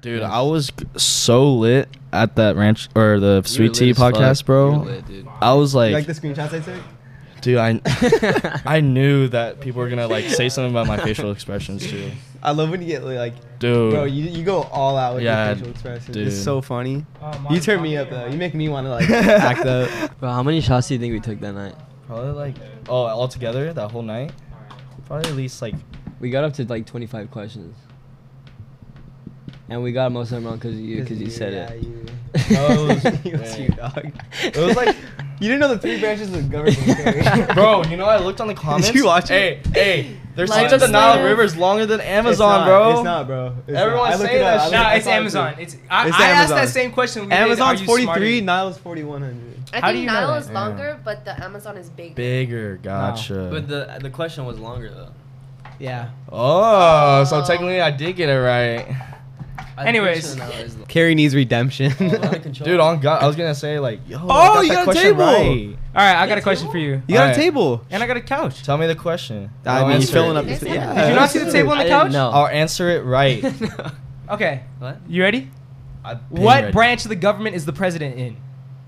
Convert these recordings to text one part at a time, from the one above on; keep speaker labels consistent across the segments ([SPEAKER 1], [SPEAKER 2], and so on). [SPEAKER 1] Dude,
[SPEAKER 2] Yes.
[SPEAKER 1] I was g- so lit at that ranch or the Sweet
[SPEAKER 2] lit
[SPEAKER 1] Tea
[SPEAKER 2] as fuck.
[SPEAKER 1] podcast,
[SPEAKER 2] You
[SPEAKER 1] bro.
[SPEAKER 2] were lit, dude.
[SPEAKER 1] I was like,
[SPEAKER 3] You like the screenshots I took?
[SPEAKER 1] dude, I I knew that people were gonna like say something about my facial expressions too,
[SPEAKER 3] I love when you get like,
[SPEAKER 1] dude.
[SPEAKER 3] bro, Oh, you, you go all out with
[SPEAKER 1] Yeah,
[SPEAKER 3] your facial expressions.
[SPEAKER 1] dude.
[SPEAKER 3] It's so funny. you turn me up though. You make me want to like act up.
[SPEAKER 2] Bro, how many shots do you think we took that night?
[SPEAKER 1] probably like oh, all together that whole night, probably at least like
[SPEAKER 2] We got up to like 25 questions. And we got most of them wrong because of you, because you said it.
[SPEAKER 3] yeah,
[SPEAKER 1] Oh,
[SPEAKER 3] You, it was you, dog. It was like you didn't know the three branches of government.
[SPEAKER 1] Bro, you know I looked on the comments.
[SPEAKER 3] you watch
[SPEAKER 1] Hey,
[SPEAKER 3] it?
[SPEAKER 1] hey, they're saying that the
[SPEAKER 4] Legislative.
[SPEAKER 1] Nile River is longer than
[SPEAKER 3] It's
[SPEAKER 1] Amazon,
[SPEAKER 3] not,
[SPEAKER 1] bro.
[SPEAKER 3] It's not, bro. It's not.
[SPEAKER 1] Everyone's
[SPEAKER 3] I looked
[SPEAKER 1] saying
[SPEAKER 3] it up.
[SPEAKER 1] that
[SPEAKER 3] I looked-
[SPEAKER 1] shit.
[SPEAKER 5] No, it's
[SPEAKER 3] I saw it,
[SPEAKER 5] Amazon.
[SPEAKER 3] too.
[SPEAKER 5] It's I,
[SPEAKER 3] It's
[SPEAKER 5] I asked
[SPEAKER 3] Amazon.
[SPEAKER 5] that same question. when we did
[SPEAKER 3] Amazon's
[SPEAKER 5] Are You
[SPEAKER 3] 43,
[SPEAKER 5] Smarter?
[SPEAKER 3] Nile's 4100.
[SPEAKER 6] I
[SPEAKER 1] How do
[SPEAKER 6] think
[SPEAKER 1] you know
[SPEAKER 6] Nile
[SPEAKER 1] that?
[SPEAKER 6] is longer, but the Amazon is big.
[SPEAKER 1] Bigger, gotcha.
[SPEAKER 2] But the the question was longer though.
[SPEAKER 3] Yeah.
[SPEAKER 1] oh, so technically I did get it right.
[SPEAKER 5] Anyways.
[SPEAKER 3] Carrie needs redemption.
[SPEAKER 2] Oh,
[SPEAKER 1] Dude, on God, I was gonna say like, yo, I
[SPEAKER 3] Oh, you
[SPEAKER 1] that
[SPEAKER 3] got a
[SPEAKER 1] question
[SPEAKER 3] table.
[SPEAKER 1] right.
[SPEAKER 5] All right, I got a question for you,
[SPEAKER 3] you got
[SPEAKER 1] Alright.
[SPEAKER 3] a table.
[SPEAKER 5] and I got a couch.
[SPEAKER 1] Tell me the question.
[SPEAKER 3] I
[SPEAKER 1] I'll
[SPEAKER 3] mean, he's
[SPEAKER 1] answer
[SPEAKER 3] filling
[SPEAKER 1] it.
[SPEAKER 3] up. This,
[SPEAKER 6] There's
[SPEAKER 3] yeah.
[SPEAKER 6] one.
[SPEAKER 5] Did you not see the table on the couch?
[SPEAKER 2] No.
[SPEAKER 1] I'll answer it right.
[SPEAKER 5] Okay,
[SPEAKER 2] What?
[SPEAKER 5] you ready?
[SPEAKER 1] I've been
[SPEAKER 5] What
[SPEAKER 1] ready.
[SPEAKER 5] branch of the government is the president in?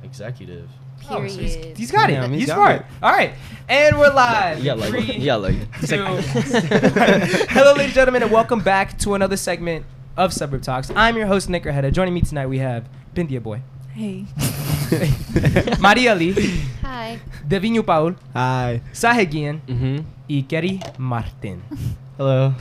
[SPEAKER 1] Executive.
[SPEAKER 5] Oh,
[SPEAKER 6] Period.
[SPEAKER 5] so he's, he's got it.
[SPEAKER 3] Damn,
[SPEAKER 5] he's
[SPEAKER 3] he's got
[SPEAKER 5] smart.
[SPEAKER 3] it.
[SPEAKER 5] All right, and we're live.
[SPEAKER 2] You got like,
[SPEAKER 5] Three,
[SPEAKER 2] you got like.
[SPEAKER 5] two. Hello, ladies and gentlemen, and welcome back to another segment of Suburb Talks. I'm your host Nick Herrera. Joining me tonight, we have Bindia Boy,
[SPEAKER 6] Hey.
[SPEAKER 5] Maria Lee,
[SPEAKER 6] Hi.
[SPEAKER 5] Devinho Paul,
[SPEAKER 3] Hi.
[SPEAKER 5] Sahegian,
[SPEAKER 2] Mm-hmm.
[SPEAKER 5] y Kerry Martin.
[SPEAKER 1] Hello.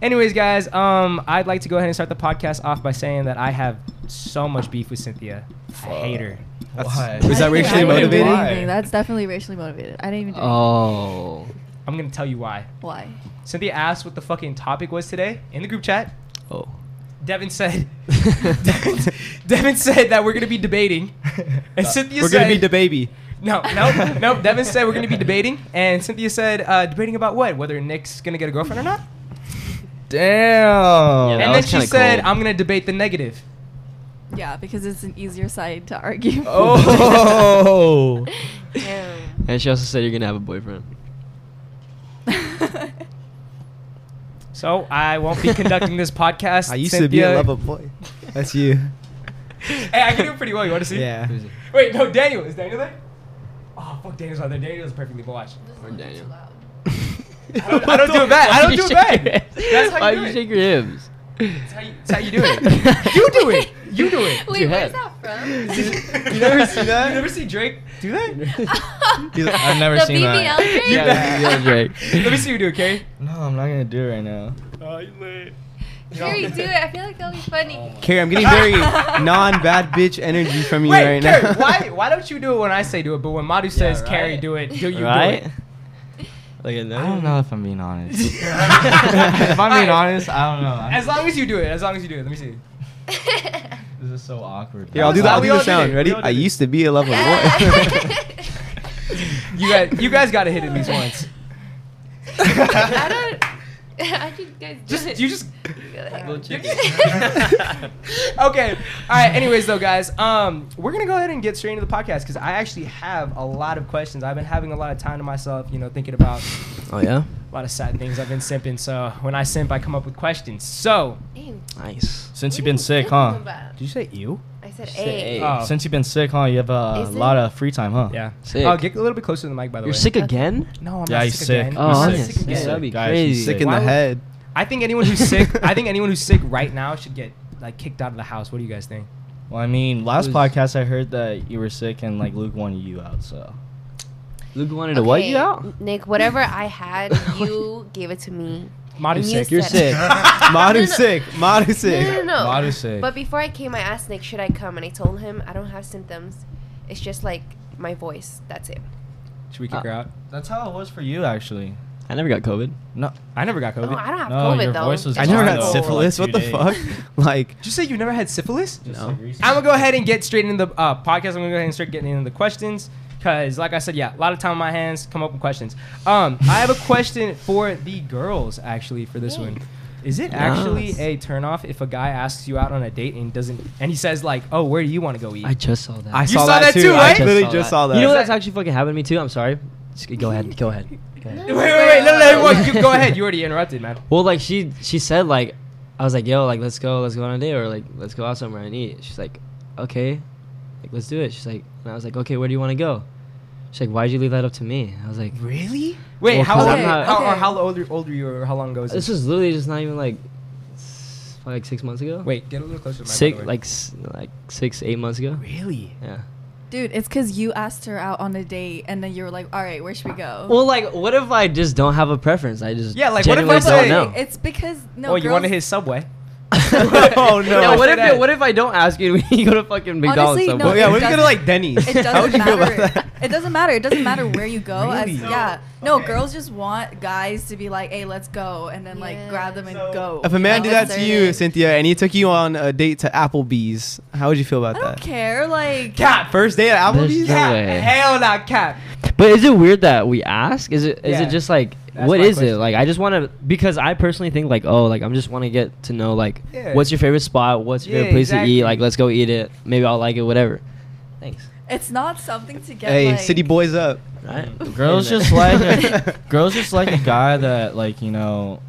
[SPEAKER 5] Anyways, guys, um, I'd like to go ahead and start the podcast off by saying that I have so much beef with Cynthia. I hate her.
[SPEAKER 1] Why?
[SPEAKER 3] Was that racially
[SPEAKER 1] I didn't do
[SPEAKER 3] motivated?
[SPEAKER 1] Why? anything.
[SPEAKER 6] That's definitely racially motivated. I didn't even do
[SPEAKER 2] Oh.
[SPEAKER 5] I'm gonna tell you why.
[SPEAKER 6] Why?
[SPEAKER 5] Cynthia asked what the fucking topic was today in the group chat.
[SPEAKER 2] Oh.
[SPEAKER 5] Devin said, Devin, Devin said that we're gonna be debating, and Cynthia
[SPEAKER 3] Uh, We're
[SPEAKER 5] said,
[SPEAKER 3] gonna be the baby.
[SPEAKER 5] no, no, no. Devin said we're gonna be debating, and Cynthia said uh, debating about what, whether Nick's gonna get a girlfriend or not.
[SPEAKER 1] Damn.
[SPEAKER 2] Yeah, that
[SPEAKER 5] and then
[SPEAKER 2] was
[SPEAKER 5] she
[SPEAKER 2] kinda
[SPEAKER 5] said,
[SPEAKER 2] cold.
[SPEAKER 5] I'm gonna debate the negative.
[SPEAKER 7] Yeah, because it's an easier side to argue.
[SPEAKER 1] oh.
[SPEAKER 6] Damn.
[SPEAKER 2] And she also said you're gonna have a boyfriend.
[SPEAKER 5] So I won't be conducting this podcast.
[SPEAKER 3] I used
[SPEAKER 5] Cynthia,
[SPEAKER 3] to be a love of boy. That's you.
[SPEAKER 5] Hey, I can do it pretty well. You want to see?
[SPEAKER 3] Yeah.
[SPEAKER 5] Wait, no, Daniel. Is Daniel there? Oh, fuck, Daniel's not there. Daniel's perfectly blind.
[SPEAKER 2] Or Daniel.
[SPEAKER 5] I don't, I don't do it bad. I don't do it bad. That's how
[SPEAKER 2] Why
[SPEAKER 5] you
[SPEAKER 2] you
[SPEAKER 5] do it.
[SPEAKER 2] shake your hips?
[SPEAKER 5] That's how you- That's how you do it. You do it. You do it.
[SPEAKER 6] Wait,
[SPEAKER 2] your
[SPEAKER 6] where's
[SPEAKER 2] head.
[SPEAKER 6] that from?
[SPEAKER 3] You never see
[SPEAKER 5] You
[SPEAKER 3] that?
[SPEAKER 5] never see Drake do that?
[SPEAKER 1] He's like, I've never
[SPEAKER 6] the
[SPEAKER 1] seen
[SPEAKER 6] BBL
[SPEAKER 1] that.
[SPEAKER 6] drink?
[SPEAKER 2] Yeah, yeah, Drake.
[SPEAKER 5] Let me see you do it, okay?
[SPEAKER 1] No, I'm not gonna do it right now.
[SPEAKER 6] Carrie, do it. I feel like that'll be funny.
[SPEAKER 1] Oh
[SPEAKER 3] Carrie, I'm getting very non-bad bitch energy from you
[SPEAKER 5] Wait,
[SPEAKER 3] right
[SPEAKER 5] Carrie,
[SPEAKER 3] now.
[SPEAKER 5] why why don't you do it when I say do it, but when Madu says
[SPEAKER 2] right.
[SPEAKER 5] Carrie do it, do you do it?
[SPEAKER 2] Like
[SPEAKER 1] I don't know if I'm being honest. if I'm
[SPEAKER 5] Alright.
[SPEAKER 1] being honest, I don't know. I'm-
[SPEAKER 5] As long as you do it, as long as you do it. Let me see.
[SPEAKER 1] this is so awkward.
[SPEAKER 3] Here, I'll do the,
[SPEAKER 5] that.
[SPEAKER 3] I'll
[SPEAKER 5] We
[SPEAKER 3] do the
[SPEAKER 5] all did
[SPEAKER 3] sound.
[SPEAKER 5] it.
[SPEAKER 3] Ready?
[SPEAKER 5] We all did
[SPEAKER 3] I
[SPEAKER 5] it.
[SPEAKER 3] used to be a love of boy.
[SPEAKER 5] You guys you guys gotta hit at least once.
[SPEAKER 6] I don't. I did guys do
[SPEAKER 5] Just
[SPEAKER 6] it.
[SPEAKER 5] you just
[SPEAKER 6] chicken.
[SPEAKER 5] okay. All right. Anyways, though, guys, um, we're gonna go ahead and get straight into the podcast because I actually have a lot of questions. I've been having a lot of time to myself, you know, thinking about
[SPEAKER 2] Oh yeah.
[SPEAKER 5] a lot of sad things. I've been simping, so when I simp, I come up with questions. So,
[SPEAKER 6] Ew.
[SPEAKER 2] Nice.
[SPEAKER 1] Since you've
[SPEAKER 6] What are you
[SPEAKER 1] been sick, huh?
[SPEAKER 6] talking about?
[SPEAKER 5] did you say you?
[SPEAKER 6] I said
[SPEAKER 2] She said
[SPEAKER 6] A.
[SPEAKER 2] A.
[SPEAKER 5] Oh,
[SPEAKER 1] Since you've been sick, huh? You have uh, a
[SPEAKER 6] Is it?
[SPEAKER 1] lot of free time, huh?
[SPEAKER 5] yeah.
[SPEAKER 2] Sick.
[SPEAKER 5] Oh, get a little bit closer to the mic, by the
[SPEAKER 2] You're
[SPEAKER 5] way.
[SPEAKER 2] sick again?
[SPEAKER 5] No, I'm
[SPEAKER 1] Yeah,
[SPEAKER 5] not
[SPEAKER 1] he's
[SPEAKER 5] sick,
[SPEAKER 1] sick.
[SPEAKER 5] again.
[SPEAKER 2] Oh,
[SPEAKER 5] I'm
[SPEAKER 2] I'm
[SPEAKER 5] not
[SPEAKER 2] sick.
[SPEAKER 5] sick
[SPEAKER 2] Yeah,
[SPEAKER 5] again.
[SPEAKER 2] that'd be
[SPEAKER 1] Guys,
[SPEAKER 2] crazy.
[SPEAKER 3] Sick in
[SPEAKER 5] Why
[SPEAKER 3] the
[SPEAKER 5] would-
[SPEAKER 3] head.
[SPEAKER 5] I think anyone who's sick, I think anyone who's sick right now should get like kicked out of the house. What do you guys think?
[SPEAKER 1] Well, I mean, last
[SPEAKER 2] Was-
[SPEAKER 1] podcast I heard that you were sick and like Luke wanted you out, so.
[SPEAKER 2] Luke wanted to white you
[SPEAKER 6] Okay,
[SPEAKER 2] out?
[SPEAKER 6] Nick, whatever I had, you gave it to me.
[SPEAKER 5] Madu's
[SPEAKER 6] You
[SPEAKER 5] sick.
[SPEAKER 6] You're said- sick.
[SPEAKER 3] Madu
[SPEAKER 6] No, no.
[SPEAKER 3] sick. Madu
[SPEAKER 6] No, no,
[SPEAKER 3] sick.
[SPEAKER 6] no.
[SPEAKER 1] Why do you say?
[SPEAKER 6] But before I came, I asked Nick, should I come? And I told him I don't have symptoms. It's just like my voice. That's it. Uh,
[SPEAKER 5] Should we kick her out?
[SPEAKER 1] That's how it was for you, actually.
[SPEAKER 2] I never got COVID.
[SPEAKER 1] No, I never got COVID.
[SPEAKER 6] No, Oh, I don't have
[SPEAKER 8] No,
[SPEAKER 6] COVID
[SPEAKER 8] your
[SPEAKER 6] though.
[SPEAKER 8] voice was
[SPEAKER 6] I
[SPEAKER 3] I never had
[SPEAKER 8] Oh,
[SPEAKER 3] syphilis.
[SPEAKER 8] like
[SPEAKER 3] what the
[SPEAKER 8] two
[SPEAKER 3] fuck? like,
[SPEAKER 5] Did you say you never had syphilis?
[SPEAKER 8] No.
[SPEAKER 5] I'm gonna go ahead and get straight into the uh, podcast. I'm gonna go ahead and start getting into the questions because, like I said, yeah, a lot of time on my hands. Come up with questions. Um, I have a question for the girls actually for this one. Is it actually
[SPEAKER 2] Yes.
[SPEAKER 5] a turnoff if a guy asks you out on a date and doesn't and he says like, "Oh, where do you want to go eat?"
[SPEAKER 2] I just saw that.
[SPEAKER 3] I
[SPEAKER 5] saw that too,
[SPEAKER 3] I
[SPEAKER 5] right?
[SPEAKER 3] literally
[SPEAKER 2] saw
[SPEAKER 3] just
[SPEAKER 2] that.
[SPEAKER 3] saw that.
[SPEAKER 2] You know what? That's actually fucking happened to me too. I'm sorry. Just go ahead. Go ahead. Go ahead.
[SPEAKER 5] wait, wait, wait. No, no, no, you- go ahead. You already interrupted, man.
[SPEAKER 2] Well, like she she said like I was like yo like let's go let's go on a date or like let's go out somewhere and eat. She's like okay, like let's do it. She's like and I was like okay where do you want to go? She's like why'd you leave that up to me? I was like
[SPEAKER 5] Really? Wait,
[SPEAKER 2] Well,
[SPEAKER 5] how
[SPEAKER 2] 'cause
[SPEAKER 5] old?
[SPEAKER 2] I'm not-
[SPEAKER 5] how, or
[SPEAKER 7] okay.
[SPEAKER 5] how old, old were you, or how long ago was
[SPEAKER 2] this
[SPEAKER 5] this?
[SPEAKER 2] was literally just not even like s- like six months ago.
[SPEAKER 5] Wait, get a little closer. To my
[SPEAKER 2] six like s- like six eight months ago.
[SPEAKER 5] really?
[SPEAKER 2] Yeah.
[SPEAKER 7] Dude, it's because you asked her out on a date and then you were like, all right, where should we go?
[SPEAKER 2] Well, like what if I just don't have a preference? I just
[SPEAKER 5] Yeah, like, what if I
[SPEAKER 2] genuinely
[SPEAKER 5] say-
[SPEAKER 2] don't know.
[SPEAKER 7] It's because, no.
[SPEAKER 5] oh, you
[SPEAKER 7] girls-
[SPEAKER 5] wanted his subway.
[SPEAKER 3] oh no.
[SPEAKER 2] Yeah, what
[SPEAKER 5] Say
[SPEAKER 2] if
[SPEAKER 5] that.
[SPEAKER 2] it, what if I don't ask you and we go to fucking McDonald's?
[SPEAKER 7] Honestly, no,
[SPEAKER 2] somewhere?
[SPEAKER 3] Well, yeah,
[SPEAKER 7] it
[SPEAKER 3] we're gonna
[SPEAKER 7] doesn't-
[SPEAKER 3] like Denny's.
[SPEAKER 7] It doesn't
[SPEAKER 3] How would you feel
[SPEAKER 7] matter.
[SPEAKER 3] about that?
[SPEAKER 7] It doesn't matter. It doesn't matter where you go. As,
[SPEAKER 3] Really?
[SPEAKER 7] yeah. No,
[SPEAKER 3] Okay.
[SPEAKER 7] girls just want guys to be like, hey, let's go. And then, like, grab them and
[SPEAKER 3] So-
[SPEAKER 7] go.
[SPEAKER 3] If a
[SPEAKER 5] Oh,
[SPEAKER 3] man did
[SPEAKER 7] Like,
[SPEAKER 3] that to you, Cynthia, and he took you on a date to Applebee's, how would you feel about
[SPEAKER 7] I don't
[SPEAKER 3] that?
[SPEAKER 7] care. Like,
[SPEAKER 5] Cap.
[SPEAKER 3] First date at
[SPEAKER 2] There's
[SPEAKER 3] Applebee's?
[SPEAKER 2] no
[SPEAKER 5] Cap.
[SPEAKER 2] way.
[SPEAKER 5] Hell not cap.
[SPEAKER 2] But is it weird that we ask? Is it is
[SPEAKER 5] Yeah.
[SPEAKER 2] it just like
[SPEAKER 5] That's
[SPEAKER 2] what
[SPEAKER 5] my
[SPEAKER 2] is it?
[SPEAKER 5] question.
[SPEAKER 2] Like I just want to because I personally think like oh like I'm just want to get to know like
[SPEAKER 5] Yeah.
[SPEAKER 2] what's your favorite spot? What's your
[SPEAKER 5] Yeah,
[SPEAKER 2] favorite place to
[SPEAKER 5] exactly.
[SPEAKER 2] eat? Like let's go eat it. Maybe I'll like it. Whatever. Thanks.
[SPEAKER 7] it's not something to get.
[SPEAKER 3] Hey,
[SPEAKER 7] like,
[SPEAKER 3] city boys up.
[SPEAKER 2] Right.
[SPEAKER 1] Girls just like a, girls just like a guy that like you know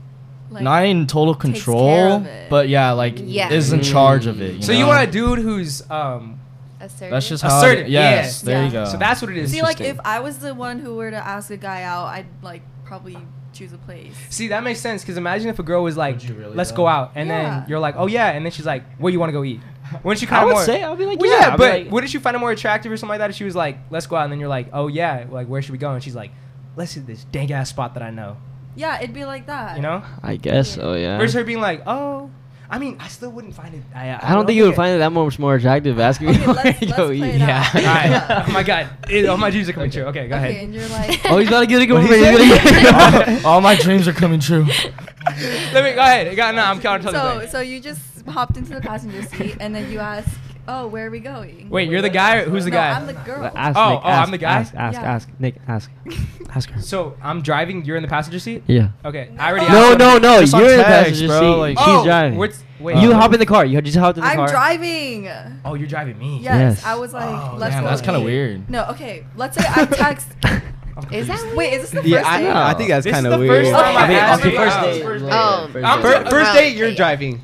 [SPEAKER 7] like-
[SPEAKER 1] not in total
[SPEAKER 7] takes care
[SPEAKER 1] control,
[SPEAKER 7] of it.
[SPEAKER 1] but yeah, like
[SPEAKER 6] Yeah.
[SPEAKER 1] is in charge of it.
[SPEAKER 5] So you want a dude who's um.
[SPEAKER 6] Assertive.
[SPEAKER 1] That's just how.
[SPEAKER 5] Assertive,
[SPEAKER 1] It, yes,
[SPEAKER 7] yeah.
[SPEAKER 1] there you go.
[SPEAKER 7] Yeah.
[SPEAKER 5] so that's what it is.
[SPEAKER 7] See, like, if I was the one who were to ask a guy out, I'd like probably choose a place.
[SPEAKER 5] See, that makes sense because imagine if a girl was like,
[SPEAKER 1] Would you really,
[SPEAKER 5] "Let's
[SPEAKER 1] though?
[SPEAKER 5] go out," and
[SPEAKER 7] Yeah.
[SPEAKER 5] then you're like, "Oh yeah," and then she's like, "Where you want to go eat?" Wouldn't you kind
[SPEAKER 2] I
[SPEAKER 5] of
[SPEAKER 2] would
[SPEAKER 5] more?
[SPEAKER 2] say I'll be like
[SPEAKER 5] Well,
[SPEAKER 2] yeah,
[SPEAKER 5] yeah,
[SPEAKER 2] I'll be
[SPEAKER 5] but
[SPEAKER 2] like-
[SPEAKER 5] wouldn't you find it more attractive or something like that if she was like, "Let's go out," and then you're like, "Oh yeah," like where should we go? And she's like, "Let's hit this dang ass spot that I know,"
[SPEAKER 7] Yeah, it'd be like that.
[SPEAKER 5] you know?
[SPEAKER 2] I guess so. Yeah.
[SPEAKER 5] Versus her being like, "Oh." I mean, I still wouldn't find it. I,
[SPEAKER 2] I don't think you would
[SPEAKER 5] it.
[SPEAKER 2] find it that much more attractive asking me
[SPEAKER 7] Okay,
[SPEAKER 2] where
[SPEAKER 7] let's-
[SPEAKER 2] to
[SPEAKER 7] let's
[SPEAKER 2] go
[SPEAKER 7] play
[SPEAKER 2] eat.
[SPEAKER 7] it out.
[SPEAKER 2] Yeah.
[SPEAKER 5] All right.
[SPEAKER 7] Yeah.
[SPEAKER 5] Oh my god. It- all my dreams are coming true. Okay, go
[SPEAKER 7] okay,
[SPEAKER 5] ahead.
[SPEAKER 7] and you're like,
[SPEAKER 2] Oh, he's about to get it
[SPEAKER 1] What he
[SPEAKER 2] going. He's
[SPEAKER 1] say?
[SPEAKER 2] gonna get it going.
[SPEAKER 5] Oh,
[SPEAKER 1] All my dreams are coming true.
[SPEAKER 5] Let me go ahead. Go- no, I'm counting.
[SPEAKER 7] so so you just hopped into the passenger seat and then you ask, oh, where are we going?
[SPEAKER 5] Wait, you're the guy. Or who's the
[SPEAKER 7] no,
[SPEAKER 5] guy?
[SPEAKER 7] I'm the girl.
[SPEAKER 2] Ask,
[SPEAKER 5] Oh,
[SPEAKER 2] Nick,
[SPEAKER 5] oh, I'm
[SPEAKER 2] ask,
[SPEAKER 5] the guy?
[SPEAKER 2] Ask, ask,
[SPEAKER 7] Yeah.
[SPEAKER 2] ask, Nick, ask, ask her.
[SPEAKER 5] So I'm driving. You're in the passenger seat.
[SPEAKER 2] Yeah.
[SPEAKER 5] Okay, I already.
[SPEAKER 2] No,
[SPEAKER 5] asked
[SPEAKER 2] no,
[SPEAKER 5] him.
[SPEAKER 2] no.
[SPEAKER 1] Just on
[SPEAKER 2] You're in the
[SPEAKER 1] text,
[SPEAKER 2] passenger
[SPEAKER 1] bro,
[SPEAKER 2] seat.
[SPEAKER 1] like-
[SPEAKER 2] She's
[SPEAKER 5] Oh,
[SPEAKER 2] driving.
[SPEAKER 5] what's- wait,
[SPEAKER 2] you
[SPEAKER 5] uh,
[SPEAKER 2] hop in the car. You just hop in the
[SPEAKER 7] I'm
[SPEAKER 2] car.
[SPEAKER 7] driving. Yes,
[SPEAKER 5] Oh, you're driving me.
[SPEAKER 2] Yes.
[SPEAKER 7] I was like,
[SPEAKER 5] Oh,
[SPEAKER 7] let's
[SPEAKER 1] Damn,
[SPEAKER 7] go.
[SPEAKER 1] that's kind of
[SPEAKER 7] eat."
[SPEAKER 1] weird.
[SPEAKER 7] No, okay. Let's say I text.
[SPEAKER 5] I'm
[SPEAKER 6] Is that
[SPEAKER 5] confused.
[SPEAKER 7] wait, is this the
[SPEAKER 3] Yeah,
[SPEAKER 7] first date?
[SPEAKER 3] I, I think that's
[SPEAKER 5] This is
[SPEAKER 3] kind
[SPEAKER 5] the
[SPEAKER 3] of
[SPEAKER 5] first
[SPEAKER 3] weird.
[SPEAKER 5] time I
[SPEAKER 2] I mean,
[SPEAKER 5] asked
[SPEAKER 2] it's the
[SPEAKER 5] you
[SPEAKER 2] first
[SPEAKER 5] out.
[SPEAKER 2] date.
[SPEAKER 5] First Um,
[SPEAKER 6] Oh.
[SPEAKER 2] First
[SPEAKER 5] I'm
[SPEAKER 2] date.
[SPEAKER 3] Fir- first date, you're driving.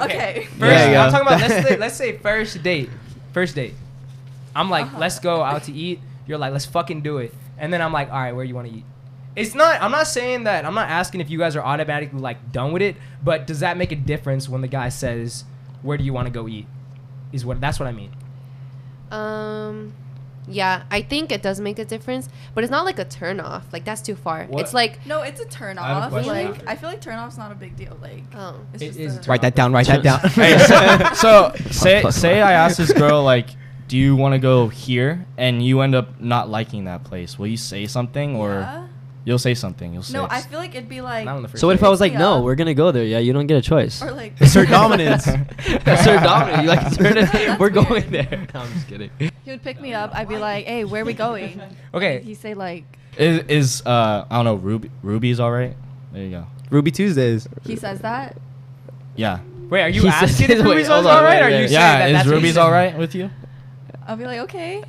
[SPEAKER 7] Okay.
[SPEAKER 5] First,
[SPEAKER 3] There you
[SPEAKER 5] I'm
[SPEAKER 3] go.
[SPEAKER 5] talking about. Let's say, let's say first date. First date. I'm like,
[SPEAKER 7] Uh-huh.
[SPEAKER 5] let's go out to eat. You're like, let's fucking do it. And then I'm like, all right, where you want to eat? It's not. I'm not saying that. I'm not asking if you guys are automatically like done with it. But does that make a difference when the guy says, "Where do you want to go eat?" Is what that's what I mean.
[SPEAKER 6] Um, yeah, I think it does make a difference, but it's not like a turn off. Like that's too far.
[SPEAKER 5] What?
[SPEAKER 6] It's like
[SPEAKER 7] No, it's a turn
[SPEAKER 1] I have a
[SPEAKER 7] off.
[SPEAKER 1] question
[SPEAKER 7] like
[SPEAKER 1] after.
[SPEAKER 7] I feel like turn off's not a big deal. Like
[SPEAKER 6] oh,
[SPEAKER 7] it's
[SPEAKER 5] It
[SPEAKER 7] just
[SPEAKER 5] is a
[SPEAKER 7] a
[SPEAKER 5] turn-
[SPEAKER 3] Write that down, write that down.
[SPEAKER 1] Hey, so, so say say I asked this girl like, do you want to go here? And you end up not liking that place. Will you say something or
[SPEAKER 7] Yeah.
[SPEAKER 1] you'll say something? You'll say.
[SPEAKER 7] No, I feel like it'd be like
[SPEAKER 5] Not on the first.
[SPEAKER 2] So what if
[SPEAKER 5] date.
[SPEAKER 2] I was like, no,
[SPEAKER 7] Yeah.
[SPEAKER 2] we're gonna go there. Yeah, you don't get a choice.
[SPEAKER 7] or like
[SPEAKER 3] Assert dominance.
[SPEAKER 2] Sir Dominic, you like turn it.
[SPEAKER 7] That's
[SPEAKER 2] We're
[SPEAKER 7] weird.
[SPEAKER 2] going there. No, I'm just kidding.
[SPEAKER 7] He would pick me up. I'd be like, "Hey, where we going?"
[SPEAKER 5] Okay.
[SPEAKER 7] He'd say like,
[SPEAKER 1] Is, is uh I don't know Ruby Ruby's all right. There you go.
[SPEAKER 3] Ruby Tuesdays.
[SPEAKER 7] he says that.
[SPEAKER 1] Yeah.
[SPEAKER 5] Wait, are you
[SPEAKER 2] He said-
[SPEAKER 5] asking if
[SPEAKER 2] wait,
[SPEAKER 5] Ruby's
[SPEAKER 2] hold
[SPEAKER 5] was
[SPEAKER 2] on,
[SPEAKER 5] all
[SPEAKER 2] wait,
[SPEAKER 5] right? Or are you
[SPEAKER 2] wait.
[SPEAKER 5] saying
[SPEAKER 1] Yeah.
[SPEAKER 5] that
[SPEAKER 1] Is
[SPEAKER 5] that's what you
[SPEAKER 1] Ruby's
[SPEAKER 5] said?
[SPEAKER 1] all right with you?
[SPEAKER 7] I'll be like, "Okay."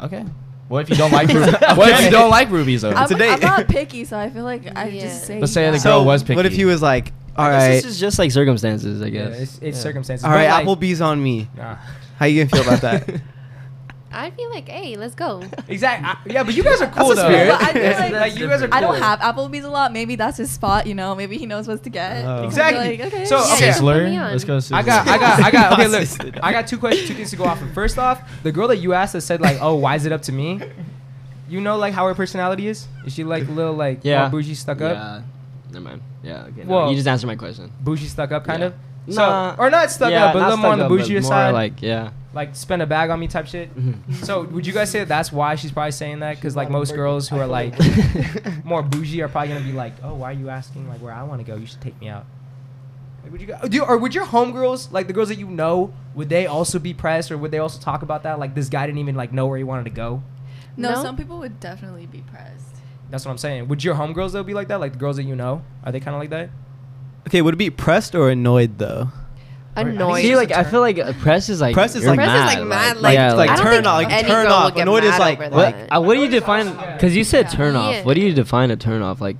[SPEAKER 1] Okay. What if you don't like Ruby? What if you don't like Ruby's though?
[SPEAKER 7] I'm,
[SPEAKER 3] a date.
[SPEAKER 7] I'm not picky, so I feel like I
[SPEAKER 6] Yeah.
[SPEAKER 7] just say.
[SPEAKER 1] Let's say the
[SPEAKER 7] yes.
[SPEAKER 1] girl was
[SPEAKER 3] What if
[SPEAKER 1] picky.
[SPEAKER 3] he was like, all
[SPEAKER 2] I guess
[SPEAKER 3] right,
[SPEAKER 2] This is just like circumstances, I
[SPEAKER 5] Yeah,
[SPEAKER 2] guess.
[SPEAKER 5] it's, it's
[SPEAKER 2] Yeah.
[SPEAKER 5] circumstances.
[SPEAKER 3] all
[SPEAKER 5] But,
[SPEAKER 3] right,
[SPEAKER 5] like,
[SPEAKER 3] Applebee's on me.
[SPEAKER 5] Nah.
[SPEAKER 3] How you gonna feel about that?
[SPEAKER 6] I'd be like, hey, let's go.
[SPEAKER 5] Exactly. I- yeah, but you guys are cool
[SPEAKER 3] the
[SPEAKER 5] though.
[SPEAKER 3] spirit.
[SPEAKER 7] But I feel like-
[SPEAKER 5] Like, you guys are. Cool.
[SPEAKER 7] I don't have Applebee's a lot. Maybe that's his spot. You know, maybe he knows what to get.
[SPEAKER 3] Oh.
[SPEAKER 7] I'd be
[SPEAKER 5] Exactly.
[SPEAKER 7] like, Oh, okay.
[SPEAKER 5] So,
[SPEAKER 6] Yeah,
[SPEAKER 5] okay.
[SPEAKER 6] you can put me
[SPEAKER 1] Sizzler.
[SPEAKER 6] on.
[SPEAKER 1] Let's go. Sizzler.
[SPEAKER 5] I got, I got, I got. Okay, look,
[SPEAKER 3] Sizzler.
[SPEAKER 5] I got two questions, two things to go off. of. First off, the girl that you asked that said like, "Oh, why is it up to me?" You know, like how her personality is. Is she like a little like
[SPEAKER 2] Yeah.
[SPEAKER 5] all bougie stuck up,
[SPEAKER 2] Yeah. Never mind. Yeah. Okay.
[SPEAKER 5] Well-
[SPEAKER 2] No, you just answered my question.
[SPEAKER 5] bougie stuck up kind
[SPEAKER 2] Yeah.
[SPEAKER 5] of? So
[SPEAKER 2] Nah.
[SPEAKER 5] or not stuck
[SPEAKER 2] yeah,
[SPEAKER 5] up, but a
[SPEAKER 2] not
[SPEAKER 5] little more on
[SPEAKER 2] stuck
[SPEAKER 5] the
[SPEAKER 2] up, but
[SPEAKER 5] bougier
[SPEAKER 2] more
[SPEAKER 5] side.
[SPEAKER 2] Like Mm-hmm. yeah.
[SPEAKER 5] like spend a bag on me type shit. So would you guys say that that's why she's probably saying that? Because like most girls who are like more bougie are probably gonna be like, oh, why are you asking like where I want to go? You should take me out. Like, would you go, do, or would your homegirls, like the girls that you know, would they also be pressed, or would they also talk about that? Like this guy didn't even like know where he wanted to go.
[SPEAKER 7] No,
[SPEAKER 6] No?
[SPEAKER 7] some people would definitely be pressed.
[SPEAKER 5] That's what I'm saying. Would your homegirls though be like that? Like the girls that you know, are they kind of like that?
[SPEAKER 3] Okay, would it be pressed or annoyed though?
[SPEAKER 6] Annoying.
[SPEAKER 2] See, like I feel like uh, press is like
[SPEAKER 3] Press is,
[SPEAKER 2] you're
[SPEAKER 3] like-
[SPEAKER 6] Press is, like, mad, like-
[SPEAKER 2] yeah,
[SPEAKER 3] It's like
[SPEAKER 6] I don't
[SPEAKER 3] turn
[SPEAKER 6] think
[SPEAKER 3] off, like,
[SPEAKER 6] any
[SPEAKER 3] turn
[SPEAKER 6] girl
[SPEAKER 3] off.
[SPEAKER 6] would get
[SPEAKER 3] Annoyed is
[SPEAKER 6] mad
[SPEAKER 3] like
[SPEAKER 6] over
[SPEAKER 3] what?
[SPEAKER 6] that.
[SPEAKER 2] Uh, what do you define? Because you said turn off.
[SPEAKER 6] Yeah.
[SPEAKER 2] What do you define a turn off like?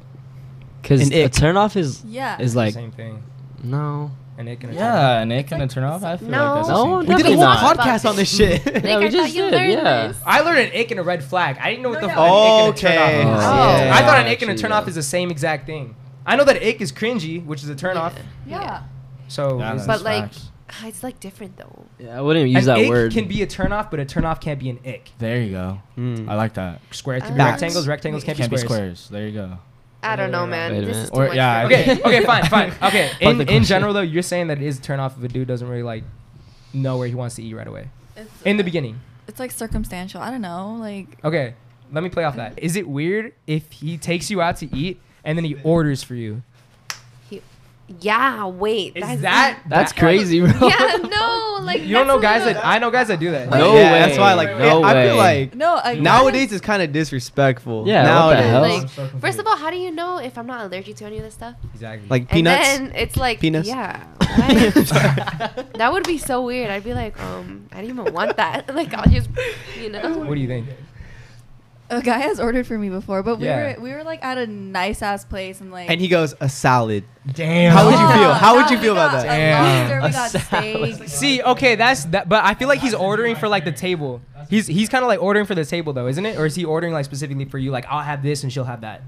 [SPEAKER 2] Because
[SPEAKER 3] An
[SPEAKER 2] a
[SPEAKER 3] ick.
[SPEAKER 2] turn off is
[SPEAKER 7] Yeah.
[SPEAKER 2] is like
[SPEAKER 5] same thing.
[SPEAKER 2] no.
[SPEAKER 5] And it can
[SPEAKER 1] Yeah, and it can
[SPEAKER 7] like-
[SPEAKER 1] turn off. I feel
[SPEAKER 6] No.
[SPEAKER 1] like that's
[SPEAKER 2] No,
[SPEAKER 1] the
[SPEAKER 3] We
[SPEAKER 1] same
[SPEAKER 3] did a
[SPEAKER 1] thing.
[SPEAKER 2] Definitely
[SPEAKER 3] whole
[SPEAKER 6] not.
[SPEAKER 3] podcast on this shit.
[SPEAKER 2] Yeah, we
[SPEAKER 6] I thought
[SPEAKER 2] just
[SPEAKER 6] you
[SPEAKER 2] did,
[SPEAKER 6] learned
[SPEAKER 2] yeah.
[SPEAKER 6] this.
[SPEAKER 5] I learned an ick and a red flag. I didn't know what the
[SPEAKER 7] No,
[SPEAKER 5] fuck
[SPEAKER 3] no.
[SPEAKER 5] an ick and a turn off is.
[SPEAKER 6] Okay.
[SPEAKER 5] I thought an
[SPEAKER 2] Yeah,
[SPEAKER 5] ick and a
[SPEAKER 2] actually,
[SPEAKER 5] turn off
[SPEAKER 2] yeah.
[SPEAKER 5] is the same exact thing. I know that ick is cringy, which is a turn off.
[SPEAKER 7] yeah.
[SPEAKER 5] So,
[SPEAKER 1] Yeah,
[SPEAKER 5] it's-
[SPEAKER 1] that's
[SPEAKER 6] But like,
[SPEAKER 1] facts.
[SPEAKER 6] Ah, it's like different though.
[SPEAKER 2] Yeah, I wouldn't use
[SPEAKER 5] an
[SPEAKER 2] that
[SPEAKER 5] ick
[SPEAKER 2] word.
[SPEAKER 5] can be a turn off, but a turn off can't be an ick.
[SPEAKER 1] There you go. I like that.
[SPEAKER 5] Square can be
[SPEAKER 6] Facts.
[SPEAKER 5] rectangles, rectangles can't,
[SPEAKER 1] Can't
[SPEAKER 5] be
[SPEAKER 1] be
[SPEAKER 5] squares.
[SPEAKER 1] squares. There you go.
[SPEAKER 6] I don't know,
[SPEAKER 2] Wait
[SPEAKER 6] man.
[SPEAKER 2] a
[SPEAKER 6] This
[SPEAKER 2] minute.
[SPEAKER 6] is too
[SPEAKER 1] Or-
[SPEAKER 6] much
[SPEAKER 1] yeah,
[SPEAKER 6] for me.
[SPEAKER 5] Okay, okay, fine, fine. Okay,
[SPEAKER 2] But
[SPEAKER 5] in,
[SPEAKER 2] the
[SPEAKER 5] in general
[SPEAKER 2] question-
[SPEAKER 5] though, you're saying that it is a turn off if a dude doesn't really like know where he wants to eat right away
[SPEAKER 7] It's,
[SPEAKER 5] in the beginning.
[SPEAKER 7] it's like circumstantial. I don't know. Like
[SPEAKER 5] Okay, let me play off that. Is it weird if he takes you out to eat and then he orders for you?
[SPEAKER 6] Yeah, wait.
[SPEAKER 5] Is that
[SPEAKER 2] That's
[SPEAKER 5] that-
[SPEAKER 2] crazy, bro.
[SPEAKER 6] Yeah, no, like
[SPEAKER 5] You don't
[SPEAKER 6] that's
[SPEAKER 5] know
[SPEAKER 6] what
[SPEAKER 5] guys
[SPEAKER 6] I-
[SPEAKER 5] that I know guys that do that.
[SPEAKER 2] No
[SPEAKER 3] yeah, That's
[SPEAKER 2] way.
[SPEAKER 3] why, like,
[SPEAKER 2] No
[SPEAKER 3] I feel
[SPEAKER 2] way.
[SPEAKER 3] like
[SPEAKER 7] no. Like,
[SPEAKER 3] nowadays it's kind of disrespectful.
[SPEAKER 2] Yeah, what the
[SPEAKER 3] nowadays.
[SPEAKER 2] hell?
[SPEAKER 6] Like, first of all, how do you know if I'm not allergic to any of this stuff?
[SPEAKER 5] Exactly.
[SPEAKER 3] Like peanuts.
[SPEAKER 6] And then it's like
[SPEAKER 3] Penis.
[SPEAKER 6] Yeah, what? that would be so weird. I'd be like, um, I didn't even want that. like I'll just, you know.
[SPEAKER 5] what do you think?
[SPEAKER 7] a guy has ordered for me before, but we
[SPEAKER 5] Yeah.
[SPEAKER 7] were we were like at a nice ass place and like.
[SPEAKER 3] and he goes a salad.
[SPEAKER 1] Damn.
[SPEAKER 3] How would you
[SPEAKER 7] Yeah,
[SPEAKER 3] feel? How would
[SPEAKER 7] no,
[SPEAKER 3] you feel
[SPEAKER 7] we
[SPEAKER 3] about
[SPEAKER 7] got
[SPEAKER 3] that?
[SPEAKER 7] a
[SPEAKER 1] Damn.
[SPEAKER 7] lobster, we got steak.
[SPEAKER 5] See, okay, that's that. But I feel like he's ordering for like the table. He's he's kind of like ordering for the table though, isn't it? Or is he ordering like specifically for you? Like I'll have this and she'll have that.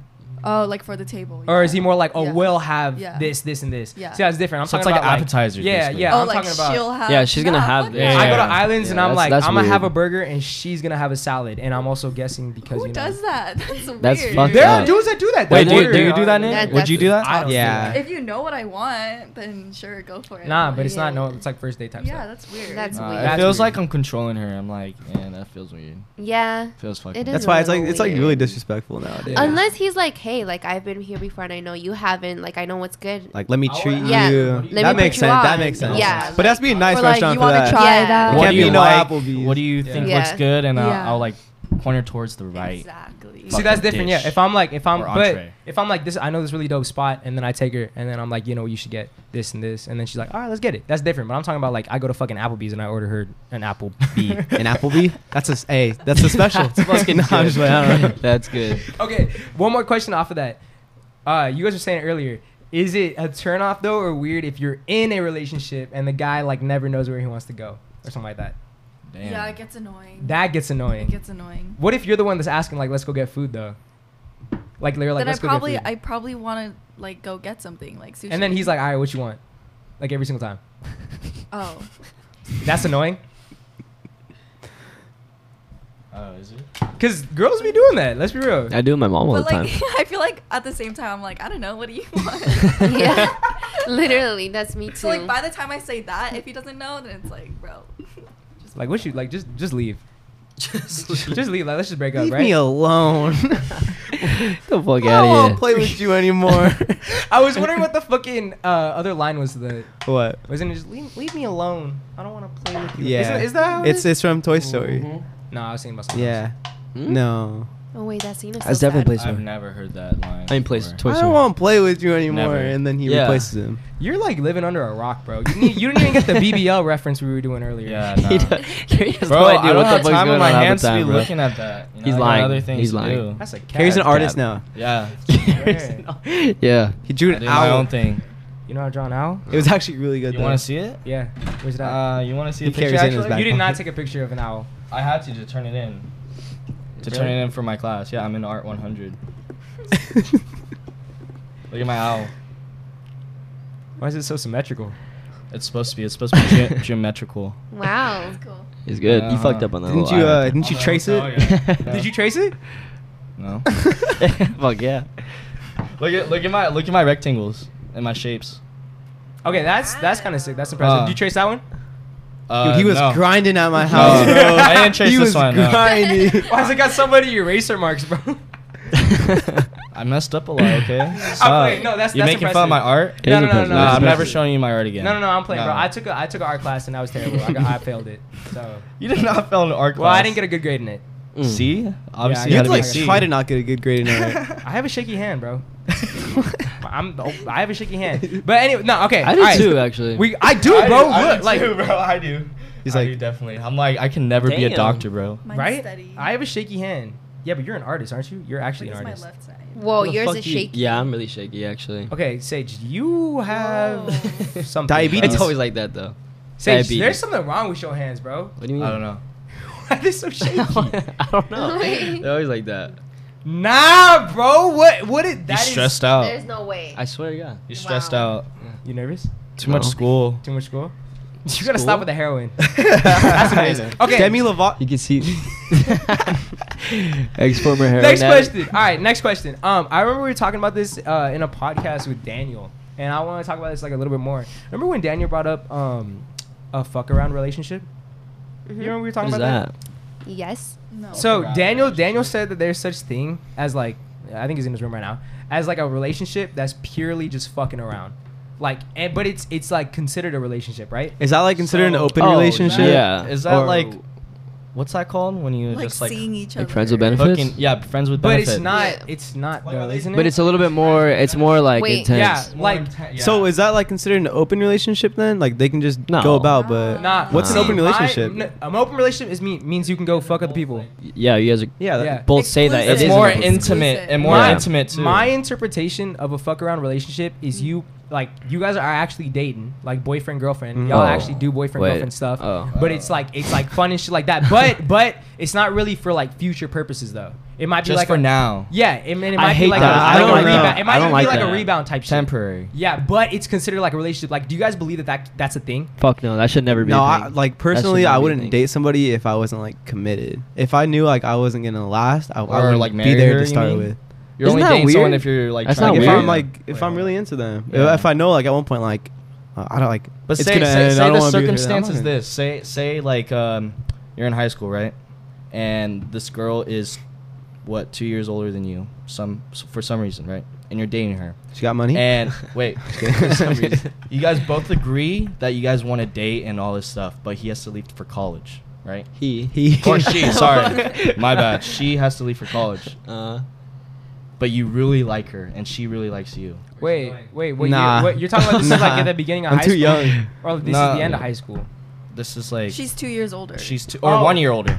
[SPEAKER 7] Oh, like for the table.
[SPEAKER 5] Or
[SPEAKER 7] yeah.
[SPEAKER 5] is he more like, oh,
[SPEAKER 7] Yeah.
[SPEAKER 5] we'll have
[SPEAKER 7] Yeah.
[SPEAKER 5] this, this, and this?
[SPEAKER 7] Yeah.
[SPEAKER 5] See, that's different. I'm
[SPEAKER 1] So it's
[SPEAKER 5] talking
[SPEAKER 1] like
[SPEAKER 5] about,
[SPEAKER 1] an appetizer,
[SPEAKER 5] Yeah,
[SPEAKER 1] basically.
[SPEAKER 5] yeah.
[SPEAKER 7] Oh,
[SPEAKER 5] I'm
[SPEAKER 7] like
[SPEAKER 5] talking about.
[SPEAKER 7] she'll have.
[SPEAKER 2] Yeah, she's gonna have
[SPEAKER 7] fuck
[SPEAKER 2] this.
[SPEAKER 5] I go to
[SPEAKER 1] Yeah.
[SPEAKER 5] islands and
[SPEAKER 2] Yeah,
[SPEAKER 5] I'm
[SPEAKER 2] that's-
[SPEAKER 5] like,
[SPEAKER 2] that's
[SPEAKER 5] I'm gonna have a
[SPEAKER 2] weird.
[SPEAKER 5] burger and she's gonna have a salad, and I'm also guessing because
[SPEAKER 7] Who
[SPEAKER 5] you know.
[SPEAKER 7] does that? That's weird.
[SPEAKER 2] That's fucked
[SPEAKER 5] There are
[SPEAKER 2] Yeah.
[SPEAKER 5] dudes that do that.
[SPEAKER 1] Wait,
[SPEAKER 5] They
[SPEAKER 1] do you,
[SPEAKER 5] order-
[SPEAKER 1] do you do that, Nick?
[SPEAKER 6] That-
[SPEAKER 1] Would you do that?
[SPEAKER 5] I don't do
[SPEAKER 3] Yeah.
[SPEAKER 5] that.
[SPEAKER 7] If you know what I want, then sure, go for it.
[SPEAKER 5] Nah, but it's not.
[SPEAKER 7] Like,
[SPEAKER 5] No, it's like first date type
[SPEAKER 7] Yeah,
[SPEAKER 5] stuff.
[SPEAKER 7] that's weird.
[SPEAKER 6] That's
[SPEAKER 1] Uh,
[SPEAKER 6] weird.
[SPEAKER 1] it
[SPEAKER 5] That's
[SPEAKER 1] feels
[SPEAKER 5] weird.
[SPEAKER 1] like I'm controlling her. I'm like, man, that feels weird.
[SPEAKER 6] Yeah.
[SPEAKER 1] Feels fucking.
[SPEAKER 6] It
[SPEAKER 1] weird.
[SPEAKER 6] is
[SPEAKER 3] That's why it's like
[SPEAKER 6] little
[SPEAKER 3] it's like
[SPEAKER 6] weird.
[SPEAKER 3] really disrespectful nowadays.
[SPEAKER 5] Yeah.
[SPEAKER 6] Unless he's like, hey, like I've been here before and I know you haven't. Like I know what's good.
[SPEAKER 3] Like let me treat
[SPEAKER 6] Yeah.
[SPEAKER 3] you.
[SPEAKER 6] Let me
[SPEAKER 3] that
[SPEAKER 6] put
[SPEAKER 3] makes
[SPEAKER 6] you
[SPEAKER 3] sense.
[SPEAKER 6] on.
[SPEAKER 3] That makes sense.
[SPEAKER 6] Yeah,
[SPEAKER 3] But that's being a nice
[SPEAKER 7] Or, like,
[SPEAKER 3] restaurant
[SPEAKER 7] you
[SPEAKER 3] for
[SPEAKER 7] wanna
[SPEAKER 3] that.
[SPEAKER 7] try
[SPEAKER 6] Yeah.
[SPEAKER 7] that?
[SPEAKER 3] It
[SPEAKER 1] What
[SPEAKER 3] can't
[SPEAKER 1] do you
[SPEAKER 3] be no
[SPEAKER 1] like?
[SPEAKER 3] Applebee's.
[SPEAKER 1] What do you think
[SPEAKER 6] Yeah.
[SPEAKER 1] looks good? And I'll,
[SPEAKER 7] Yeah.
[SPEAKER 1] I'll like point her towards the right.
[SPEAKER 7] Exactly.
[SPEAKER 5] See,
[SPEAKER 1] Fucking
[SPEAKER 5] that's different. Yeah.
[SPEAKER 1] dish.
[SPEAKER 5] If I'm like, if I'm,
[SPEAKER 1] Or
[SPEAKER 5] but
[SPEAKER 1] entree.
[SPEAKER 5] if I'm like this, I know this really dope spot, and then I take her, and then I'm like, you know, you should get this and this, and then she's like, all right, let's get it. That's different. But I'm talking about like, I go to fucking Applebee's and I order her an apple bee.
[SPEAKER 3] An Applebee? That's a s- hey. That's a special.
[SPEAKER 2] That's fucking
[SPEAKER 3] Nah, I'm
[SPEAKER 2] good.
[SPEAKER 3] just like, I don't know.
[SPEAKER 2] That's good.
[SPEAKER 5] okay. One more question off of that. Uh, you guys were saying earlier, is it a turn off though, or weird if you're in a relationship and the guy like never knows where he wants to go or something like that?
[SPEAKER 1] Damn.
[SPEAKER 7] Yeah, it gets annoying.
[SPEAKER 5] That gets annoying.
[SPEAKER 7] it gets annoying.
[SPEAKER 5] what if you're the one that's asking like, let's go get food though? Like they're like,
[SPEAKER 7] then I
[SPEAKER 5] let's go
[SPEAKER 7] probably
[SPEAKER 5] get food.
[SPEAKER 7] I probably want to like go get something like sushi.
[SPEAKER 5] and then he's like, all right, what you want? Like every single time.
[SPEAKER 7] oh,
[SPEAKER 5] That's annoying.
[SPEAKER 1] Oh, is it?
[SPEAKER 5] Cause girls be doing that. Let's be real.
[SPEAKER 2] I do it with my mom all
[SPEAKER 7] but
[SPEAKER 2] the time.
[SPEAKER 7] like I feel like at the same time I'm like I don't know what do you want.
[SPEAKER 6] yeah. Literally, that's me too.
[SPEAKER 7] So like by the time I say that, if he doesn't know, then it's like bro. just
[SPEAKER 5] Like what you like? Just just leave. Just leave. Like let's just break up,
[SPEAKER 3] Leave
[SPEAKER 5] right?
[SPEAKER 3] me alone.
[SPEAKER 2] the
[SPEAKER 3] I
[SPEAKER 2] fuck out
[SPEAKER 3] don't
[SPEAKER 2] of
[SPEAKER 3] want
[SPEAKER 2] here.
[SPEAKER 3] to play with you anymore.
[SPEAKER 5] I was wondering what the fucking uh, other line was. The
[SPEAKER 3] what?
[SPEAKER 5] wasn't it just leave, leave me alone? I don't want to play with you.
[SPEAKER 3] Yeah.
[SPEAKER 5] Isn't- is that how it
[SPEAKER 3] It's
[SPEAKER 5] is?
[SPEAKER 3] it's from Toy Story.
[SPEAKER 5] No, I was thinking about something.
[SPEAKER 3] Yeah.
[SPEAKER 2] Mm-hmm. Hmm?
[SPEAKER 3] No.
[SPEAKER 6] oh wait, that scene is so
[SPEAKER 2] That's definitely
[SPEAKER 6] sad.
[SPEAKER 2] place
[SPEAKER 1] I've
[SPEAKER 2] one.
[SPEAKER 1] never heard that line.
[SPEAKER 2] I mean, place
[SPEAKER 1] before.
[SPEAKER 2] Toy
[SPEAKER 3] I don't
[SPEAKER 2] Story.
[SPEAKER 3] want to play with you anymore.
[SPEAKER 1] Never.
[SPEAKER 3] And then he
[SPEAKER 2] Yeah.
[SPEAKER 3] replaces him.
[SPEAKER 5] You're like living under a rock, bro. You, need, you didn't even get the BBL reference we were doing earlier.
[SPEAKER 1] Yeah,
[SPEAKER 2] He
[SPEAKER 1] no.
[SPEAKER 2] does- he has
[SPEAKER 1] Bro,
[SPEAKER 2] no
[SPEAKER 1] I
[SPEAKER 2] idea
[SPEAKER 1] don't
[SPEAKER 2] what the
[SPEAKER 1] have
[SPEAKER 2] fuck's going
[SPEAKER 1] time
[SPEAKER 2] on
[SPEAKER 1] on my
[SPEAKER 2] half the
[SPEAKER 1] hands
[SPEAKER 2] time,
[SPEAKER 1] to be
[SPEAKER 2] bro.
[SPEAKER 1] looking at that. You know,
[SPEAKER 2] He's
[SPEAKER 1] I got
[SPEAKER 2] lying.
[SPEAKER 1] Other things
[SPEAKER 2] He's
[SPEAKER 1] to
[SPEAKER 2] lying.
[SPEAKER 1] do.
[SPEAKER 5] That's a cat.
[SPEAKER 3] Harry's an artist
[SPEAKER 2] dab.
[SPEAKER 3] now.
[SPEAKER 1] Yeah.
[SPEAKER 2] yeah.
[SPEAKER 3] He drew
[SPEAKER 1] I
[SPEAKER 3] an
[SPEAKER 1] did my
[SPEAKER 3] owl.
[SPEAKER 1] own thing.
[SPEAKER 5] You know how to draw an owl?
[SPEAKER 3] It was actually really good.
[SPEAKER 1] You
[SPEAKER 3] though.
[SPEAKER 1] want to see it?
[SPEAKER 5] Yeah. Where's it at?
[SPEAKER 1] Uh, you want to see
[SPEAKER 3] He
[SPEAKER 1] a picture?
[SPEAKER 3] carries it in his
[SPEAKER 1] actually?
[SPEAKER 3] back
[SPEAKER 5] you did not
[SPEAKER 3] pocket.
[SPEAKER 5] take a picture of an owl.
[SPEAKER 1] I had to to turn it in. To turn it in for my class. Yeah, I'm in Art 100. Look at my owl.
[SPEAKER 5] Why is it so symmetrical?
[SPEAKER 1] It's supposed to be. It's supposed to be ge- geometrical.
[SPEAKER 6] Wow.
[SPEAKER 7] That's cool.
[SPEAKER 2] He's good. You
[SPEAKER 1] Uh-huh.
[SPEAKER 2] fucked up on that.
[SPEAKER 3] Didn't
[SPEAKER 2] little
[SPEAKER 3] you? Uh,
[SPEAKER 2] eye right
[SPEAKER 1] Oh,
[SPEAKER 3] didn't you trace it?
[SPEAKER 2] No.
[SPEAKER 5] Did you trace it?
[SPEAKER 1] No.
[SPEAKER 2] there. Fuck yeah.
[SPEAKER 1] look at look at my look at my rectangles and my shapes.
[SPEAKER 5] Okay, that's that's kind of sick. That's impressive.
[SPEAKER 1] Uh.
[SPEAKER 5] Did you trace that one?
[SPEAKER 1] Uh,
[SPEAKER 3] Dude, he was
[SPEAKER 1] no.
[SPEAKER 3] grinding at my house,
[SPEAKER 1] no.
[SPEAKER 3] bro.
[SPEAKER 1] I didn't chase
[SPEAKER 3] he
[SPEAKER 1] this
[SPEAKER 3] was
[SPEAKER 1] one, no.
[SPEAKER 3] grinding.
[SPEAKER 5] Why's it got so many eraser marks, bro?
[SPEAKER 1] I messed up a lot. Okay.
[SPEAKER 5] Oh, wait, no, that's-
[SPEAKER 1] you
[SPEAKER 5] that's
[SPEAKER 1] making fun
[SPEAKER 5] impressive.
[SPEAKER 1] of my art?
[SPEAKER 2] It
[SPEAKER 5] no,
[SPEAKER 2] is
[SPEAKER 5] no, no, no,
[SPEAKER 2] impressive.
[SPEAKER 5] no.
[SPEAKER 1] Nah, I'm
[SPEAKER 2] It's
[SPEAKER 1] never
[SPEAKER 2] impressive.
[SPEAKER 1] showing you my art again.
[SPEAKER 5] No, no, no. I'm playing,
[SPEAKER 1] No.
[SPEAKER 5] bro. I took a I took an art class and that was terrible. I, got, I failed it. So.
[SPEAKER 1] You did not fail an art class.
[SPEAKER 5] Well, I didn't get a good grade in it.
[SPEAKER 2] Mm.
[SPEAKER 1] C. Obviously,
[SPEAKER 5] You
[SPEAKER 1] you had
[SPEAKER 3] You'd
[SPEAKER 1] to be a
[SPEAKER 3] like
[SPEAKER 1] C.
[SPEAKER 3] try to not get a good grade in it.
[SPEAKER 5] I have a shaky hand, bro. I'm oh, I have a shaky hand. But anyway, no, okay.
[SPEAKER 2] I do
[SPEAKER 5] alright.
[SPEAKER 2] too, actually.
[SPEAKER 5] We I do,
[SPEAKER 1] I
[SPEAKER 5] bro.
[SPEAKER 1] do- I do
[SPEAKER 5] look, like
[SPEAKER 1] too, bro, I do.
[SPEAKER 3] He's
[SPEAKER 1] He's like,
[SPEAKER 3] like-
[SPEAKER 1] definitely. I'm like, I can never be a
[SPEAKER 2] Damn.
[SPEAKER 1] doctor, bro.
[SPEAKER 7] Mine's
[SPEAKER 5] right?
[SPEAKER 7] steady.
[SPEAKER 5] I have a shaky hand. Yeah, but you're an artist, aren't you? You're actually
[SPEAKER 7] Like, it's
[SPEAKER 5] an
[SPEAKER 7] my
[SPEAKER 5] artist.
[SPEAKER 7] left side.
[SPEAKER 6] Whoa,
[SPEAKER 2] The
[SPEAKER 6] Oh, yours
[SPEAKER 2] fuck
[SPEAKER 6] is
[SPEAKER 2] you-
[SPEAKER 6] shaky.
[SPEAKER 2] Yeah, I'm really shaky actually.
[SPEAKER 5] Okay, Sage, you have
[SPEAKER 7] Whoa.
[SPEAKER 5] something.
[SPEAKER 3] Diabetes.
[SPEAKER 5] bro.
[SPEAKER 2] It's always like that though.
[SPEAKER 5] Sage,
[SPEAKER 2] diabetes.
[SPEAKER 5] there's something wrong with your hands, bro.
[SPEAKER 2] What do you mean?
[SPEAKER 1] I don't know.
[SPEAKER 5] Why are they so shaky?
[SPEAKER 2] I don't know. They're always like that.
[SPEAKER 5] nah, bro. What? What is
[SPEAKER 1] You
[SPEAKER 5] that? is-
[SPEAKER 1] stressed out.
[SPEAKER 6] There's no way.
[SPEAKER 2] I swear to God.
[SPEAKER 1] You stressed
[SPEAKER 6] Wow.
[SPEAKER 1] out.
[SPEAKER 5] You nervous?
[SPEAKER 1] Too much school.
[SPEAKER 5] Too much school? You gotta stop with the heroin.
[SPEAKER 1] That's
[SPEAKER 5] amazing. Okay.
[SPEAKER 3] Demi Lovato.
[SPEAKER 2] You can see. Ex former hair.
[SPEAKER 5] next question. All right, next question. Um, I remember we were talking about this uh, in a podcast with Daniel, and I want to talk about this like a little bit more. Remember when Daniel brought up um, a fuck around relationship?
[SPEAKER 6] Mm-hmm.
[SPEAKER 5] You remember we were talking
[SPEAKER 2] What is
[SPEAKER 5] about that?
[SPEAKER 2] that?
[SPEAKER 6] yes.
[SPEAKER 7] No.
[SPEAKER 1] Oh,
[SPEAKER 5] So Daniel Daniel said that there's such thing as like I think he's in his room right now as like a relationship that's purely just fucking around, like and, but it's it's like considered a relationship, right?
[SPEAKER 3] Is that like considered an
[SPEAKER 1] So-
[SPEAKER 3] open
[SPEAKER 2] Oh,
[SPEAKER 3] relationship?
[SPEAKER 2] yeah.
[SPEAKER 1] Is that
[SPEAKER 2] Or-
[SPEAKER 1] like, what's that called when you
[SPEAKER 7] like
[SPEAKER 1] just like
[SPEAKER 7] seeing each
[SPEAKER 2] like
[SPEAKER 7] other.
[SPEAKER 2] friends with benefits?
[SPEAKER 1] hooking? Yeah, friends with
[SPEAKER 5] But
[SPEAKER 1] benefits.
[SPEAKER 5] it's not
[SPEAKER 6] Yeah.
[SPEAKER 5] it's not
[SPEAKER 1] Like,
[SPEAKER 5] though,
[SPEAKER 1] are they-
[SPEAKER 5] isn't it?
[SPEAKER 2] But it's a little bit more. It's more like
[SPEAKER 6] Wait.
[SPEAKER 5] yeah,
[SPEAKER 2] intense.
[SPEAKER 5] like
[SPEAKER 3] So is that like considered an open relationship then? Like they can just
[SPEAKER 2] No.
[SPEAKER 3] go about, but
[SPEAKER 5] Nah,
[SPEAKER 3] what's an
[SPEAKER 5] see,
[SPEAKER 3] open
[SPEAKER 5] my-
[SPEAKER 3] relationship?
[SPEAKER 5] n- an open relationship is mean, means you can go fuck other people.
[SPEAKER 2] Yeah. you guys are
[SPEAKER 3] yeah, that-
[SPEAKER 5] yeah.
[SPEAKER 2] both say that.
[SPEAKER 7] It's
[SPEAKER 2] It
[SPEAKER 1] It's
[SPEAKER 2] is an
[SPEAKER 1] more
[SPEAKER 2] open-
[SPEAKER 1] intimate and more
[SPEAKER 5] My-
[SPEAKER 1] intimate too.
[SPEAKER 5] My interpretation of a fuck around relationship is you like you guys are actually dating, like boyfriend girlfriend.
[SPEAKER 3] Mhm.
[SPEAKER 5] Y'all
[SPEAKER 3] Oh.
[SPEAKER 5] actually do boyfriend
[SPEAKER 2] Wait.
[SPEAKER 5] girlfriend stuff,
[SPEAKER 2] Oh.
[SPEAKER 5] but it's like it's like fun and shit like that. But but it's not really for like future purposes though. It might be
[SPEAKER 1] just
[SPEAKER 5] like
[SPEAKER 1] for
[SPEAKER 5] a,
[SPEAKER 1] now,
[SPEAKER 5] Yeah, it, and it might be
[SPEAKER 2] hate
[SPEAKER 5] like
[SPEAKER 2] that.
[SPEAKER 5] a-
[SPEAKER 3] I
[SPEAKER 5] like
[SPEAKER 3] don't
[SPEAKER 5] a
[SPEAKER 3] like
[SPEAKER 5] rebound.
[SPEAKER 3] that.
[SPEAKER 5] It might
[SPEAKER 2] I
[SPEAKER 5] even
[SPEAKER 2] don't
[SPEAKER 5] be
[SPEAKER 2] like
[SPEAKER 5] like a
[SPEAKER 2] that.
[SPEAKER 5] rebound type shit.
[SPEAKER 1] temporary.
[SPEAKER 5] Yeah, but it's considered like a relationship. Like, do you guys believe that, that that's a thing?
[SPEAKER 2] Fuck no, that should never be.
[SPEAKER 3] No,
[SPEAKER 2] a
[SPEAKER 3] I,
[SPEAKER 2] thing.
[SPEAKER 3] like
[SPEAKER 2] That should
[SPEAKER 3] personally,
[SPEAKER 2] never
[SPEAKER 3] I
[SPEAKER 2] be a
[SPEAKER 3] wouldn't
[SPEAKER 2] thing.
[SPEAKER 3] date somebody if I wasn't like committed. If I knew like I wasn't gonna last, I, I
[SPEAKER 1] Or,
[SPEAKER 3] would
[SPEAKER 1] like,
[SPEAKER 3] like be
[SPEAKER 1] marry
[SPEAKER 3] there
[SPEAKER 1] her,
[SPEAKER 3] to
[SPEAKER 1] you
[SPEAKER 3] start
[SPEAKER 1] mean?
[SPEAKER 3] with.
[SPEAKER 1] You're
[SPEAKER 2] Isn't
[SPEAKER 1] only
[SPEAKER 2] that
[SPEAKER 1] dating someone
[SPEAKER 2] weird?
[SPEAKER 1] if you're like.
[SPEAKER 2] That's
[SPEAKER 1] trying
[SPEAKER 2] not
[SPEAKER 1] to
[SPEAKER 3] If
[SPEAKER 1] get
[SPEAKER 2] weird.
[SPEAKER 3] I'm
[SPEAKER 1] married.
[SPEAKER 3] like, if
[SPEAKER 1] Wait,
[SPEAKER 3] I'm
[SPEAKER 1] hold
[SPEAKER 3] really
[SPEAKER 1] on.
[SPEAKER 3] into them,
[SPEAKER 1] Yeah.
[SPEAKER 3] if I know like at one point like, uh, I don't like.
[SPEAKER 1] But
[SPEAKER 3] it's
[SPEAKER 1] say,
[SPEAKER 3] gonna
[SPEAKER 1] say,
[SPEAKER 3] end, I
[SPEAKER 1] say
[SPEAKER 3] don't
[SPEAKER 1] the
[SPEAKER 3] wanna be with her, I
[SPEAKER 1] circumstance
[SPEAKER 3] don't
[SPEAKER 1] is
[SPEAKER 3] wanna-
[SPEAKER 1] this. Say say like um, you're in high school, right? And this girl is what two years older than you, some for some reason, right? And you're dating her.
[SPEAKER 3] She got money.
[SPEAKER 1] And wait,
[SPEAKER 3] For some reason.
[SPEAKER 1] you guys both agree that you guys want to date and all this stuff, but he has to leave for college, right?
[SPEAKER 2] he
[SPEAKER 3] He-
[SPEAKER 1] Or she, sorry, my bad. She has to leave for college,
[SPEAKER 2] Uh,
[SPEAKER 1] but you really like her, and she really likes you.
[SPEAKER 5] Wait, wait, what,
[SPEAKER 3] Nah.
[SPEAKER 5] you, what you're talking about? This is like
[SPEAKER 3] Nah.
[SPEAKER 5] at the beginning of
[SPEAKER 3] I'm
[SPEAKER 5] high
[SPEAKER 3] too
[SPEAKER 5] school.
[SPEAKER 3] young.
[SPEAKER 5] Or this
[SPEAKER 1] Nah.
[SPEAKER 5] is the end of high school.
[SPEAKER 1] This is like
[SPEAKER 7] She's two years older.
[SPEAKER 1] she's two, or
[SPEAKER 5] Oh.
[SPEAKER 1] one year older.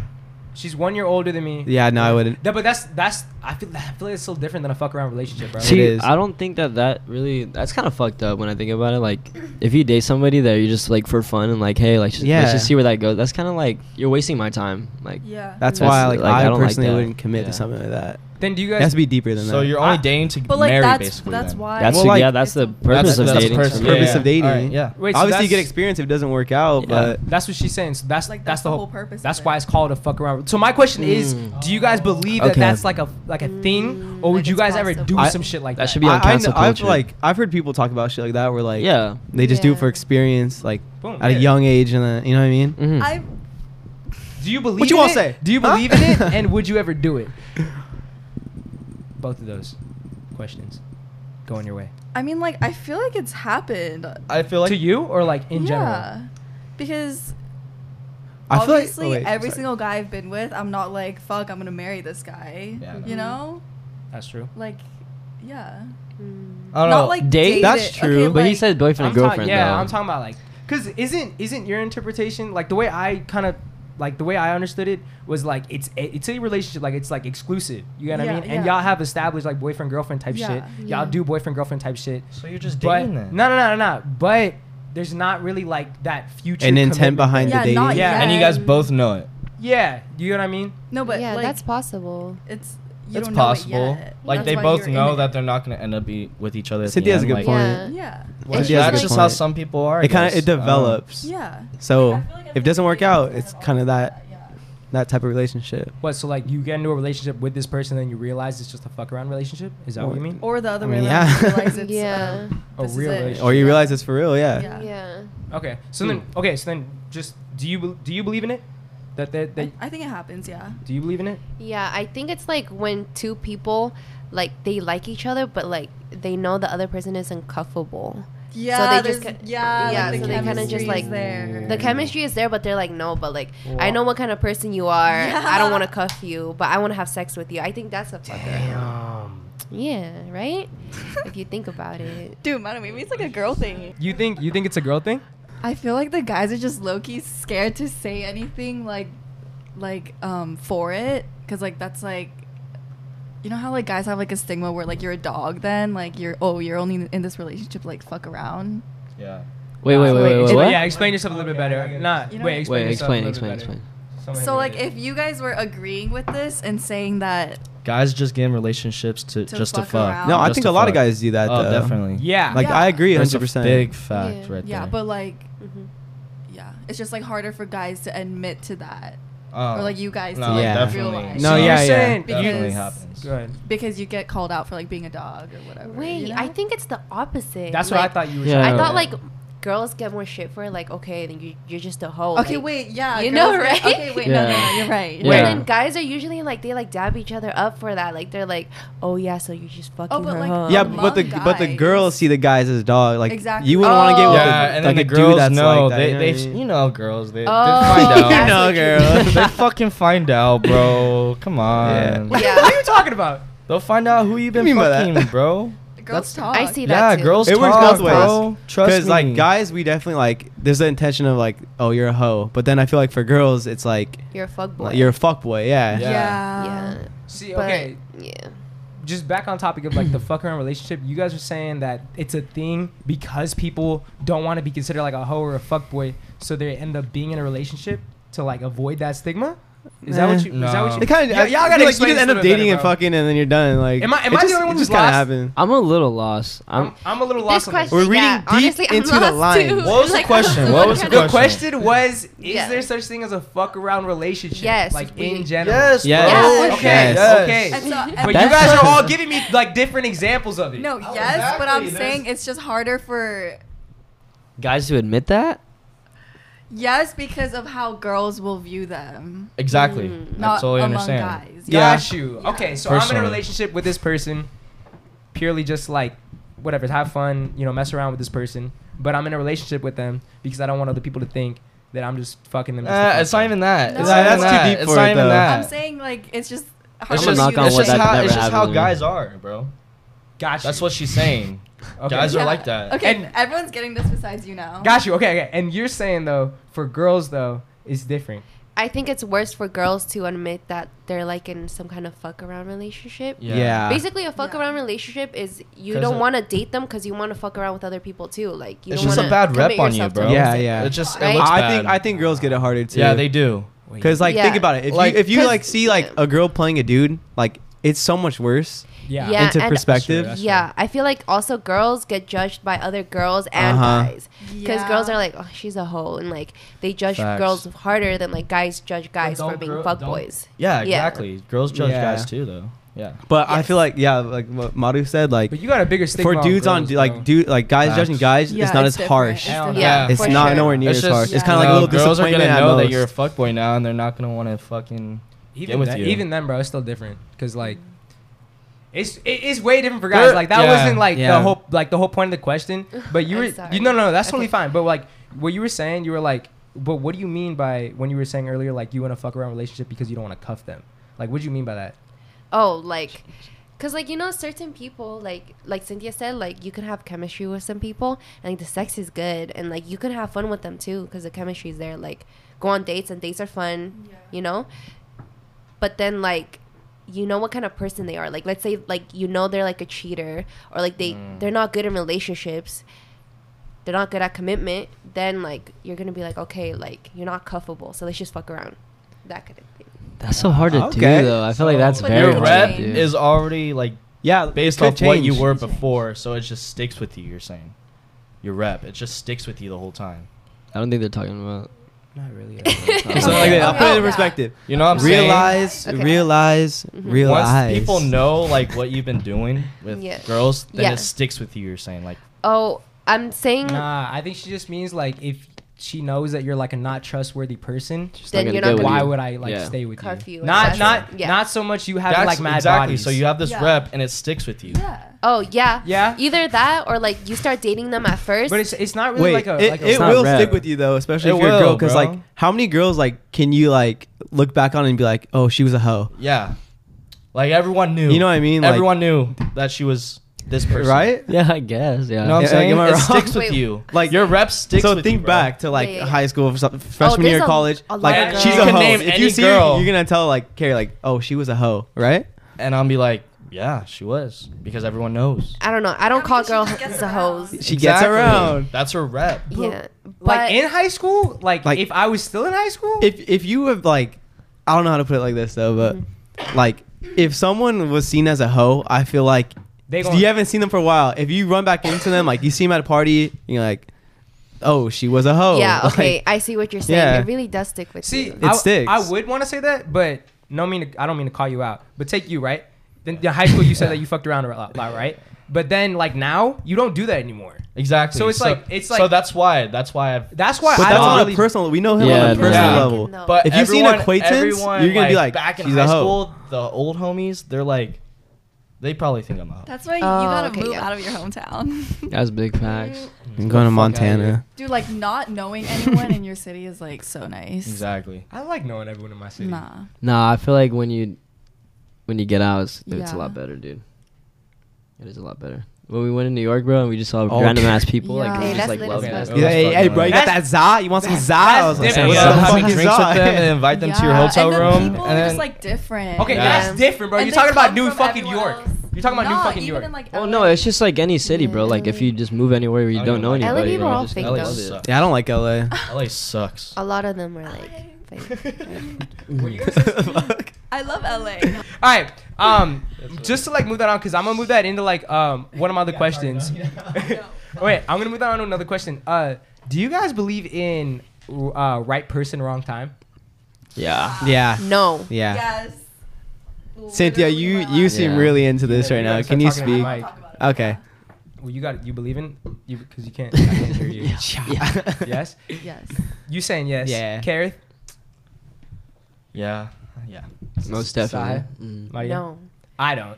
[SPEAKER 5] She's one year older than me.
[SPEAKER 3] yeah, no, I wouldn't.
[SPEAKER 5] That, but that's that's I feel I feel like it's still different than a fuck around relationship, bro.
[SPEAKER 2] see,
[SPEAKER 3] It is.
[SPEAKER 2] I don't think that that really. That's kind of fucked up when I think about it. Like, if you date somebody that you're just like for fun and like, hey, like, just,
[SPEAKER 3] Yeah.
[SPEAKER 2] let's just see where that goes. That's kind of like you're wasting my time. Like,
[SPEAKER 7] Yeah.
[SPEAKER 3] That's,
[SPEAKER 2] That's
[SPEAKER 3] why like,
[SPEAKER 2] like, I
[SPEAKER 3] I,
[SPEAKER 2] don't like
[SPEAKER 3] personally
[SPEAKER 2] that.
[SPEAKER 3] wouldn't commit
[SPEAKER 2] Yeah.
[SPEAKER 3] to something like that.
[SPEAKER 5] then do you
[SPEAKER 3] It
[SPEAKER 5] guys
[SPEAKER 3] has to be deeper than that.
[SPEAKER 1] So you're only
[SPEAKER 5] I-
[SPEAKER 1] dating to
[SPEAKER 7] But like
[SPEAKER 1] marry,
[SPEAKER 7] that's
[SPEAKER 1] basically.
[SPEAKER 7] that's
[SPEAKER 1] then.
[SPEAKER 7] why.
[SPEAKER 2] that's
[SPEAKER 3] Well,
[SPEAKER 2] the,
[SPEAKER 3] like,
[SPEAKER 2] yeah, that's the
[SPEAKER 7] it's a-
[SPEAKER 2] purpose
[SPEAKER 1] That's-
[SPEAKER 2] of
[SPEAKER 1] that's the
[SPEAKER 2] dating.
[SPEAKER 1] purpose
[SPEAKER 2] for
[SPEAKER 1] of
[SPEAKER 2] me.
[SPEAKER 3] purpose
[SPEAKER 1] Yeah.
[SPEAKER 3] of dating.
[SPEAKER 1] Alright, yeah.
[SPEAKER 5] Wait, so
[SPEAKER 3] Obviously, you get
[SPEAKER 5] that's-
[SPEAKER 3] experience if it doesn't work out,
[SPEAKER 2] Yeah.
[SPEAKER 3] but
[SPEAKER 5] That's what she's saying. So that's
[SPEAKER 7] Like,
[SPEAKER 5] that's the whole
[SPEAKER 7] purpose of
[SPEAKER 5] That's
[SPEAKER 7] it.
[SPEAKER 5] why it's called a fuck around. So my question is,
[SPEAKER 2] Mm.
[SPEAKER 5] do you guys believe that
[SPEAKER 2] Okay.
[SPEAKER 5] that's like a like a thing, or
[SPEAKER 6] like
[SPEAKER 5] would you
[SPEAKER 6] it's
[SPEAKER 5] guys ever
[SPEAKER 6] possible.
[SPEAKER 5] do
[SPEAKER 3] I-
[SPEAKER 5] some shit like that?
[SPEAKER 2] that should be on
[SPEAKER 3] I, I
[SPEAKER 2] cancel
[SPEAKER 3] know, I've
[SPEAKER 2] culture.
[SPEAKER 3] like I've heard people talk about shit like that where like
[SPEAKER 2] yeah.
[SPEAKER 3] they just do it for
[SPEAKER 6] Yeah.
[SPEAKER 3] experience like
[SPEAKER 5] Boom,
[SPEAKER 3] at
[SPEAKER 5] yeah.
[SPEAKER 3] a young age and then you know what I mean.
[SPEAKER 2] Mhm.
[SPEAKER 7] I
[SPEAKER 5] Do you believe?
[SPEAKER 3] What you
[SPEAKER 5] in
[SPEAKER 3] wanna
[SPEAKER 5] it?
[SPEAKER 3] say?
[SPEAKER 5] Do you
[SPEAKER 3] Huh?
[SPEAKER 5] believe in it, and would you ever do it? Both of those questions going your way
[SPEAKER 7] I mean like I feel like it's happened.
[SPEAKER 1] I feel like
[SPEAKER 5] to you, or like in
[SPEAKER 7] yeah.
[SPEAKER 5] general.
[SPEAKER 7] Because
[SPEAKER 3] I feel like-
[SPEAKER 7] obviously
[SPEAKER 3] oh, wait,
[SPEAKER 7] every
[SPEAKER 3] sorry.
[SPEAKER 7] single guy I've been with, I'm not like fuck, I'm gonna marry this guy.
[SPEAKER 1] Yeah, I know.
[SPEAKER 7] you know,
[SPEAKER 5] That's true.
[SPEAKER 7] like yeah,
[SPEAKER 1] I don't
[SPEAKER 7] not
[SPEAKER 1] know.
[SPEAKER 7] like
[SPEAKER 2] Date?
[SPEAKER 7] date.
[SPEAKER 3] That's
[SPEAKER 7] it.
[SPEAKER 3] true.
[SPEAKER 7] Okay,
[SPEAKER 2] But he
[SPEAKER 7] like-
[SPEAKER 2] said boyfriend
[SPEAKER 5] I'm
[SPEAKER 2] and
[SPEAKER 5] talking-
[SPEAKER 2] girlfriend.
[SPEAKER 5] yeah,
[SPEAKER 2] though.
[SPEAKER 5] I'm talking about like, cause isn't isn't your interpretation like the way I kind of like the way I understood it was like it's a- it's a relationship like it's like exclusive. You know what I
[SPEAKER 7] Yeah,
[SPEAKER 5] mean? And
[SPEAKER 7] yeah.
[SPEAKER 5] y'all have established like boyfriend girlfriend type
[SPEAKER 7] Yeah.
[SPEAKER 5] shit.
[SPEAKER 6] Yeah.
[SPEAKER 5] Y'all do boyfriend girlfriend type shit.
[SPEAKER 1] so you're just
[SPEAKER 5] But
[SPEAKER 1] dating
[SPEAKER 5] no,
[SPEAKER 1] then.
[SPEAKER 5] no, no, no, no. But there's not really like that future
[SPEAKER 3] An intent
[SPEAKER 5] commitment.
[SPEAKER 3] behind
[SPEAKER 7] Yeah,
[SPEAKER 3] the dating.
[SPEAKER 7] not
[SPEAKER 5] Yeah.
[SPEAKER 7] yet.
[SPEAKER 1] and you guys both know it.
[SPEAKER 5] Yeah, you know what I mean?
[SPEAKER 7] No, but
[SPEAKER 6] yeah,
[SPEAKER 7] like,
[SPEAKER 6] that's possible.
[SPEAKER 7] it's you
[SPEAKER 1] It's
[SPEAKER 7] don't
[SPEAKER 1] possible.
[SPEAKER 7] Know it yet.
[SPEAKER 1] Like
[SPEAKER 7] That's
[SPEAKER 1] they
[SPEAKER 7] why
[SPEAKER 1] both
[SPEAKER 7] you're in
[SPEAKER 1] know
[SPEAKER 7] it.
[SPEAKER 1] that they're not going to end up be with each other. at the
[SPEAKER 3] Cynthia has a
[SPEAKER 1] end,
[SPEAKER 3] good
[SPEAKER 1] like,
[SPEAKER 3] point.
[SPEAKER 6] Yeah.
[SPEAKER 7] Yeah,
[SPEAKER 3] Well,
[SPEAKER 1] That's
[SPEAKER 3] she has a good
[SPEAKER 1] just how
[SPEAKER 3] point.
[SPEAKER 1] some people are. I
[SPEAKER 3] It kind of
[SPEAKER 1] guess.
[SPEAKER 3] it develops.
[SPEAKER 7] yeah.
[SPEAKER 3] So if it doesn't work out, it's kind of that that type of relationship.
[SPEAKER 5] What? So like you get into a relationship with this person, then you realize it's just a fuck around relationship. Is that what you mean?
[SPEAKER 7] Or the other
[SPEAKER 3] I
[SPEAKER 7] way
[SPEAKER 3] mean,
[SPEAKER 7] around.
[SPEAKER 3] yeah.
[SPEAKER 7] you realize it's,
[SPEAKER 6] Yeah.
[SPEAKER 7] um,
[SPEAKER 5] A
[SPEAKER 1] Oh,
[SPEAKER 7] this is
[SPEAKER 5] real
[SPEAKER 7] it.
[SPEAKER 5] relationship.
[SPEAKER 3] Or you realize it's for real, yeah.
[SPEAKER 7] Yeah.
[SPEAKER 6] Yeah.
[SPEAKER 5] Okay. So then, okay. So then, just Do you bel- do you believe in it? That that, that
[SPEAKER 7] I think it happens. Yeah.
[SPEAKER 5] do you believe in it?
[SPEAKER 6] Yeah, I think it's like when two people like they like each other, but like they know the other person is uncuffable.
[SPEAKER 7] Yeah.
[SPEAKER 6] they just
[SPEAKER 7] there's-
[SPEAKER 6] ca-
[SPEAKER 7] yeah.
[SPEAKER 6] yeah,
[SPEAKER 7] Like
[SPEAKER 6] so
[SPEAKER 7] the
[SPEAKER 6] they kinda
[SPEAKER 7] chemistry
[SPEAKER 6] just,
[SPEAKER 7] is
[SPEAKER 6] like,
[SPEAKER 7] there.
[SPEAKER 5] Mm.
[SPEAKER 6] The chemistry is there, but they're like, no, but like I
[SPEAKER 5] Wow.
[SPEAKER 6] know what kind of person you are. I don't
[SPEAKER 7] Yeah.
[SPEAKER 6] want to cuff you, but I want to have sex with you. I think that's a fucker.
[SPEAKER 5] Damn.
[SPEAKER 6] Yeah, right. if you think about it,
[SPEAKER 7] Dude, I don't know, maybe it's like a girl thing.
[SPEAKER 5] You think you think it's a girl thing?
[SPEAKER 7] I feel like the guys are just low key scared to say anything like, like um for it, cause like that's like, you know how like guys have like a stigma where like you're a dog then like you're oh you're only in this relationship like fuck
[SPEAKER 1] Um,
[SPEAKER 7] around.
[SPEAKER 1] Yeah.
[SPEAKER 2] Wait, wait, wait, wait, wait,
[SPEAKER 5] Explain-
[SPEAKER 2] what?
[SPEAKER 5] Yeah, explain yourself a little bit better. Not
[SPEAKER 7] You know-
[SPEAKER 5] wait, explain
[SPEAKER 2] Wait,
[SPEAKER 5] yourself a
[SPEAKER 2] explain,
[SPEAKER 5] little
[SPEAKER 2] explain,
[SPEAKER 5] bit
[SPEAKER 2] explain.
[SPEAKER 5] better. Someone
[SPEAKER 7] So
[SPEAKER 5] who
[SPEAKER 7] like
[SPEAKER 5] did it.
[SPEAKER 7] if you guys were agreeing with this and saying that
[SPEAKER 1] Guys just get in relationships to,
[SPEAKER 7] To
[SPEAKER 1] just
[SPEAKER 7] fuck
[SPEAKER 1] to fuck.
[SPEAKER 7] around.
[SPEAKER 1] just
[SPEAKER 7] No,
[SPEAKER 8] No, I
[SPEAKER 1] to
[SPEAKER 8] think a lot of
[SPEAKER 1] fuck.
[SPEAKER 8] guys do that.
[SPEAKER 1] Oh,
[SPEAKER 8] though.
[SPEAKER 1] definitely.
[SPEAKER 5] yeah,
[SPEAKER 8] Like
[SPEAKER 7] Yeah.
[SPEAKER 8] I agree,
[SPEAKER 1] That's
[SPEAKER 8] hundred
[SPEAKER 1] a
[SPEAKER 8] percent.
[SPEAKER 1] big fact
[SPEAKER 6] Yeah.
[SPEAKER 1] right
[SPEAKER 7] yeah,
[SPEAKER 1] there.
[SPEAKER 7] but like
[SPEAKER 6] Mhm.
[SPEAKER 7] Mm-hmm. yeah, it's just like harder for guys to admit to that
[SPEAKER 1] Oh,
[SPEAKER 7] or like you guys
[SPEAKER 1] no,
[SPEAKER 7] to like
[SPEAKER 2] Yeah.
[SPEAKER 1] definitely.
[SPEAKER 7] realize.
[SPEAKER 2] No,
[SPEAKER 5] So
[SPEAKER 2] yeah,
[SPEAKER 5] you're
[SPEAKER 2] yeah.
[SPEAKER 5] saying-
[SPEAKER 1] definitely
[SPEAKER 7] because-
[SPEAKER 1] happens.
[SPEAKER 5] Good.
[SPEAKER 7] because you get called out for like being a dog or whatever. you
[SPEAKER 6] wait.
[SPEAKER 7] know?
[SPEAKER 6] I think it's the opposite.
[SPEAKER 5] That's what I
[SPEAKER 6] Like,
[SPEAKER 5] thought Uh. you were.
[SPEAKER 2] Yeah.
[SPEAKER 5] saying.
[SPEAKER 6] I
[SPEAKER 2] Oh,
[SPEAKER 6] thought like girls get more shit for like okay, then you you're just a hoe.
[SPEAKER 7] Okay,
[SPEAKER 6] like,
[SPEAKER 7] wait, yeah,
[SPEAKER 6] You
[SPEAKER 7] girls
[SPEAKER 6] know,
[SPEAKER 7] get-
[SPEAKER 6] right?
[SPEAKER 7] Okay, wait, no, no, no,
[SPEAKER 2] Yeah.
[SPEAKER 7] you're right.
[SPEAKER 2] Yeah.
[SPEAKER 6] Where then guys are usually like they like dab each other up for that. Like they're like, oh yeah, so you just fucking
[SPEAKER 7] but,
[SPEAKER 6] her.
[SPEAKER 7] like,
[SPEAKER 6] huh?"
[SPEAKER 8] Yeah,
[SPEAKER 7] Among
[SPEAKER 8] but the but the
[SPEAKER 7] guys.
[SPEAKER 8] girls see the guys as dog. Like
[SPEAKER 7] Exactly.
[SPEAKER 8] you wouldn't want to get
[SPEAKER 6] Oh.
[SPEAKER 8] with
[SPEAKER 1] Yeah,
[SPEAKER 8] a,
[SPEAKER 1] and then
[SPEAKER 8] like
[SPEAKER 1] the
[SPEAKER 8] a
[SPEAKER 1] girls
[SPEAKER 8] dude that's
[SPEAKER 1] know.
[SPEAKER 8] like that.
[SPEAKER 1] they,
[SPEAKER 8] you know
[SPEAKER 1] they,
[SPEAKER 8] what I mean?
[SPEAKER 1] you know, girls. They, they find
[SPEAKER 6] Oh,
[SPEAKER 1] out.
[SPEAKER 6] that's
[SPEAKER 8] You know,
[SPEAKER 6] what
[SPEAKER 8] girl.
[SPEAKER 6] mean.
[SPEAKER 1] they fucking find out, bro. Come on.
[SPEAKER 8] Yeah.
[SPEAKER 5] what
[SPEAKER 6] yeah,
[SPEAKER 5] are you talking about?
[SPEAKER 1] They'll find out who you've been
[SPEAKER 8] What do you mean by that?
[SPEAKER 1] fucking, bro.
[SPEAKER 7] Girls talk.
[SPEAKER 6] I see that.
[SPEAKER 1] Yeah,
[SPEAKER 6] too.
[SPEAKER 1] girls
[SPEAKER 8] It works
[SPEAKER 1] talk,
[SPEAKER 8] both ways.
[SPEAKER 1] bro. Trust me.
[SPEAKER 8] Because like guys, we definitely like. There's the intention of like, oh, you're a hoe. But then I feel like for girls, it's like
[SPEAKER 6] You're a fuck boy.
[SPEAKER 8] like, you're a fuck boy. Yeah.
[SPEAKER 1] Yeah.
[SPEAKER 7] Yeah.
[SPEAKER 6] yeah.
[SPEAKER 5] See,
[SPEAKER 6] But
[SPEAKER 5] okay,
[SPEAKER 6] yeah.
[SPEAKER 5] just back on topic of like the fucker and relationship, you guys are saying that it's a thing because people don't want to be considered like a hoe or a fuckboy, so they end up being in a relationship to like avoid that stigma. Is that what you? Is that what you?
[SPEAKER 8] It kind of.
[SPEAKER 5] y'all gotta
[SPEAKER 8] like, you
[SPEAKER 5] explain
[SPEAKER 8] just
[SPEAKER 5] this
[SPEAKER 8] end
[SPEAKER 5] a little
[SPEAKER 8] up dating
[SPEAKER 5] better,
[SPEAKER 8] and
[SPEAKER 5] bro.
[SPEAKER 8] fucking, and then you're done. Like,
[SPEAKER 5] Am I- am
[SPEAKER 8] it
[SPEAKER 5] I the
[SPEAKER 8] just-
[SPEAKER 5] only one
[SPEAKER 8] It just
[SPEAKER 5] who's
[SPEAKER 8] kind
[SPEAKER 5] lost?
[SPEAKER 8] of happened.
[SPEAKER 2] I'm a little lost. I'm
[SPEAKER 5] I'm, I'm a little
[SPEAKER 6] This
[SPEAKER 5] lost. on
[SPEAKER 6] question,
[SPEAKER 8] We're reading
[SPEAKER 6] yeah,
[SPEAKER 8] deep
[SPEAKER 6] honestly, I'm
[SPEAKER 8] into the
[SPEAKER 6] lost
[SPEAKER 8] line.
[SPEAKER 6] too.
[SPEAKER 1] What was the
[SPEAKER 6] Like,
[SPEAKER 1] question?
[SPEAKER 6] I'm
[SPEAKER 1] What
[SPEAKER 6] like,
[SPEAKER 1] was the
[SPEAKER 6] I'm
[SPEAKER 5] The
[SPEAKER 6] like-
[SPEAKER 1] question?
[SPEAKER 5] question was: Is
[SPEAKER 6] Yeah.
[SPEAKER 5] there such thing as a fuck around relationship?
[SPEAKER 6] Yes,
[SPEAKER 5] like
[SPEAKER 6] we-
[SPEAKER 5] in general.
[SPEAKER 1] Yes,
[SPEAKER 8] Yes.
[SPEAKER 1] bro.
[SPEAKER 6] Yes.
[SPEAKER 5] Okay.
[SPEAKER 8] Yes.
[SPEAKER 5] Okay.
[SPEAKER 7] And so- and
[SPEAKER 5] But you
[SPEAKER 2] That's-
[SPEAKER 5] guys are all giving me like different examples of it.
[SPEAKER 7] No,
[SPEAKER 1] Oh,
[SPEAKER 7] yes, but I'm saying it's just harder for
[SPEAKER 2] guys to admit that.
[SPEAKER 7] yes because of how girls will view them.
[SPEAKER 1] Exactly. I
[SPEAKER 7] mm, Not
[SPEAKER 1] totally
[SPEAKER 7] among
[SPEAKER 1] understand.
[SPEAKER 7] guys.
[SPEAKER 8] Yeah.
[SPEAKER 5] Got you. Okay, so I'm in
[SPEAKER 1] Personally.
[SPEAKER 5] a relationship with this person, purely just like whatever, have fun, you know, mess around with this person. But I'm in a relationship with them because I don't want other people to think that I'm just fucking them. just to
[SPEAKER 1] Uh,
[SPEAKER 5] fuck
[SPEAKER 1] it's not
[SPEAKER 5] them.
[SPEAKER 1] even that.
[SPEAKER 7] No.
[SPEAKER 1] It's not even
[SPEAKER 8] That's too
[SPEAKER 1] that.
[SPEAKER 8] deep
[SPEAKER 1] It's
[SPEAKER 8] for
[SPEAKER 1] not
[SPEAKER 8] it,
[SPEAKER 1] even
[SPEAKER 8] though.
[SPEAKER 1] that.
[SPEAKER 7] I'm saying like it's just harder
[SPEAKER 1] It's
[SPEAKER 7] to
[SPEAKER 1] just,
[SPEAKER 2] knock
[SPEAKER 7] view
[SPEAKER 2] on
[SPEAKER 1] it's
[SPEAKER 2] wood,
[SPEAKER 1] just
[SPEAKER 7] them.
[SPEAKER 2] that
[SPEAKER 1] how,
[SPEAKER 2] never
[SPEAKER 1] it's just how
[SPEAKER 2] happened to me.
[SPEAKER 1] guys are, bro.
[SPEAKER 5] Got you.
[SPEAKER 1] That's what she's saying.
[SPEAKER 5] Okay.
[SPEAKER 1] Guys are
[SPEAKER 7] Yeah.
[SPEAKER 1] like that.
[SPEAKER 7] Okay,
[SPEAKER 5] And-
[SPEAKER 7] everyone's getting this besides you now.
[SPEAKER 5] Got you. Okay, okay. And you're saying though, for girls though, it's different.
[SPEAKER 6] I think it's worse for girls to admit that they're like in some kind of fuck around relationship.
[SPEAKER 1] Yeah.
[SPEAKER 8] Yeah.
[SPEAKER 6] Basically, a fuck
[SPEAKER 7] Yeah.
[SPEAKER 6] around relationship is you
[SPEAKER 1] 'Cause
[SPEAKER 6] don't
[SPEAKER 1] it-
[SPEAKER 6] want to date them because you want to fuck around with other people too. Like you
[SPEAKER 1] It's
[SPEAKER 6] don't
[SPEAKER 1] just a
[SPEAKER 6] wanna
[SPEAKER 1] bad rep
[SPEAKER 6] commit
[SPEAKER 1] on you,
[SPEAKER 6] yourself to
[SPEAKER 1] bro.
[SPEAKER 6] this.
[SPEAKER 8] Yeah, yeah.
[SPEAKER 1] It just it
[SPEAKER 6] Right?
[SPEAKER 1] looks
[SPEAKER 8] I
[SPEAKER 1] bad.
[SPEAKER 8] think I think girls get it harder too.
[SPEAKER 1] yeah, they do.
[SPEAKER 8] Because like,
[SPEAKER 6] Yeah.
[SPEAKER 8] think about it. If
[SPEAKER 1] Like-
[SPEAKER 8] you if you
[SPEAKER 6] 'Cause-
[SPEAKER 8] like see like a girl playing a dude, like it's so much worse.
[SPEAKER 5] Yeah.
[SPEAKER 6] Yeah,
[SPEAKER 8] into
[SPEAKER 6] and-
[SPEAKER 8] perspective.
[SPEAKER 1] That's true,
[SPEAKER 6] Yeah, I feel like also girls get judged by other girls and
[SPEAKER 8] Uh-huh.
[SPEAKER 6] guys because
[SPEAKER 7] Yeah.
[SPEAKER 6] girls are like, oh, she's a hoe, and like they judge
[SPEAKER 1] Facts.
[SPEAKER 6] girls harder than like guys judge guys for
[SPEAKER 5] don't
[SPEAKER 6] being
[SPEAKER 5] girl- don't-
[SPEAKER 6] fuckboys.
[SPEAKER 1] Yeah,
[SPEAKER 6] Yeah.
[SPEAKER 1] exactly. Girls judge
[SPEAKER 8] Yeah.
[SPEAKER 1] guys too, though. Yeah.
[SPEAKER 8] But I
[SPEAKER 6] Yes.
[SPEAKER 8] feel like yeah, like what Maru said, like
[SPEAKER 5] But you got a bigger stigma
[SPEAKER 8] for dudes on
[SPEAKER 5] girls,
[SPEAKER 8] du- like
[SPEAKER 5] bro.
[SPEAKER 8] dude like guys
[SPEAKER 1] Facts.
[SPEAKER 8] judging guys,
[SPEAKER 7] Yeah,
[SPEAKER 8] it's not as
[SPEAKER 7] different.
[SPEAKER 8] harsh.
[SPEAKER 7] It's
[SPEAKER 5] Hell
[SPEAKER 7] different.
[SPEAKER 5] Yeah,
[SPEAKER 8] It's
[SPEAKER 6] for
[SPEAKER 8] not
[SPEAKER 6] sure.
[SPEAKER 8] nowhere near
[SPEAKER 1] It's
[SPEAKER 8] as harsh.
[SPEAKER 1] just
[SPEAKER 8] It's kind of like
[SPEAKER 1] no,
[SPEAKER 8] a little
[SPEAKER 1] girls are
[SPEAKER 8] disappointment.
[SPEAKER 1] gonna
[SPEAKER 8] at
[SPEAKER 1] know that
[SPEAKER 8] most.
[SPEAKER 1] you're a fuckboy now, and they're not gonna want to fucking
[SPEAKER 5] even
[SPEAKER 1] get with
[SPEAKER 5] then,
[SPEAKER 1] you.
[SPEAKER 5] even then, bro, it's still different because like. It's it is way different for guys.
[SPEAKER 1] There-
[SPEAKER 5] Like that
[SPEAKER 1] yeah,
[SPEAKER 5] wasn't like
[SPEAKER 8] yeah.
[SPEAKER 5] the whole like the whole point of the question. But you
[SPEAKER 6] I'm
[SPEAKER 5] were
[SPEAKER 6] sorry.
[SPEAKER 5] you no no no that's totally
[SPEAKER 6] Okay.
[SPEAKER 5] fine. But like what you were saying, you were like, but what do you mean by when you were saying earlier like you want to fuck around relationship because you don't want to cuff them? Like what do you mean by that?
[SPEAKER 6] Oh, like, cause like you know certain people like like Cynthia said like you can have chemistry with some people and like, the sex is good and like you can have fun with them too because the chemistry is there. Like go on dates and dates are fun,
[SPEAKER 7] Yeah.
[SPEAKER 6] you know. But then like. You know what kind of person they are. Like, let's say, like you know they're like a cheater, or like they they're not good in relationships. They're not good at commitment. Then like you're gonna be like, okay, like you're not cuffable, so let's just fuck around. That kind of thing.
[SPEAKER 2] That's so hard to
[SPEAKER 8] Okay.
[SPEAKER 2] do though. I feel like that's
[SPEAKER 7] But
[SPEAKER 2] very
[SPEAKER 1] your
[SPEAKER 7] you're
[SPEAKER 2] hard
[SPEAKER 1] rep
[SPEAKER 2] to do.
[SPEAKER 1] is already like
[SPEAKER 8] yeah,
[SPEAKER 1] based
[SPEAKER 8] could
[SPEAKER 1] off what
[SPEAKER 8] change.
[SPEAKER 1] you were
[SPEAKER 7] Could change.
[SPEAKER 1] before, so it just sticks with you. You're saying your rep, it just sticks with you the whole time.
[SPEAKER 2] I don't think they're talking about.
[SPEAKER 5] Not really.
[SPEAKER 8] So like
[SPEAKER 7] Okay.
[SPEAKER 8] that. I'll put it in
[SPEAKER 7] Yeah.
[SPEAKER 8] perspective.
[SPEAKER 1] You know what I'm saying?
[SPEAKER 8] Realize,
[SPEAKER 6] Okay. Mm-hmm.
[SPEAKER 8] realize,
[SPEAKER 1] Once
[SPEAKER 8] realize.
[SPEAKER 1] people know like what you've been doing with
[SPEAKER 6] Yeah.
[SPEAKER 1] girls, then
[SPEAKER 6] Yeah.
[SPEAKER 1] it sticks with you. You're saying like
[SPEAKER 6] Oh, I'm saying
[SPEAKER 5] nah, I think she just means like if she knows that you're like a not trustworthy person,
[SPEAKER 6] Then
[SPEAKER 2] gonna
[SPEAKER 6] you're
[SPEAKER 2] go
[SPEAKER 6] not
[SPEAKER 2] with
[SPEAKER 6] gonna
[SPEAKER 5] why
[SPEAKER 2] you.
[SPEAKER 5] would I like
[SPEAKER 2] Yeah.
[SPEAKER 5] stay with
[SPEAKER 6] Curfew
[SPEAKER 5] you?
[SPEAKER 6] and
[SPEAKER 5] Not
[SPEAKER 6] such.
[SPEAKER 5] not
[SPEAKER 6] Yeah.
[SPEAKER 5] not so much you have
[SPEAKER 1] That's-
[SPEAKER 5] like mad
[SPEAKER 1] exactly.
[SPEAKER 5] bodies.
[SPEAKER 1] So you have this
[SPEAKER 7] Yeah.
[SPEAKER 1] rep, and it sticks with you.
[SPEAKER 7] Yeah.
[SPEAKER 6] Oh yeah.
[SPEAKER 5] Yeah.
[SPEAKER 6] Either that or like you start dating them at first.
[SPEAKER 5] but it's it's not really
[SPEAKER 8] Wait,
[SPEAKER 5] like a
[SPEAKER 8] it,
[SPEAKER 5] like a
[SPEAKER 8] it
[SPEAKER 2] not
[SPEAKER 8] will
[SPEAKER 2] rap.
[SPEAKER 8] stick with you though, especially
[SPEAKER 1] It
[SPEAKER 8] if you're a girl.
[SPEAKER 1] will,
[SPEAKER 8] Because
[SPEAKER 1] bro.
[SPEAKER 8] like, how many girls like can you like look back on and be like, oh, she was a hoe,
[SPEAKER 1] Yeah. Like everyone knew.
[SPEAKER 8] You know what I mean? Like-
[SPEAKER 1] Everyone knew that she was this person.
[SPEAKER 8] right?
[SPEAKER 2] Yeah, I guess. Yeah.
[SPEAKER 1] You know what I'm
[SPEAKER 8] Yeah,
[SPEAKER 1] saying?
[SPEAKER 8] am I
[SPEAKER 1] it
[SPEAKER 8] wrong?
[SPEAKER 1] sticks with
[SPEAKER 6] Wait,
[SPEAKER 1] you.
[SPEAKER 8] Like-
[SPEAKER 1] Like your rep sticks
[SPEAKER 8] so
[SPEAKER 1] with you,
[SPEAKER 8] think
[SPEAKER 1] bro.
[SPEAKER 8] back to like
[SPEAKER 6] Yeah, yeah, yeah.
[SPEAKER 8] high school, or something, freshman year,
[SPEAKER 6] there's a-
[SPEAKER 8] college.
[SPEAKER 6] a lot
[SPEAKER 8] like
[SPEAKER 5] of girls.
[SPEAKER 8] she's a
[SPEAKER 5] You can
[SPEAKER 8] hoe.
[SPEAKER 1] name
[SPEAKER 8] if
[SPEAKER 1] any
[SPEAKER 8] you see her,
[SPEAKER 1] girl.
[SPEAKER 8] you're gonna tell like Carrie, like, oh, she was a hoe, right?
[SPEAKER 1] And I'll be like, yeah, she was because everyone knows.
[SPEAKER 6] I don't know. I don't
[SPEAKER 7] Yeah,
[SPEAKER 6] call
[SPEAKER 7] because she
[SPEAKER 6] girls
[SPEAKER 7] just gets
[SPEAKER 6] the
[SPEAKER 7] around.
[SPEAKER 6] hoes.
[SPEAKER 8] She gets
[SPEAKER 1] Exactly.
[SPEAKER 8] around.
[SPEAKER 1] That's her rep.
[SPEAKER 6] Yeah. But
[SPEAKER 5] like in high school. Like,
[SPEAKER 8] Like-
[SPEAKER 5] if I was still in high school,
[SPEAKER 8] If if you have like, I don't know how to put it like this though, but
[SPEAKER 6] Mm-hmm.
[SPEAKER 8] like, if someone was seen as a hoe, I feel like
[SPEAKER 5] they
[SPEAKER 8] you haven't seen them for a while. If you run back into them, like you see them at a party, you're like, oh, she was a hoe.
[SPEAKER 6] yeah,
[SPEAKER 8] Like,
[SPEAKER 6] okay. I see what you're saying.
[SPEAKER 8] Yeah.
[SPEAKER 6] It really does stick with
[SPEAKER 5] See,
[SPEAKER 6] you.
[SPEAKER 5] I,
[SPEAKER 8] sticks.
[SPEAKER 5] I would want to say that, but no mean to, I don't mean to call you out. But take you right. Then the high school you said that you fucked around a lot, lot, right? But then like now you don't do that anymore.
[SPEAKER 1] Exactly.
[SPEAKER 5] So it's like- it's
[SPEAKER 1] so
[SPEAKER 5] like-
[SPEAKER 1] that's why that's why I've
[SPEAKER 5] That's why
[SPEAKER 8] but
[SPEAKER 5] I
[SPEAKER 8] that's
[SPEAKER 5] don't
[SPEAKER 8] on
[SPEAKER 5] really.
[SPEAKER 8] a personal. We know him
[SPEAKER 2] Yeah,
[SPEAKER 8] on a
[SPEAKER 2] no.
[SPEAKER 8] personal
[SPEAKER 1] Yeah.
[SPEAKER 8] level.
[SPEAKER 6] No.
[SPEAKER 1] But
[SPEAKER 8] if you've seen
[SPEAKER 1] everyone-
[SPEAKER 8] acquaintance,
[SPEAKER 1] everyone,
[SPEAKER 8] you're gonna be like,
[SPEAKER 1] back in
[SPEAKER 8] she's
[SPEAKER 1] high
[SPEAKER 8] a hoe.
[SPEAKER 1] school, the old homies, they're like, they probably think I'm out.
[SPEAKER 7] That's why you
[SPEAKER 6] Oh,
[SPEAKER 7] gotta
[SPEAKER 6] okay,
[SPEAKER 7] move
[SPEAKER 6] yeah.
[SPEAKER 7] out of your hometown.
[SPEAKER 2] That's big facts.
[SPEAKER 8] I'm going to
[SPEAKER 1] here.
[SPEAKER 8] Montana.
[SPEAKER 7] Dude, like not knowing anyone in your city is like so nice.
[SPEAKER 1] Exactly.
[SPEAKER 5] I like knowing everyone in my city.
[SPEAKER 7] Nah.
[SPEAKER 2] Nah, I feel like when you when you get out, it's, it's
[SPEAKER 7] Yeah.
[SPEAKER 2] a lot better, dude. It is a lot better. When we went in New York, bro, and we just saw
[SPEAKER 8] Oh,
[SPEAKER 2] random ass people, like
[SPEAKER 7] Yeah.
[SPEAKER 2] we
[SPEAKER 7] Hey,
[SPEAKER 2] just
[SPEAKER 6] that's
[SPEAKER 2] like
[SPEAKER 6] lit
[SPEAKER 2] love
[SPEAKER 1] as
[SPEAKER 2] ass.
[SPEAKER 1] fuck.
[SPEAKER 8] He's like,
[SPEAKER 1] That
[SPEAKER 8] hey,
[SPEAKER 1] was
[SPEAKER 8] hey,
[SPEAKER 1] fun,
[SPEAKER 8] bro, you got that
[SPEAKER 5] that's-
[SPEAKER 8] za? You want some za? I was like,
[SPEAKER 5] different.
[SPEAKER 8] what
[SPEAKER 5] Yeah.
[SPEAKER 8] the
[SPEAKER 5] Having
[SPEAKER 8] fuck is
[SPEAKER 1] drinks with
[SPEAKER 8] za?
[SPEAKER 1] them and invite them to your
[SPEAKER 7] Yeah,
[SPEAKER 1] hotel
[SPEAKER 7] and then
[SPEAKER 1] room,
[SPEAKER 7] People
[SPEAKER 1] and
[SPEAKER 7] are
[SPEAKER 1] then
[SPEAKER 7] just like different.
[SPEAKER 5] Okay,
[SPEAKER 1] Yeah.
[SPEAKER 5] that's different, bro.
[SPEAKER 7] And
[SPEAKER 5] You're
[SPEAKER 7] they
[SPEAKER 5] talking about
[SPEAKER 7] come
[SPEAKER 5] new
[SPEAKER 7] from
[SPEAKER 5] fucking
[SPEAKER 7] everywhere
[SPEAKER 5] York.
[SPEAKER 7] else.
[SPEAKER 5] You're talking about new
[SPEAKER 7] Nah,
[SPEAKER 5] fucking
[SPEAKER 7] even
[SPEAKER 5] York.
[SPEAKER 7] in, like,
[SPEAKER 2] Well,
[SPEAKER 7] LA.
[SPEAKER 2] no, it's just like any city, bro. Like if you just move anywhere where you
[SPEAKER 1] I don't
[SPEAKER 2] don't know
[SPEAKER 1] even like
[SPEAKER 2] anybody,
[SPEAKER 6] LA
[SPEAKER 2] you
[SPEAKER 6] people
[SPEAKER 2] know,
[SPEAKER 6] are all
[SPEAKER 2] just
[SPEAKER 6] fake,
[SPEAKER 2] love
[SPEAKER 1] LA
[SPEAKER 6] though.
[SPEAKER 2] it.
[SPEAKER 1] sucks.
[SPEAKER 8] Yeah, I don't like LA.
[SPEAKER 1] LA sucks.
[SPEAKER 6] A lot of them are like, like
[SPEAKER 8] Mm. Fuck.
[SPEAKER 7] I love LA.
[SPEAKER 5] All right. Um, just to like move that on, cause I'm gonna move that into like um one of my other questions. Wait, I'm gonna move that on to another question. Uh, do you guys believe in uh right person, wrong time?
[SPEAKER 2] Yeah.
[SPEAKER 8] yeah.
[SPEAKER 6] no.
[SPEAKER 8] Yeah.
[SPEAKER 7] Yes.
[SPEAKER 8] Cynthia, you
[SPEAKER 7] Literally my
[SPEAKER 8] you
[SPEAKER 7] life.
[SPEAKER 8] seem
[SPEAKER 2] Yeah.
[SPEAKER 8] really into this right now.
[SPEAKER 5] gotta
[SPEAKER 8] Can
[SPEAKER 5] start
[SPEAKER 8] you
[SPEAKER 5] talking to the
[SPEAKER 8] speak?
[SPEAKER 5] mic.
[SPEAKER 8] Okay.
[SPEAKER 5] Well, you got you believe in you because you can't. I can't hear you. Yes.
[SPEAKER 7] Yes.
[SPEAKER 5] You saying yes?
[SPEAKER 8] Yeah.
[SPEAKER 5] Kareth,
[SPEAKER 1] Yeah. Yeah.
[SPEAKER 2] Most
[SPEAKER 5] Sigh.
[SPEAKER 2] definitely. Mm.
[SPEAKER 5] Maya?
[SPEAKER 6] No.
[SPEAKER 5] I don't.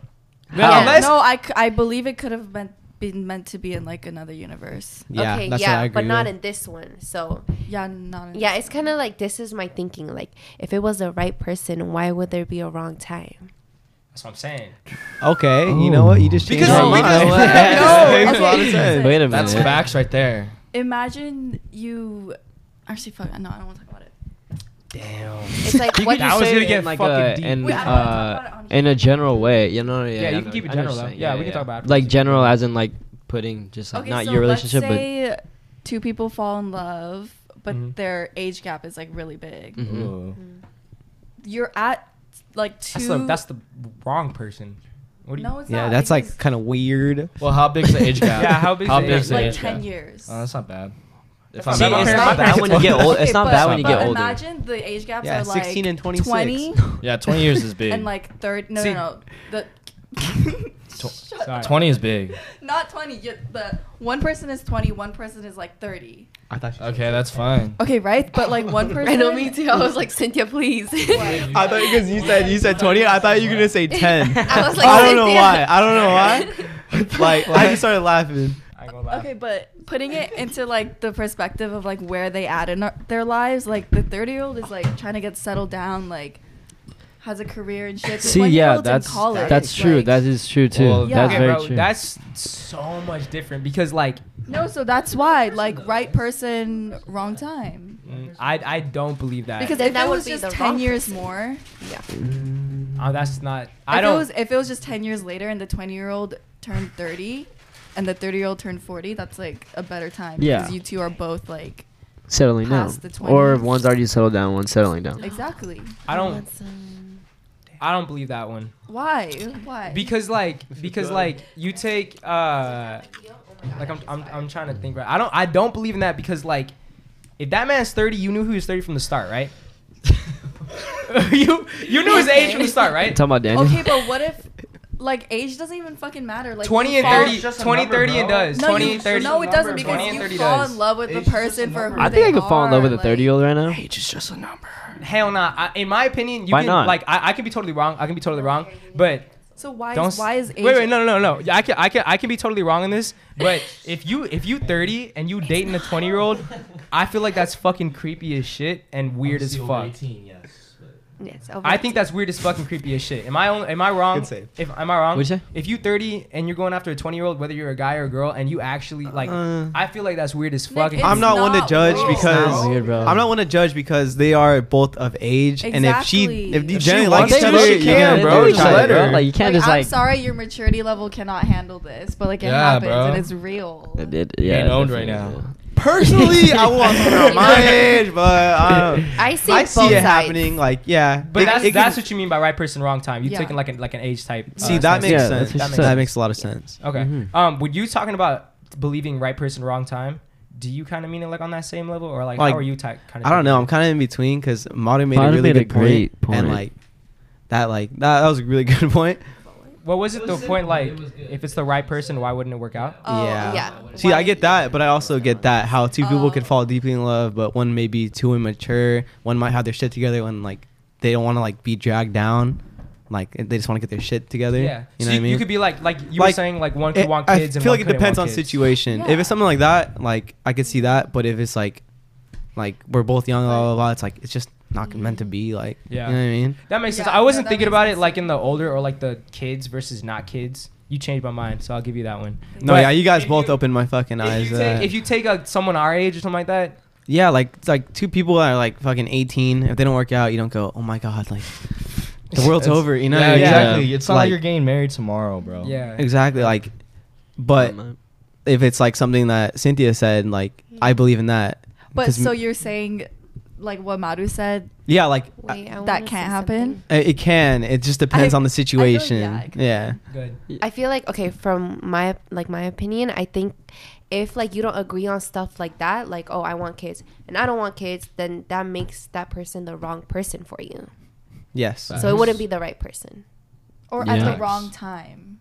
[SPEAKER 6] How?
[SPEAKER 5] Unless
[SPEAKER 7] no, I, c- I believe it could have been been meant to be in like another universe.
[SPEAKER 8] Yeah,
[SPEAKER 6] okay,
[SPEAKER 8] that's
[SPEAKER 6] yeah,
[SPEAKER 8] what I agree
[SPEAKER 6] but not
[SPEAKER 8] with.
[SPEAKER 6] in this one. So
[SPEAKER 7] Yeah, not. in-
[SPEAKER 6] yeah, it's kind of like this is my thinking. Like, if it was the right person, why would there be a wrong time?
[SPEAKER 5] that's what I'm saying.
[SPEAKER 8] Okay, you know what? You just changed
[SPEAKER 5] Because-
[SPEAKER 8] my mind.
[SPEAKER 5] because-
[SPEAKER 8] That
[SPEAKER 5] No,
[SPEAKER 8] makes a lot of
[SPEAKER 7] okay.
[SPEAKER 8] sense.
[SPEAKER 2] Wait a minute.
[SPEAKER 1] That's facts right there.
[SPEAKER 7] Imagine you. Actually, fuck. No, I don't want to talk about it.
[SPEAKER 5] Damn.
[SPEAKER 6] It's like
[SPEAKER 5] You
[SPEAKER 6] what?
[SPEAKER 5] could just
[SPEAKER 6] That
[SPEAKER 5] say
[SPEAKER 6] was
[SPEAKER 5] gonna get
[SPEAKER 2] in like
[SPEAKER 5] fucking
[SPEAKER 2] a,
[SPEAKER 5] deep.
[SPEAKER 2] in,
[SPEAKER 7] Wait, I don't wanna talk
[SPEAKER 2] uh,
[SPEAKER 7] about it on
[SPEAKER 2] in a
[SPEAKER 7] here.
[SPEAKER 2] general way. You know, yeah,
[SPEAKER 5] Yeah,
[SPEAKER 2] I
[SPEAKER 5] you can
[SPEAKER 2] know,
[SPEAKER 5] keep it
[SPEAKER 2] I
[SPEAKER 5] general,
[SPEAKER 2] understand.
[SPEAKER 5] though. Yeah, we can talk about it
[SPEAKER 2] Like
[SPEAKER 5] afterwards.
[SPEAKER 2] general, as in like putting just like not your relationship,
[SPEAKER 7] let's
[SPEAKER 2] but
[SPEAKER 7] say two people fall in love, but
[SPEAKER 5] Mhm.
[SPEAKER 7] their age gap is like really big.
[SPEAKER 2] Mhm.
[SPEAKER 1] Ooh.
[SPEAKER 7] You're at like two.
[SPEAKER 5] That's the that's the wrong person. What do you?
[SPEAKER 7] no, it's
[SPEAKER 8] Yeah,
[SPEAKER 7] not,
[SPEAKER 8] that's like
[SPEAKER 7] because
[SPEAKER 8] kind of weird.
[SPEAKER 1] Well, how big's the age gap?
[SPEAKER 5] Yeah, how big's the age
[SPEAKER 1] big's
[SPEAKER 5] gap?
[SPEAKER 1] the
[SPEAKER 7] like
[SPEAKER 1] age
[SPEAKER 7] ten
[SPEAKER 1] gap?
[SPEAKER 7] years.
[SPEAKER 1] Oh, that's not bad. If
[SPEAKER 5] That's
[SPEAKER 1] I'm
[SPEAKER 5] not
[SPEAKER 1] being
[SPEAKER 5] bad.
[SPEAKER 1] honest.
[SPEAKER 5] It's not bad
[SPEAKER 2] when you get old- it's not
[SPEAKER 7] but-
[SPEAKER 2] bad when you
[SPEAKER 7] but
[SPEAKER 2] get older.
[SPEAKER 7] Imagine the age gaps
[SPEAKER 8] Yeah,
[SPEAKER 7] are like
[SPEAKER 8] 16 and
[SPEAKER 7] 26. 20
[SPEAKER 1] Yeah, 20 years is big.
[SPEAKER 7] and like 30. No,
[SPEAKER 5] See-
[SPEAKER 7] no, no. The Shut
[SPEAKER 5] sorry.
[SPEAKER 7] up.
[SPEAKER 1] 20 is big.
[SPEAKER 7] not 20. You, the one person is 20, one person is like 30.
[SPEAKER 8] I thought you
[SPEAKER 1] Okay, that's fine.
[SPEAKER 7] Okay, right? But like one person
[SPEAKER 6] I know me too. I was like, Cynthia, please. I
[SPEAKER 8] I thought because you said you said 20, I thought you were gonna say 10.
[SPEAKER 6] was like,
[SPEAKER 8] I don't know
[SPEAKER 6] Cynthia.
[SPEAKER 8] why. I don't know why. Like I just started laughing.
[SPEAKER 5] I ain't gonna lie.
[SPEAKER 7] Okay, but putting it into like the perspective of like where they at in our- their lives, like the 30 year old is like trying to get settled down, like has a career and shit. The
[SPEAKER 2] see,
[SPEAKER 7] 20 -year-old's
[SPEAKER 2] yeah,
[SPEAKER 7] in
[SPEAKER 2] that's
[SPEAKER 7] college,
[SPEAKER 2] that's true.
[SPEAKER 7] like-
[SPEAKER 2] that is true too.
[SPEAKER 1] Well,
[SPEAKER 2] That's
[SPEAKER 7] Yeah.
[SPEAKER 2] very
[SPEAKER 5] bro,
[SPEAKER 2] true.
[SPEAKER 5] That's so much different because like
[SPEAKER 7] no, so that's why like right person, wrong time.
[SPEAKER 5] mm, I I don't believe that
[SPEAKER 7] Because
[SPEAKER 6] Then
[SPEAKER 7] if
[SPEAKER 6] that
[SPEAKER 7] it
[SPEAKER 6] would
[SPEAKER 7] was
[SPEAKER 6] be
[SPEAKER 7] just
[SPEAKER 6] the
[SPEAKER 7] ten
[SPEAKER 6] wrong
[SPEAKER 7] years more,
[SPEAKER 5] Uh, that's not
[SPEAKER 7] if
[SPEAKER 5] I
[SPEAKER 7] It
[SPEAKER 5] don't
[SPEAKER 7] was, if it was just ten years later and the twenty year old turned thirty, and the thirty year old turned forty, that's like a better time.
[SPEAKER 2] Yeah.
[SPEAKER 7] Because you two are both like
[SPEAKER 2] settling down,
[SPEAKER 7] past the
[SPEAKER 2] or
[SPEAKER 7] 20s.
[SPEAKER 2] one's already settled down, one's settling down.
[SPEAKER 7] exactly.
[SPEAKER 5] I don't I don't believe that one
[SPEAKER 7] Why? Why?
[SPEAKER 5] because like because like you take uh like I'm I'm I'm trying to think right I don't I don't believe in that because like if that man's 30 you knew he was 30 from the start right you you knew his age from the start right
[SPEAKER 2] Talking about Daniel.
[SPEAKER 7] okay, but what if like age doesn't even fucking matter. Like
[SPEAKER 5] 20
[SPEAKER 7] you
[SPEAKER 5] and
[SPEAKER 7] fall-
[SPEAKER 5] 30,
[SPEAKER 3] just a
[SPEAKER 5] 20,
[SPEAKER 3] number,
[SPEAKER 5] 30 it
[SPEAKER 3] bro.
[SPEAKER 5] does.
[SPEAKER 7] No,
[SPEAKER 5] 20,
[SPEAKER 7] you,
[SPEAKER 5] 30.
[SPEAKER 7] no, it doesn't
[SPEAKER 5] number.
[SPEAKER 7] because
[SPEAKER 5] 20 and
[SPEAKER 7] you
[SPEAKER 5] 30
[SPEAKER 7] fall
[SPEAKER 5] does.
[SPEAKER 7] in love with the
[SPEAKER 3] Age is just a
[SPEAKER 7] person for
[SPEAKER 3] number.
[SPEAKER 7] who
[SPEAKER 3] I
[SPEAKER 2] I think
[SPEAKER 7] they
[SPEAKER 2] I could fall in love
[SPEAKER 7] are,
[SPEAKER 2] with a
[SPEAKER 7] like-
[SPEAKER 2] 30 year old right now.
[SPEAKER 1] Age is just a number.
[SPEAKER 5] Hell nah. I, in my opinion, you
[SPEAKER 2] Why
[SPEAKER 5] can
[SPEAKER 2] not?
[SPEAKER 5] like I, I can be totally wrong. I can be totally wrong, but
[SPEAKER 7] So why
[SPEAKER 5] don't
[SPEAKER 7] is, why is age?
[SPEAKER 5] wait wait no no no no. Yeah, I can I can I can be totally wrong in this, but if you if you 30 and you dating a 20 year old, I feel like that's fucking creepy as shit and weird as fuck.
[SPEAKER 1] yes.
[SPEAKER 6] Yes, over
[SPEAKER 5] I think that's weird as fucking creepy as shit. Am I only, am I wrong?
[SPEAKER 8] Good save.
[SPEAKER 5] If am I wrong?
[SPEAKER 2] What'd you say?
[SPEAKER 5] If you 30 and you're going after a 20 year old, whether you're a guy or a girl, and you actually like,
[SPEAKER 8] Uh,
[SPEAKER 5] I feel like that's weird as
[SPEAKER 7] Nick,
[SPEAKER 5] fucking.
[SPEAKER 7] it's
[SPEAKER 8] I'm not one to judge
[SPEAKER 7] real.
[SPEAKER 8] because- It's
[SPEAKER 2] weird, bro.
[SPEAKER 8] I'm not one to judge because they are both of age, and if she
[SPEAKER 7] Exactly.
[SPEAKER 8] if you
[SPEAKER 1] If she
[SPEAKER 8] generally like
[SPEAKER 1] wants
[SPEAKER 8] each
[SPEAKER 1] to,
[SPEAKER 8] other,
[SPEAKER 1] she
[SPEAKER 8] you're
[SPEAKER 1] can,
[SPEAKER 8] gonna
[SPEAKER 1] bro.
[SPEAKER 8] do it.
[SPEAKER 1] Just let her.
[SPEAKER 2] Like you can't
[SPEAKER 7] Like,
[SPEAKER 2] just
[SPEAKER 7] I'm
[SPEAKER 2] like.
[SPEAKER 7] sorry, your maturity level cannot handle this, but like it
[SPEAKER 1] Yeah,
[SPEAKER 7] happens
[SPEAKER 1] bro.
[SPEAKER 7] and it's real.
[SPEAKER 2] It- it- yeah,
[SPEAKER 1] Ain't owned right
[SPEAKER 2] definitely,
[SPEAKER 1] now.
[SPEAKER 8] Personally, I want someone around my age, but um,
[SPEAKER 6] I see,
[SPEAKER 8] I
[SPEAKER 6] both
[SPEAKER 8] see it
[SPEAKER 6] sides.
[SPEAKER 8] happening. Like yeah,
[SPEAKER 5] but
[SPEAKER 8] It-
[SPEAKER 5] that's
[SPEAKER 8] it
[SPEAKER 5] that's
[SPEAKER 8] could-
[SPEAKER 5] what you mean by right person, wrong time. You
[SPEAKER 7] Yeah.
[SPEAKER 5] taking like an like an age type. uh,
[SPEAKER 8] see
[SPEAKER 5] stance.
[SPEAKER 8] that makes
[SPEAKER 2] Yeah,
[SPEAKER 8] sense.
[SPEAKER 2] that's what
[SPEAKER 8] That
[SPEAKER 2] she
[SPEAKER 8] makes,
[SPEAKER 2] said.
[SPEAKER 8] a lot of sense.
[SPEAKER 5] Okay.
[SPEAKER 2] Mhm.
[SPEAKER 5] Um, would you talking about believing right person, wrong time? Do you kind of mean it like on that same level, or like,
[SPEAKER 8] Like,
[SPEAKER 5] how are you ty- kind of?
[SPEAKER 8] I don't know. I'm kind of in between because Madu made a
[SPEAKER 2] Madu
[SPEAKER 8] really
[SPEAKER 2] made a
[SPEAKER 8] good point,
[SPEAKER 2] great point.
[SPEAKER 8] and like that, like that, that was a really good point.
[SPEAKER 5] What was it the point like? If it's the right person, why wouldn't it work out?
[SPEAKER 7] Uh,
[SPEAKER 6] Oh,
[SPEAKER 8] yeah.
[SPEAKER 6] yeah. Oh.
[SPEAKER 8] See, I get that, but I also get that how two people could fall deeply in love, but one may be too immature. One might have their shit together, and like they don't want to like be dragged down. Like they just want to get their shit together.
[SPEAKER 5] Yeah. so
[SPEAKER 8] you know what I
[SPEAKER 5] you,
[SPEAKER 8] mean.
[SPEAKER 5] you could be like like you were
[SPEAKER 8] Like,
[SPEAKER 5] saying like one could
[SPEAKER 8] It-
[SPEAKER 5] want
[SPEAKER 8] I
[SPEAKER 5] kids. and
[SPEAKER 8] feel
[SPEAKER 5] one
[SPEAKER 8] like it
[SPEAKER 5] couldn't
[SPEAKER 8] depends on
[SPEAKER 5] want kids.
[SPEAKER 8] situation. If
[SPEAKER 7] Yeah.
[SPEAKER 8] it's something like that, like I could see that, but if it's like, like we're both young, blah blah blah, it's like it's just not
[SPEAKER 7] Mm-hmm.
[SPEAKER 8] meant to be. Like,
[SPEAKER 5] Yeah.
[SPEAKER 8] you know what I mean.
[SPEAKER 5] That makes sense.
[SPEAKER 7] Yeah,
[SPEAKER 5] I
[SPEAKER 7] no,
[SPEAKER 5] wasn't
[SPEAKER 7] that
[SPEAKER 5] thinking
[SPEAKER 7] makes
[SPEAKER 5] about
[SPEAKER 7] sense.
[SPEAKER 5] it like in the older or like the kids versus not kids. You changed my mind, so I'll give you that one.
[SPEAKER 8] No,
[SPEAKER 5] But
[SPEAKER 8] yeah, you guys
[SPEAKER 5] if
[SPEAKER 8] both
[SPEAKER 5] you-
[SPEAKER 8] opened my fucking
[SPEAKER 5] If
[SPEAKER 8] eyes.
[SPEAKER 5] you
[SPEAKER 8] to
[SPEAKER 5] take,
[SPEAKER 8] that.
[SPEAKER 5] if you take uh, someone our age or something like that,
[SPEAKER 8] Yeah, like it's like two people that are like fucking 18. If they don't work out, you don't go, oh my god, like the world's
[SPEAKER 1] It's-
[SPEAKER 8] over. You know,
[SPEAKER 1] yeah,
[SPEAKER 8] what I mean?
[SPEAKER 1] exactly. It's not like,
[SPEAKER 8] Like-
[SPEAKER 1] you're getting married tomorrow, bro.
[SPEAKER 5] yeah,
[SPEAKER 8] exactly. Like, but if it's like something that Cynthia said, like I believe in that.
[SPEAKER 7] Mm-hmm. But
[SPEAKER 8] 'Cause
[SPEAKER 7] so
[SPEAKER 8] m-
[SPEAKER 7] you're saying, like what Madu said,
[SPEAKER 8] yeah, like I-
[SPEAKER 6] Wait, I
[SPEAKER 7] That
[SPEAKER 6] wanna say
[SPEAKER 7] can't happen?
[SPEAKER 6] something.
[SPEAKER 8] Uh, it, can. It just depends
[SPEAKER 7] I-
[SPEAKER 8] on the
[SPEAKER 7] I feel like,
[SPEAKER 8] situation.
[SPEAKER 7] yeah, it could
[SPEAKER 8] yeah.
[SPEAKER 5] good.
[SPEAKER 6] I feel like okay, from my like my opinion, I think if like you don't agree on stuff like that, like oh I want kids and I don't want kids, then that makes that person the wrong person for you.
[SPEAKER 8] Yes.
[SPEAKER 6] So it wouldn't be the right person.
[SPEAKER 7] or
[SPEAKER 2] Yeah.
[SPEAKER 7] at the wrong time.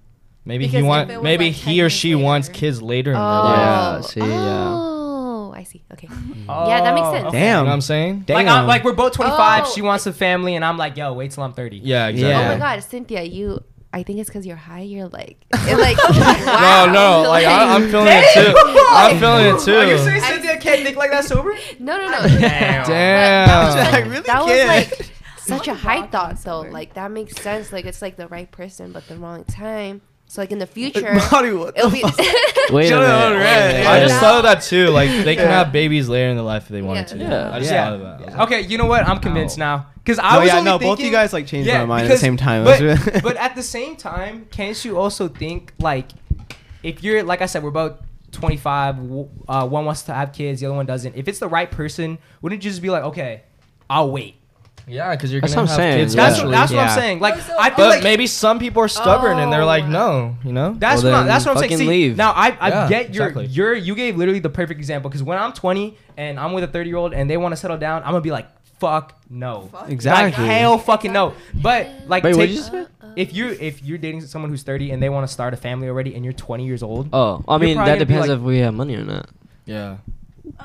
[SPEAKER 1] Maybe
[SPEAKER 7] Because
[SPEAKER 1] he
[SPEAKER 7] if
[SPEAKER 1] want.
[SPEAKER 7] it was,
[SPEAKER 1] Maybe
[SPEAKER 7] like,
[SPEAKER 1] he or
[SPEAKER 7] 10
[SPEAKER 1] she
[SPEAKER 7] years
[SPEAKER 1] wants
[SPEAKER 7] later.
[SPEAKER 1] kids later in their
[SPEAKER 6] Oh,
[SPEAKER 1] life.
[SPEAKER 2] Yeah, see, yeah.
[SPEAKER 6] oh, I see. Okay, yeah, that makes
[SPEAKER 5] Oh,
[SPEAKER 6] sense.
[SPEAKER 5] okay.
[SPEAKER 1] You know
[SPEAKER 8] Damn.
[SPEAKER 1] what I'm saying?
[SPEAKER 8] Damn.
[SPEAKER 5] Like, I'm, like we're both 25.
[SPEAKER 6] Oh.
[SPEAKER 5] She wants a family, and I'm like, yo, wait till I'm 30.
[SPEAKER 1] Yeah. Exactly.
[SPEAKER 6] Oh
[SPEAKER 8] Yeah.
[SPEAKER 6] my God, Cynthia, you. I think it's because you're high. You're like, it's like, wow.
[SPEAKER 1] No, no. Like I, I'm feeling it too. I'm
[SPEAKER 8] Oh,
[SPEAKER 1] feling it too.
[SPEAKER 5] Are you serious? Cynthia can't think like that sober?
[SPEAKER 6] no, no, no.
[SPEAKER 1] Damn.
[SPEAKER 8] I really
[SPEAKER 6] that was
[SPEAKER 8] can't.
[SPEAKER 6] like such a
[SPEAKER 7] Not
[SPEAKER 6] high
[SPEAKER 7] rock
[SPEAKER 6] thought
[SPEAKER 7] and
[SPEAKER 6] though.
[SPEAKER 7] sober.
[SPEAKER 6] Like that makes sense. Like it's like the right person, but the wrong time. So like in the future,
[SPEAKER 8] Body, what the
[SPEAKER 6] it'll be.
[SPEAKER 8] fuck?
[SPEAKER 2] Wait a
[SPEAKER 8] Children
[SPEAKER 2] minute,
[SPEAKER 8] on
[SPEAKER 2] wait a
[SPEAKER 8] red,
[SPEAKER 2] minute.
[SPEAKER 8] yeah.
[SPEAKER 1] I just
[SPEAKER 6] Yeah.
[SPEAKER 1] thought of that too. Like they can
[SPEAKER 8] Yeah.
[SPEAKER 1] have babies later in their life if they wanted
[SPEAKER 6] Yeah.
[SPEAKER 1] to.
[SPEAKER 2] Yeah.
[SPEAKER 1] I just
[SPEAKER 8] Yeah.
[SPEAKER 1] thought of that. I was like,
[SPEAKER 5] Okay, you know what? I'm convinced
[SPEAKER 1] Ow.
[SPEAKER 5] now. Because I
[SPEAKER 8] No,
[SPEAKER 5] was
[SPEAKER 8] Oh, yeah,
[SPEAKER 5] only
[SPEAKER 8] no.
[SPEAKER 5] thinking,
[SPEAKER 8] Both you guys like changed
[SPEAKER 5] Yeah,
[SPEAKER 8] my mind at the
[SPEAKER 5] because-
[SPEAKER 8] same time. It was
[SPEAKER 5] But,
[SPEAKER 8] really-
[SPEAKER 5] but at the same time, can't you also think like if you're like I said, we're both 25. w- Uh, one wants to have kids, the other one doesn't. If it's the right person, wouldn't you just be like, okay, I'll wait.
[SPEAKER 1] Yeah, because you're
[SPEAKER 2] That's
[SPEAKER 1] gonna
[SPEAKER 2] what I'm
[SPEAKER 1] have
[SPEAKER 2] saying,
[SPEAKER 1] kids.
[SPEAKER 2] yeah.
[SPEAKER 5] That's
[SPEAKER 1] eventually.
[SPEAKER 5] what, that's what
[SPEAKER 8] Yeah.
[SPEAKER 5] I'm saying. Like
[SPEAKER 7] Also,
[SPEAKER 5] I feel
[SPEAKER 1] But
[SPEAKER 5] like
[SPEAKER 1] maybe some people are stubborn and they're like,
[SPEAKER 6] Oh.
[SPEAKER 1] no, you know.
[SPEAKER 5] That's
[SPEAKER 2] Well,
[SPEAKER 5] what I,
[SPEAKER 2] then
[SPEAKER 5] that's what I'm saying.
[SPEAKER 2] fucking
[SPEAKER 5] See,
[SPEAKER 2] leave.
[SPEAKER 5] now I, I
[SPEAKER 1] Yeah,
[SPEAKER 5] get your
[SPEAKER 1] exactly.
[SPEAKER 5] your you gave literally the perfect example because when I'm 20 and I'm with a 30 year old and they want to settle down, I'm gonna be like, fuck no,
[SPEAKER 8] Exactly.
[SPEAKER 5] like hell fucking no. But like,
[SPEAKER 2] Wait, what'd
[SPEAKER 5] take,
[SPEAKER 2] you say?
[SPEAKER 5] if you if you're dating someone who's 30 and they want to start a family already and you're 20 years old,
[SPEAKER 2] Oh, I
[SPEAKER 5] You're
[SPEAKER 2] mean
[SPEAKER 5] probably
[SPEAKER 2] that
[SPEAKER 5] gonna be
[SPEAKER 2] depends
[SPEAKER 5] like-
[SPEAKER 2] if we have money or not.
[SPEAKER 1] Yeah.
[SPEAKER 7] Uh,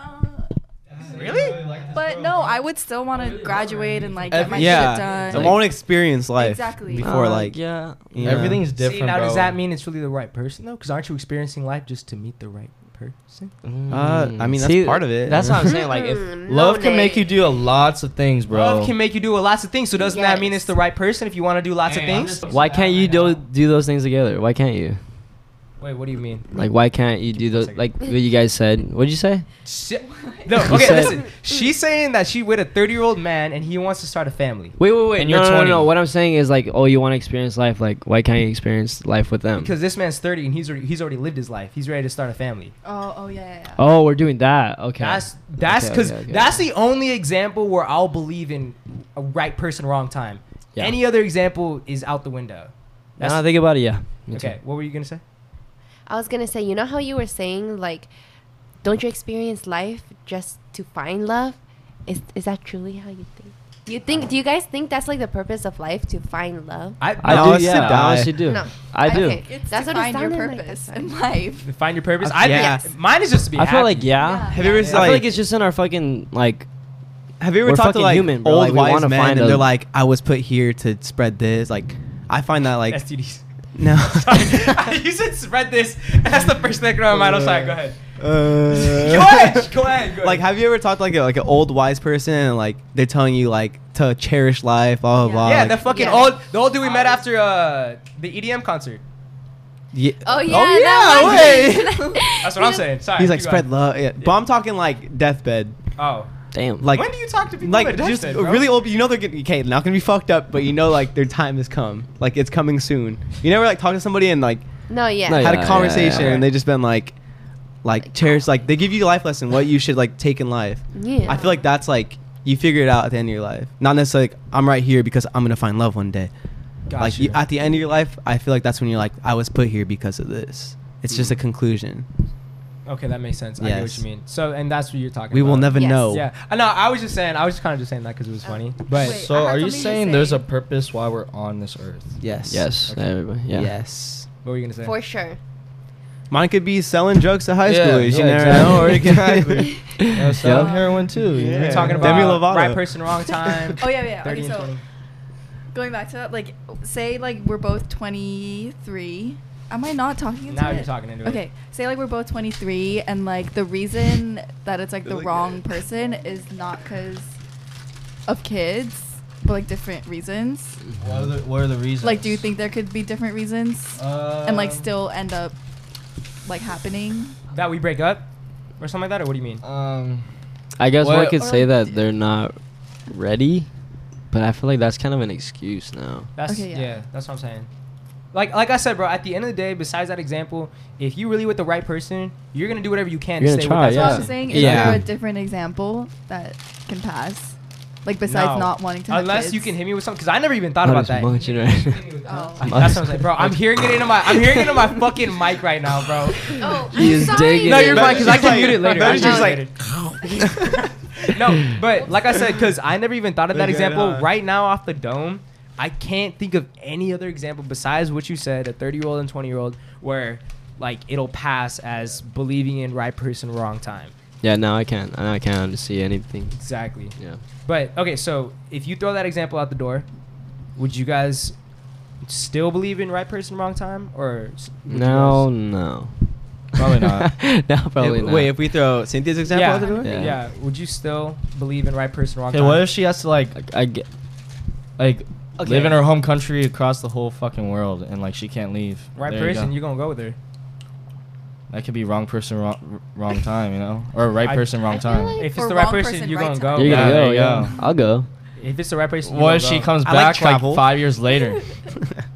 [SPEAKER 5] really?
[SPEAKER 7] But no, I would still want to graduate and like get
[SPEAKER 8] Every-
[SPEAKER 7] my shit
[SPEAKER 8] yeah,
[SPEAKER 7] done.
[SPEAKER 8] I won't experience life
[SPEAKER 7] Exactly.
[SPEAKER 8] before
[SPEAKER 2] Uh,
[SPEAKER 8] like
[SPEAKER 2] yeah.
[SPEAKER 8] you know.
[SPEAKER 1] Everything's different.
[SPEAKER 5] See, now
[SPEAKER 1] bro.
[SPEAKER 5] does that mean it's really the right person though? Because aren't you experiencing life just to meet the right person?
[SPEAKER 8] Uh, I mean, that's part of it.
[SPEAKER 2] That's what I'm saying. Like, if
[SPEAKER 6] Mm, no,
[SPEAKER 1] Love can make
[SPEAKER 6] Nate.
[SPEAKER 1] you do a lots of things, bro.
[SPEAKER 5] Love can make you do lots of things. So doesn't that mean
[SPEAKER 6] Yes.
[SPEAKER 5] it's the right person if you want to do lots of things?
[SPEAKER 2] why can't you do do those things together? Why can't you?
[SPEAKER 5] Wait, what do you mean?
[SPEAKER 2] Like, why can't you do those? Like what you guys said. What'd you say?
[SPEAKER 5] Shi- No,
[SPEAKER 2] He
[SPEAKER 5] okay,
[SPEAKER 2] said-
[SPEAKER 5] listen. She's saying that she with a 30 year old man and he wants to start a family.
[SPEAKER 2] Wait, wait, wait.
[SPEAKER 1] And
[SPEAKER 2] no,
[SPEAKER 1] you're
[SPEAKER 2] no, no,
[SPEAKER 1] 20.
[SPEAKER 2] no. What I'm saying is like, oh, you want to experience life. Like, why can't you experience life with them?
[SPEAKER 5] Because this man's 30 and he's already, he's already lived his life. He's ready to start a family.
[SPEAKER 7] Oh, oh yeah, yeah. yeah.
[SPEAKER 2] oh, we're doing that. Okay.
[SPEAKER 5] That's that's
[SPEAKER 2] Okay,
[SPEAKER 5] because
[SPEAKER 2] okay, okay.
[SPEAKER 5] that's the only example where I'll believe in a right person, wrong time.
[SPEAKER 2] Yeah.
[SPEAKER 5] Any other example is out the window.
[SPEAKER 2] Now
[SPEAKER 5] That's-
[SPEAKER 2] I think about it. Yeah. Me too.
[SPEAKER 5] Okay, what were you gonna say?
[SPEAKER 6] I was gonna say, you know how you were saying like, don't you experience life just to find love? Is is that truly how you think? You think? Do you guys think that's like the purpose of life to find love?
[SPEAKER 5] I,
[SPEAKER 2] I
[SPEAKER 8] No,
[SPEAKER 2] do,
[SPEAKER 8] it's to
[SPEAKER 2] yeah.
[SPEAKER 8] die.
[SPEAKER 2] I honestly do.
[SPEAKER 6] No.
[SPEAKER 2] I do.
[SPEAKER 6] Okay.
[SPEAKER 7] It's
[SPEAKER 6] That's
[SPEAKER 7] to
[SPEAKER 6] what it
[SPEAKER 7] find your
[SPEAKER 6] sounded like.
[SPEAKER 7] purpose
[SPEAKER 6] That's
[SPEAKER 7] in
[SPEAKER 6] fine.
[SPEAKER 7] life.
[SPEAKER 5] Find your purpose.
[SPEAKER 8] Okay.
[SPEAKER 5] I
[SPEAKER 8] Yeah.
[SPEAKER 5] think mine is just to be.
[SPEAKER 2] I feel
[SPEAKER 5] happy.
[SPEAKER 2] like yeah.
[SPEAKER 8] Have you ever
[SPEAKER 2] I
[SPEAKER 8] like,
[SPEAKER 2] feel like it's just in our fucking like.
[SPEAKER 8] have you ever
[SPEAKER 2] we're
[SPEAKER 8] talked to
[SPEAKER 2] fucking
[SPEAKER 8] like
[SPEAKER 2] human, bro.
[SPEAKER 8] old
[SPEAKER 2] Like, we
[SPEAKER 8] wise
[SPEAKER 2] wanna
[SPEAKER 8] men
[SPEAKER 2] find
[SPEAKER 8] and
[SPEAKER 2] a-
[SPEAKER 8] they're like, I was put here to spread this. Like, I find that like
[SPEAKER 5] STDs.
[SPEAKER 8] no.
[SPEAKER 5] Sorry. you said spread this. That's the first thing that came to my mind. I'm sorry. Go ahead.
[SPEAKER 8] Uh,
[SPEAKER 5] Go ahead. Go ahead. Go ahead.
[SPEAKER 8] Like, have you ever talked to, like a, like an old wise person and like they're telling you like to cherish life, blah blah
[SPEAKER 7] Yeah.
[SPEAKER 8] blah.
[SPEAKER 5] yeah,
[SPEAKER 8] like-
[SPEAKER 5] the fucking
[SPEAKER 6] Yeah.
[SPEAKER 5] old the old dude we met after uh the EDM concert.
[SPEAKER 8] yeah.
[SPEAKER 6] Oh yeah.
[SPEAKER 8] yeah,
[SPEAKER 6] that was-
[SPEAKER 5] That's what I'm saying. Sorry.
[SPEAKER 8] He's like
[SPEAKER 5] keep
[SPEAKER 8] spread
[SPEAKER 5] going.
[SPEAKER 8] love. Yeah. But I'm talking like deathbed,
[SPEAKER 5] Oh,
[SPEAKER 2] Damn.
[SPEAKER 8] like
[SPEAKER 5] when do you talk to people?
[SPEAKER 8] like
[SPEAKER 5] that
[SPEAKER 8] just
[SPEAKER 5] deathbed, bro?
[SPEAKER 8] really old. You know they're getting okay, they're not gonna be fucked up, but you know like their time has come. Like it's coming soon. You never like talk to somebody and like
[SPEAKER 6] No. Yeah.
[SPEAKER 2] No,
[SPEAKER 8] had
[SPEAKER 2] yeah,
[SPEAKER 8] a conversation
[SPEAKER 2] yeah.
[SPEAKER 8] and they just been like, like cherish. Like they give you a life lesson what you should like take in life.
[SPEAKER 6] Yeah.
[SPEAKER 8] I feel like that's like you figure it out at the end of your life. Not necessarily like, I'm right here because I'm gonna find love one day.
[SPEAKER 5] Got
[SPEAKER 8] like you. at the end of your life, I feel like that's when you're like, I was put here because of this. It's
[SPEAKER 5] Mm.
[SPEAKER 8] just a conclusion.
[SPEAKER 5] Okay, that makes sense. I get what
[SPEAKER 8] Yes.
[SPEAKER 5] you mean. So, and that's what you're talking.
[SPEAKER 8] We
[SPEAKER 5] about.
[SPEAKER 8] will never
[SPEAKER 6] Yes.
[SPEAKER 8] know. Uh,
[SPEAKER 5] Yeah, I know. I was just saying. I was just kind of just saying that because it was funny. But
[SPEAKER 7] Wait, I
[SPEAKER 1] so
[SPEAKER 7] have
[SPEAKER 1] are you
[SPEAKER 7] something to
[SPEAKER 1] saying there's
[SPEAKER 7] say.
[SPEAKER 1] a purpose why we're on this earth?
[SPEAKER 8] Yes.
[SPEAKER 2] yes.
[SPEAKER 5] Okay.
[SPEAKER 2] Everybody. Yeah.
[SPEAKER 8] Yes.
[SPEAKER 5] what were you gonna say?
[SPEAKER 6] For sure.
[SPEAKER 8] Mine could be selling drugs to high
[SPEAKER 1] Yeah,
[SPEAKER 8] schoolers.
[SPEAKER 1] yeah,
[SPEAKER 8] you never
[SPEAKER 1] exactly.
[SPEAKER 8] know. Or it could
[SPEAKER 1] Exactly. Yeah, selling
[SPEAKER 2] Yep.
[SPEAKER 1] heroin too. you
[SPEAKER 8] Yeah.
[SPEAKER 1] know?
[SPEAKER 5] We're talking about
[SPEAKER 8] Demi Lovato.
[SPEAKER 5] right person, wrong time.
[SPEAKER 7] Oh yeah, yeah.
[SPEAKER 5] 30
[SPEAKER 7] Okay,
[SPEAKER 5] and
[SPEAKER 7] so
[SPEAKER 5] 20.
[SPEAKER 7] going back to that, like, say like we're both 23. Am I not talking? Into
[SPEAKER 5] Now
[SPEAKER 7] it?
[SPEAKER 5] you're talking into it.
[SPEAKER 7] Okay, say like we're both 23, and like the reason that it's like the
[SPEAKER 8] Really
[SPEAKER 7] wrong
[SPEAKER 8] good.
[SPEAKER 7] person is not because of kids, but like different reasons.
[SPEAKER 1] What are the what are the reasons? Uh,
[SPEAKER 7] Like, do you think there could be different
[SPEAKER 5] Uh,
[SPEAKER 7] reasons and like still end up like happening?
[SPEAKER 5] that we break up or something like that, or what do you mean?
[SPEAKER 1] Um.
[SPEAKER 2] I guess one
[SPEAKER 1] What-
[SPEAKER 2] could
[SPEAKER 7] Or,
[SPEAKER 2] say that
[SPEAKER 7] like, d-
[SPEAKER 2] they're not ready, but I feel like that's kind of an excuse now.
[SPEAKER 5] That's
[SPEAKER 7] Okay,
[SPEAKER 5] yeah.
[SPEAKER 7] yeah.
[SPEAKER 5] That's what I'm saying. Like like I said, bro. At the end of the day, besides that example, if you really with the right person, you're gonna do whatever you can
[SPEAKER 2] You're
[SPEAKER 5] to
[SPEAKER 2] gonna
[SPEAKER 5] stay
[SPEAKER 2] try,
[SPEAKER 5] with
[SPEAKER 7] That's
[SPEAKER 5] that
[SPEAKER 7] what
[SPEAKER 2] Oh, yeah.
[SPEAKER 7] I'm
[SPEAKER 5] person.
[SPEAKER 7] saying. Is
[SPEAKER 2] Yeah.
[SPEAKER 7] there a different example that can pass? Like besides
[SPEAKER 5] No.
[SPEAKER 7] not wanting to. Have
[SPEAKER 5] Unless
[SPEAKER 7] kids?
[SPEAKER 5] you can hit me with something, because I never even thought
[SPEAKER 2] Not
[SPEAKER 5] about
[SPEAKER 2] as
[SPEAKER 5] that.
[SPEAKER 2] much, you know.
[SPEAKER 7] Oh.
[SPEAKER 5] That's what I'm saying, bro. I'm hearing it into my I'm hearing it into my fucking mic right now, bro.
[SPEAKER 6] Oh,
[SPEAKER 2] He is digging
[SPEAKER 5] No, you're
[SPEAKER 8] But
[SPEAKER 5] fine because I
[SPEAKER 8] she's
[SPEAKER 5] can
[SPEAKER 8] like-
[SPEAKER 5] mute it later.
[SPEAKER 8] but
[SPEAKER 5] I
[SPEAKER 8] she's
[SPEAKER 5] can
[SPEAKER 8] just
[SPEAKER 5] mute it later. no, but like I said, because I never even thought of that
[SPEAKER 8] Okay,
[SPEAKER 5] example.
[SPEAKER 8] nah.
[SPEAKER 5] Right now, off the dome, I can't think of any other example besides what you said a 30 year old and 20 year old where like it'll pass as believing in right person, wrong time.
[SPEAKER 2] Yeah, no, I can't. I can't see anything.
[SPEAKER 5] Exactly.
[SPEAKER 2] Yeah.
[SPEAKER 5] But okay, so if you throw that example out the door, would you guys still believe in right person, wrong time? Or s- would you
[SPEAKER 2] No,
[SPEAKER 5] guys-
[SPEAKER 2] no.
[SPEAKER 1] Probably not.
[SPEAKER 2] no, probably
[SPEAKER 8] If-
[SPEAKER 2] not.
[SPEAKER 8] Wait, if we throw Cynthia's example
[SPEAKER 5] yeah,
[SPEAKER 8] out the door?
[SPEAKER 5] Yeah.
[SPEAKER 2] Yeah.
[SPEAKER 5] Would you still believe in right person, wrong
[SPEAKER 1] Okay,
[SPEAKER 5] time?
[SPEAKER 1] what if she has to like
[SPEAKER 2] Like, I get,
[SPEAKER 1] like
[SPEAKER 5] Okay.
[SPEAKER 1] live in her home country across the whole fucking world and like she can't leave?
[SPEAKER 5] right
[SPEAKER 1] There
[SPEAKER 5] person,
[SPEAKER 1] You
[SPEAKER 5] you are gonna go with her.
[SPEAKER 1] go. that could be wrong person, wrong, wrong time. You know, or right
[SPEAKER 5] I-
[SPEAKER 1] person, wrong
[SPEAKER 7] I feel
[SPEAKER 1] time.
[SPEAKER 7] like-
[SPEAKER 5] If
[SPEAKER 7] For
[SPEAKER 5] it's the right
[SPEAKER 7] wrong
[SPEAKER 5] person,
[SPEAKER 7] person,
[SPEAKER 5] you're
[SPEAKER 7] right
[SPEAKER 5] gonna
[SPEAKER 1] time.
[SPEAKER 2] you're
[SPEAKER 5] go.
[SPEAKER 1] Yeah,
[SPEAKER 8] Ah,
[SPEAKER 2] gonna
[SPEAKER 1] there
[SPEAKER 2] go.
[SPEAKER 1] you
[SPEAKER 2] Yeah,
[SPEAKER 1] go.
[SPEAKER 2] I'll go.
[SPEAKER 5] If it's the right person, you're
[SPEAKER 1] what
[SPEAKER 5] gonna
[SPEAKER 1] if she
[SPEAKER 5] go.
[SPEAKER 1] comes
[SPEAKER 8] I like
[SPEAKER 1] back like,
[SPEAKER 8] travel.
[SPEAKER 1] five years later?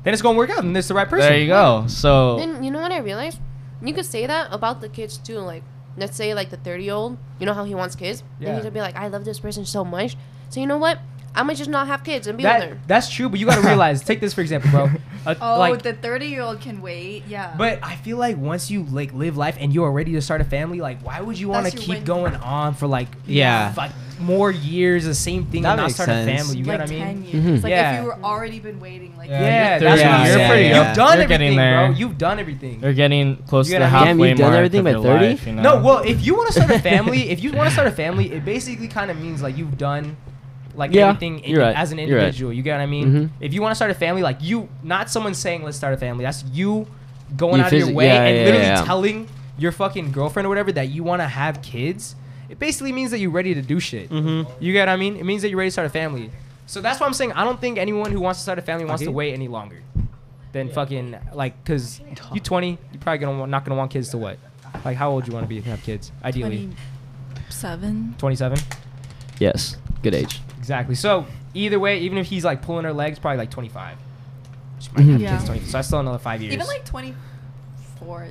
[SPEAKER 5] Then it's gonna work out, and it's the right person.
[SPEAKER 1] there you go. So
[SPEAKER 6] Then you know what I realized? You could say that about the kids too. Like, let's say like the thirty-year-old. You know how he wants kids. Yeah.
[SPEAKER 5] Yeah.
[SPEAKER 6] Then he'd be like, I love this person so much. So you know what? I'm gonna just not have kids and be with her.
[SPEAKER 5] That that's true, but you gotta realize. take this for example, bro. A-
[SPEAKER 7] Oh,
[SPEAKER 5] like,
[SPEAKER 7] the 30 year old can wait. Yeah.
[SPEAKER 5] but I feel like once you like live life and you are ready to start a family, like why would you want to
[SPEAKER 7] That's your
[SPEAKER 5] keep
[SPEAKER 7] win-
[SPEAKER 5] going on for like
[SPEAKER 8] Yeah.
[SPEAKER 5] like more years the same thing
[SPEAKER 8] That
[SPEAKER 5] and not
[SPEAKER 8] makes
[SPEAKER 5] start a
[SPEAKER 8] sense.
[SPEAKER 5] family? You
[SPEAKER 7] like
[SPEAKER 5] know what I mean?
[SPEAKER 7] 10 years.
[SPEAKER 2] Mhm.
[SPEAKER 7] Like
[SPEAKER 5] Yeah.
[SPEAKER 7] if you were already been waiting, like
[SPEAKER 5] Yeah,
[SPEAKER 1] Yeah,
[SPEAKER 5] that's
[SPEAKER 8] you're
[SPEAKER 5] what I'm
[SPEAKER 8] thirty. Yeah,
[SPEAKER 5] saying.
[SPEAKER 8] yeah, yeah.
[SPEAKER 5] You've done
[SPEAKER 1] You're
[SPEAKER 5] everything,
[SPEAKER 1] getting there.
[SPEAKER 5] bro. You've done everything.
[SPEAKER 1] they're getting close
[SPEAKER 5] You
[SPEAKER 1] to the
[SPEAKER 5] gotta have-
[SPEAKER 1] halfway
[SPEAKER 2] Damn, you've done
[SPEAKER 1] mark
[SPEAKER 2] everything
[SPEAKER 1] of
[SPEAKER 2] by
[SPEAKER 1] your
[SPEAKER 2] 30?
[SPEAKER 1] life, you know?
[SPEAKER 5] No, well, if you want to start a family, if you want to start a family, it basically kind of means like you've done like
[SPEAKER 2] Yeah,
[SPEAKER 5] everything in-
[SPEAKER 2] you're right,
[SPEAKER 5] as an
[SPEAKER 2] you're right.
[SPEAKER 5] individual. You get what I mean?
[SPEAKER 2] Mhm.
[SPEAKER 5] If you want to start a family, like you, not someone saying let's start a family. That's you going
[SPEAKER 2] You
[SPEAKER 5] out of your
[SPEAKER 2] physi-
[SPEAKER 5] way
[SPEAKER 2] yeah,
[SPEAKER 5] and
[SPEAKER 2] yeah,
[SPEAKER 5] literally
[SPEAKER 2] yeah.
[SPEAKER 5] telling your fucking girlfriend or whatever that you want to have kids. It basically means that you're ready to do shit.
[SPEAKER 1] Mm-hmm.
[SPEAKER 5] You get what I mean? It means that you're ready to start a family. So that's why I'm saying I don't think anyone who wants to start a family wants to
[SPEAKER 8] Okay.
[SPEAKER 5] wait any longer than fucking like because you 20 you probably gonna wa- not gonna want kids to what like how old you want to be to have kids ideally
[SPEAKER 7] 27.
[SPEAKER 5] 27
[SPEAKER 2] Yes, good age.
[SPEAKER 5] exactly so either way even if he's like pulling her legs probably like 25 she might
[SPEAKER 2] Mhm.
[SPEAKER 5] have
[SPEAKER 7] Yeah.
[SPEAKER 5] kids 20, so that's still another five years
[SPEAKER 7] Even like 24.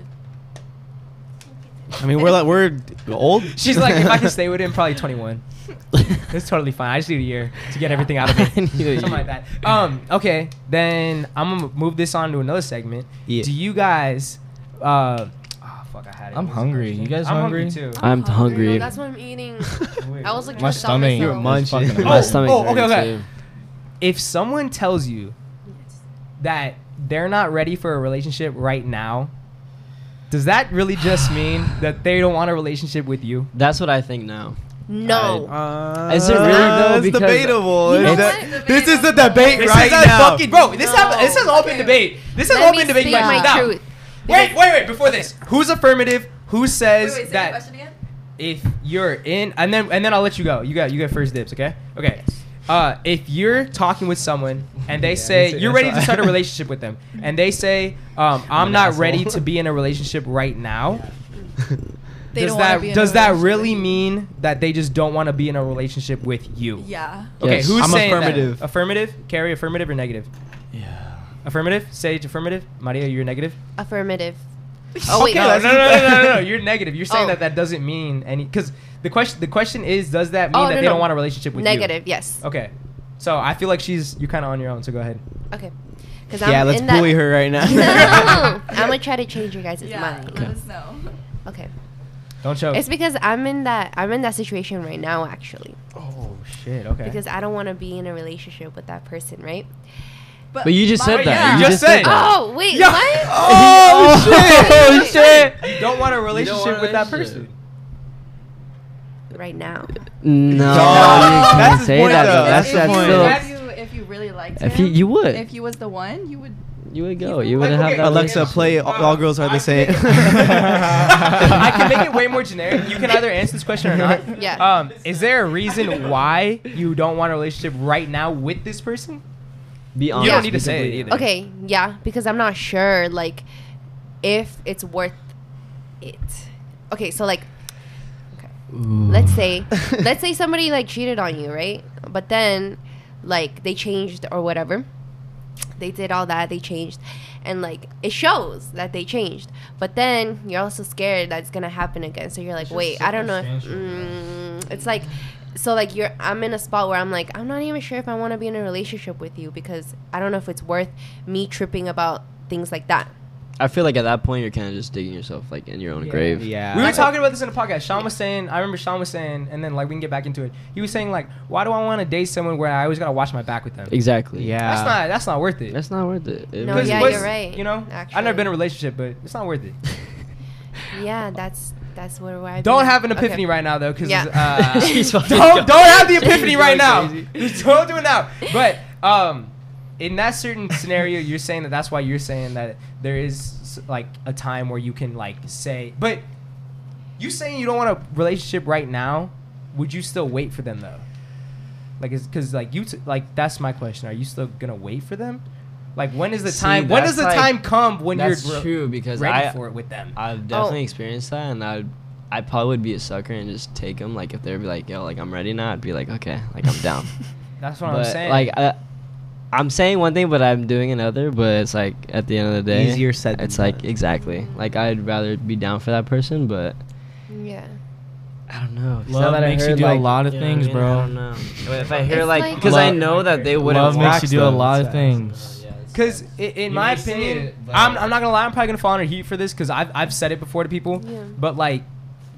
[SPEAKER 8] I mean, we're like we're old.
[SPEAKER 5] she's like if i can stay with him probably 21 it's totally fine i just need a year to get everything out of
[SPEAKER 2] I
[SPEAKER 5] me
[SPEAKER 2] need a
[SPEAKER 5] something
[SPEAKER 2] year.
[SPEAKER 5] like that um okay then i'm gonna move this on to another segment
[SPEAKER 8] Yeah.
[SPEAKER 5] do you guys uh oh, fuck, I had it.
[SPEAKER 1] I'm
[SPEAKER 5] It was
[SPEAKER 1] hungry.
[SPEAKER 5] actually-
[SPEAKER 1] You guys
[SPEAKER 5] I'm
[SPEAKER 1] hungry?
[SPEAKER 5] too.
[SPEAKER 2] I'm hungry.
[SPEAKER 6] No, that's what I'm eating. I was like
[SPEAKER 1] My
[SPEAKER 6] trying to stop myself.
[SPEAKER 1] stomach.
[SPEAKER 8] You're munching.
[SPEAKER 1] fucking
[SPEAKER 8] My
[SPEAKER 1] hurts.
[SPEAKER 2] stomach
[SPEAKER 5] oh, okay,
[SPEAKER 2] hurts,
[SPEAKER 5] okay.
[SPEAKER 2] too.
[SPEAKER 5] If someone tells you that they're not ready for a relationship right now, does that really just mean that they don't want a relationship with you?
[SPEAKER 2] That's what I think now.
[SPEAKER 6] No.
[SPEAKER 8] Uh,
[SPEAKER 2] Is it really though?
[SPEAKER 8] It's
[SPEAKER 2] Because-
[SPEAKER 8] debatable.
[SPEAKER 6] You know
[SPEAKER 8] Is that-
[SPEAKER 6] what?
[SPEAKER 8] this is the debate
[SPEAKER 5] This
[SPEAKER 8] right
[SPEAKER 5] is a
[SPEAKER 8] now.
[SPEAKER 5] fucking bro. This have, this has all been
[SPEAKER 6] Okay.
[SPEAKER 5] debate. This has
[SPEAKER 6] Let
[SPEAKER 5] all
[SPEAKER 6] me
[SPEAKER 5] been debate.
[SPEAKER 6] speak
[SPEAKER 5] by
[SPEAKER 6] my
[SPEAKER 5] now.
[SPEAKER 6] truth.
[SPEAKER 5] Wait, wait, wait. Before this, who's affirmative? Who says
[SPEAKER 7] wait, say the
[SPEAKER 5] that?
[SPEAKER 7] question again?
[SPEAKER 5] if you're in and then and then I'll let you go. You got you get first dibs, okay? Okay. Uh, if you're talking with someone and they say
[SPEAKER 1] that's-
[SPEAKER 5] you're ready to
[SPEAKER 1] that's
[SPEAKER 5] start a
[SPEAKER 1] all.
[SPEAKER 5] relationship with them and they say um, I'm
[SPEAKER 1] an
[SPEAKER 5] not
[SPEAKER 1] asshole.
[SPEAKER 5] ready to be in a relationship right now,
[SPEAKER 7] They
[SPEAKER 5] does
[SPEAKER 7] don't wanna
[SPEAKER 5] that
[SPEAKER 7] be in a
[SPEAKER 5] does that
[SPEAKER 7] relationship
[SPEAKER 5] really
[SPEAKER 7] with you.
[SPEAKER 5] mean that they just don't want to be in a relationship with you?
[SPEAKER 7] Yeah.
[SPEAKER 5] Okay,
[SPEAKER 2] Yes.
[SPEAKER 5] who's
[SPEAKER 8] I'm
[SPEAKER 5] saying that?
[SPEAKER 8] affirmative.
[SPEAKER 5] Affirmative? Carrie, affirmative or negative?
[SPEAKER 1] Yeah.
[SPEAKER 5] Affirmative? Sage, affirmative? Maria, you're negative?
[SPEAKER 6] Affirmative. Oh wait,
[SPEAKER 5] no, no, no, no, no, no, no, You're negative. You're saying
[SPEAKER 6] Oh.
[SPEAKER 5] that that doesn't mean any. Because the question, the question is, does that mean
[SPEAKER 6] Oh,
[SPEAKER 5] that
[SPEAKER 6] no,
[SPEAKER 5] they
[SPEAKER 6] no.
[SPEAKER 5] don't want a relationship with
[SPEAKER 6] Negative.
[SPEAKER 5] you?
[SPEAKER 6] Yes.
[SPEAKER 5] Okay. So I feel like she's you're kind of on your own. So go ahead.
[SPEAKER 6] Okay. Because
[SPEAKER 8] yeah, let's bully her right now.
[SPEAKER 6] no, I'm gonna try to change your guys'
[SPEAKER 7] Yeah.
[SPEAKER 6] mind.
[SPEAKER 7] Let us know.
[SPEAKER 6] Okay.
[SPEAKER 5] Don't choke.
[SPEAKER 6] It's because I'm in that I'm in that situation right now actually
[SPEAKER 5] oh shit. Okay.
[SPEAKER 6] because I don't want to be in a relationship with that person, right?
[SPEAKER 2] But you just said
[SPEAKER 7] But
[SPEAKER 2] that.
[SPEAKER 7] Oh, yeah.
[SPEAKER 5] You just said that.
[SPEAKER 6] Oh wait,
[SPEAKER 5] Yeah.
[SPEAKER 6] what?
[SPEAKER 5] Oh,
[SPEAKER 2] Oh, shit.
[SPEAKER 5] You don't want a relationship
[SPEAKER 2] want a
[SPEAKER 5] with that person.
[SPEAKER 2] relationship.
[SPEAKER 6] Right now.
[SPEAKER 2] No,
[SPEAKER 8] that's
[SPEAKER 2] you can't
[SPEAKER 8] his
[SPEAKER 2] say
[SPEAKER 8] point,
[SPEAKER 2] that.
[SPEAKER 8] though.
[SPEAKER 2] Though. That's
[SPEAKER 8] That's his
[SPEAKER 2] that's
[SPEAKER 8] point.
[SPEAKER 2] still.
[SPEAKER 7] if you if you really liked
[SPEAKER 2] If
[SPEAKER 7] him,
[SPEAKER 2] you- you would.
[SPEAKER 7] If you was the one, you would.
[SPEAKER 2] You would go.
[SPEAKER 7] If-
[SPEAKER 2] You would
[SPEAKER 5] like,
[SPEAKER 2] have
[SPEAKER 5] okay,
[SPEAKER 2] that.
[SPEAKER 8] Alexa,
[SPEAKER 2] relationship.
[SPEAKER 8] play All All Girls Are the Same.
[SPEAKER 5] I can make it way more generic. You can either answer this question or not.
[SPEAKER 6] Yeah.
[SPEAKER 5] Um, is there a reason why you don't want a relationship right now with this person?
[SPEAKER 2] Be honest.
[SPEAKER 5] don't need to
[SPEAKER 2] be
[SPEAKER 5] say it
[SPEAKER 2] completely
[SPEAKER 5] either.
[SPEAKER 2] honest.
[SPEAKER 6] Okay, yeah, because I'm not sure like if it's worth it. Okay, so like okay. Let's say let's say somebody like cheated on you, right? But then like they changed or whatever. They did all that, they changed and like it shows that they changed. But then you're also scared that's going to happen again. So you're like, "Wait, I don't know." if- Mm, it's like so like you're I'm in a spot where I'm like I'm not even sure if I want to be in a relationship with you because I don't know if it's worth me tripping about things like that.
[SPEAKER 2] I feel like at that point you're kind of just digging yourself like in your own
[SPEAKER 5] Yeah.
[SPEAKER 2] grave.
[SPEAKER 8] yeah.
[SPEAKER 5] We were talking about this in the podcast. Sean was saying, I remember Sean was saying, and then like we can get back into it. He was saying like, why do I want to date someone where I always gotta watch my back with them?
[SPEAKER 2] Exactly.
[SPEAKER 8] Yeah.
[SPEAKER 5] That's not that's not worth it.
[SPEAKER 2] That's not worth it. It really
[SPEAKER 6] No,
[SPEAKER 5] Because
[SPEAKER 6] yeah,
[SPEAKER 2] isn't.
[SPEAKER 5] what's-
[SPEAKER 6] you're right,
[SPEAKER 5] You know, I've
[SPEAKER 6] actually.
[SPEAKER 5] never been in a relationship, but it's not worth it.
[SPEAKER 6] Yeah, that's that's where I
[SPEAKER 5] Don't have an epiphany right now though, because
[SPEAKER 6] Yeah.
[SPEAKER 5] uh,
[SPEAKER 2] She's fucking
[SPEAKER 5] don't
[SPEAKER 2] dumb.
[SPEAKER 5] don't have the epiphany
[SPEAKER 2] She's going
[SPEAKER 5] right now.
[SPEAKER 2] crazy.
[SPEAKER 5] don't do it now. But um, in that certain scenario, you're saying that that's why you're saying that there is like a time where you can like say, but you saying you don't want a relationship right now. Would you still wait for them though? Like, is because like you t- like that's my question. Are you still gonna wait for them? Like, when is the
[SPEAKER 2] See,
[SPEAKER 5] time? When does
[SPEAKER 2] that's like-
[SPEAKER 5] the time come when you're
[SPEAKER 2] That's
[SPEAKER 5] re-
[SPEAKER 2] true because
[SPEAKER 5] ready
[SPEAKER 2] I
[SPEAKER 5] for it with them?
[SPEAKER 2] I've
[SPEAKER 6] Oh.
[SPEAKER 2] definitely experienced that, and I'd I probably would be a sucker and just take them. Like if they'd be like, "Yo, like I'm ready now," I'd be like, "Okay, like I'm down."
[SPEAKER 5] That's what
[SPEAKER 2] but
[SPEAKER 5] I'm saying.
[SPEAKER 2] like I, I'm saying one thing, but I'm doing another. But it's like at the end of the day,
[SPEAKER 8] Easier said than
[SPEAKER 2] It's like
[SPEAKER 8] done.
[SPEAKER 2] exactly like I'd rather be down for that person, but
[SPEAKER 6] Yeah.
[SPEAKER 2] I don't know. It's
[SPEAKER 1] Love
[SPEAKER 2] not that I
[SPEAKER 1] makes you
[SPEAKER 2] heard,
[SPEAKER 1] do a
[SPEAKER 2] like-
[SPEAKER 1] lot of
[SPEAKER 2] you know
[SPEAKER 1] things,
[SPEAKER 2] what I mean?
[SPEAKER 1] bro.
[SPEAKER 2] I don't know. But if I hear
[SPEAKER 6] It's
[SPEAKER 2] like
[SPEAKER 6] like-
[SPEAKER 2] because I
[SPEAKER 1] Love-
[SPEAKER 2] know that they wouldn't.
[SPEAKER 1] Love
[SPEAKER 2] want
[SPEAKER 1] makes you do a
[SPEAKER 2] them.
[SPEAKER 1] lot of things.
[SPEAKER 5] Because in
[SPEAKER 2] You
[SPEAKER 5] my
[SPEAKER 2] may say
[SPEAKER 5] opinion,
[SPEAKER 2] it, but-
[SPEAKER 5] I'm, I'm not gonna lie, I'm probably gonna fall under heat for this because I've, I've said it before to people.
[SPEAKER 6] Yeah.
[SPEAKER 5] But like,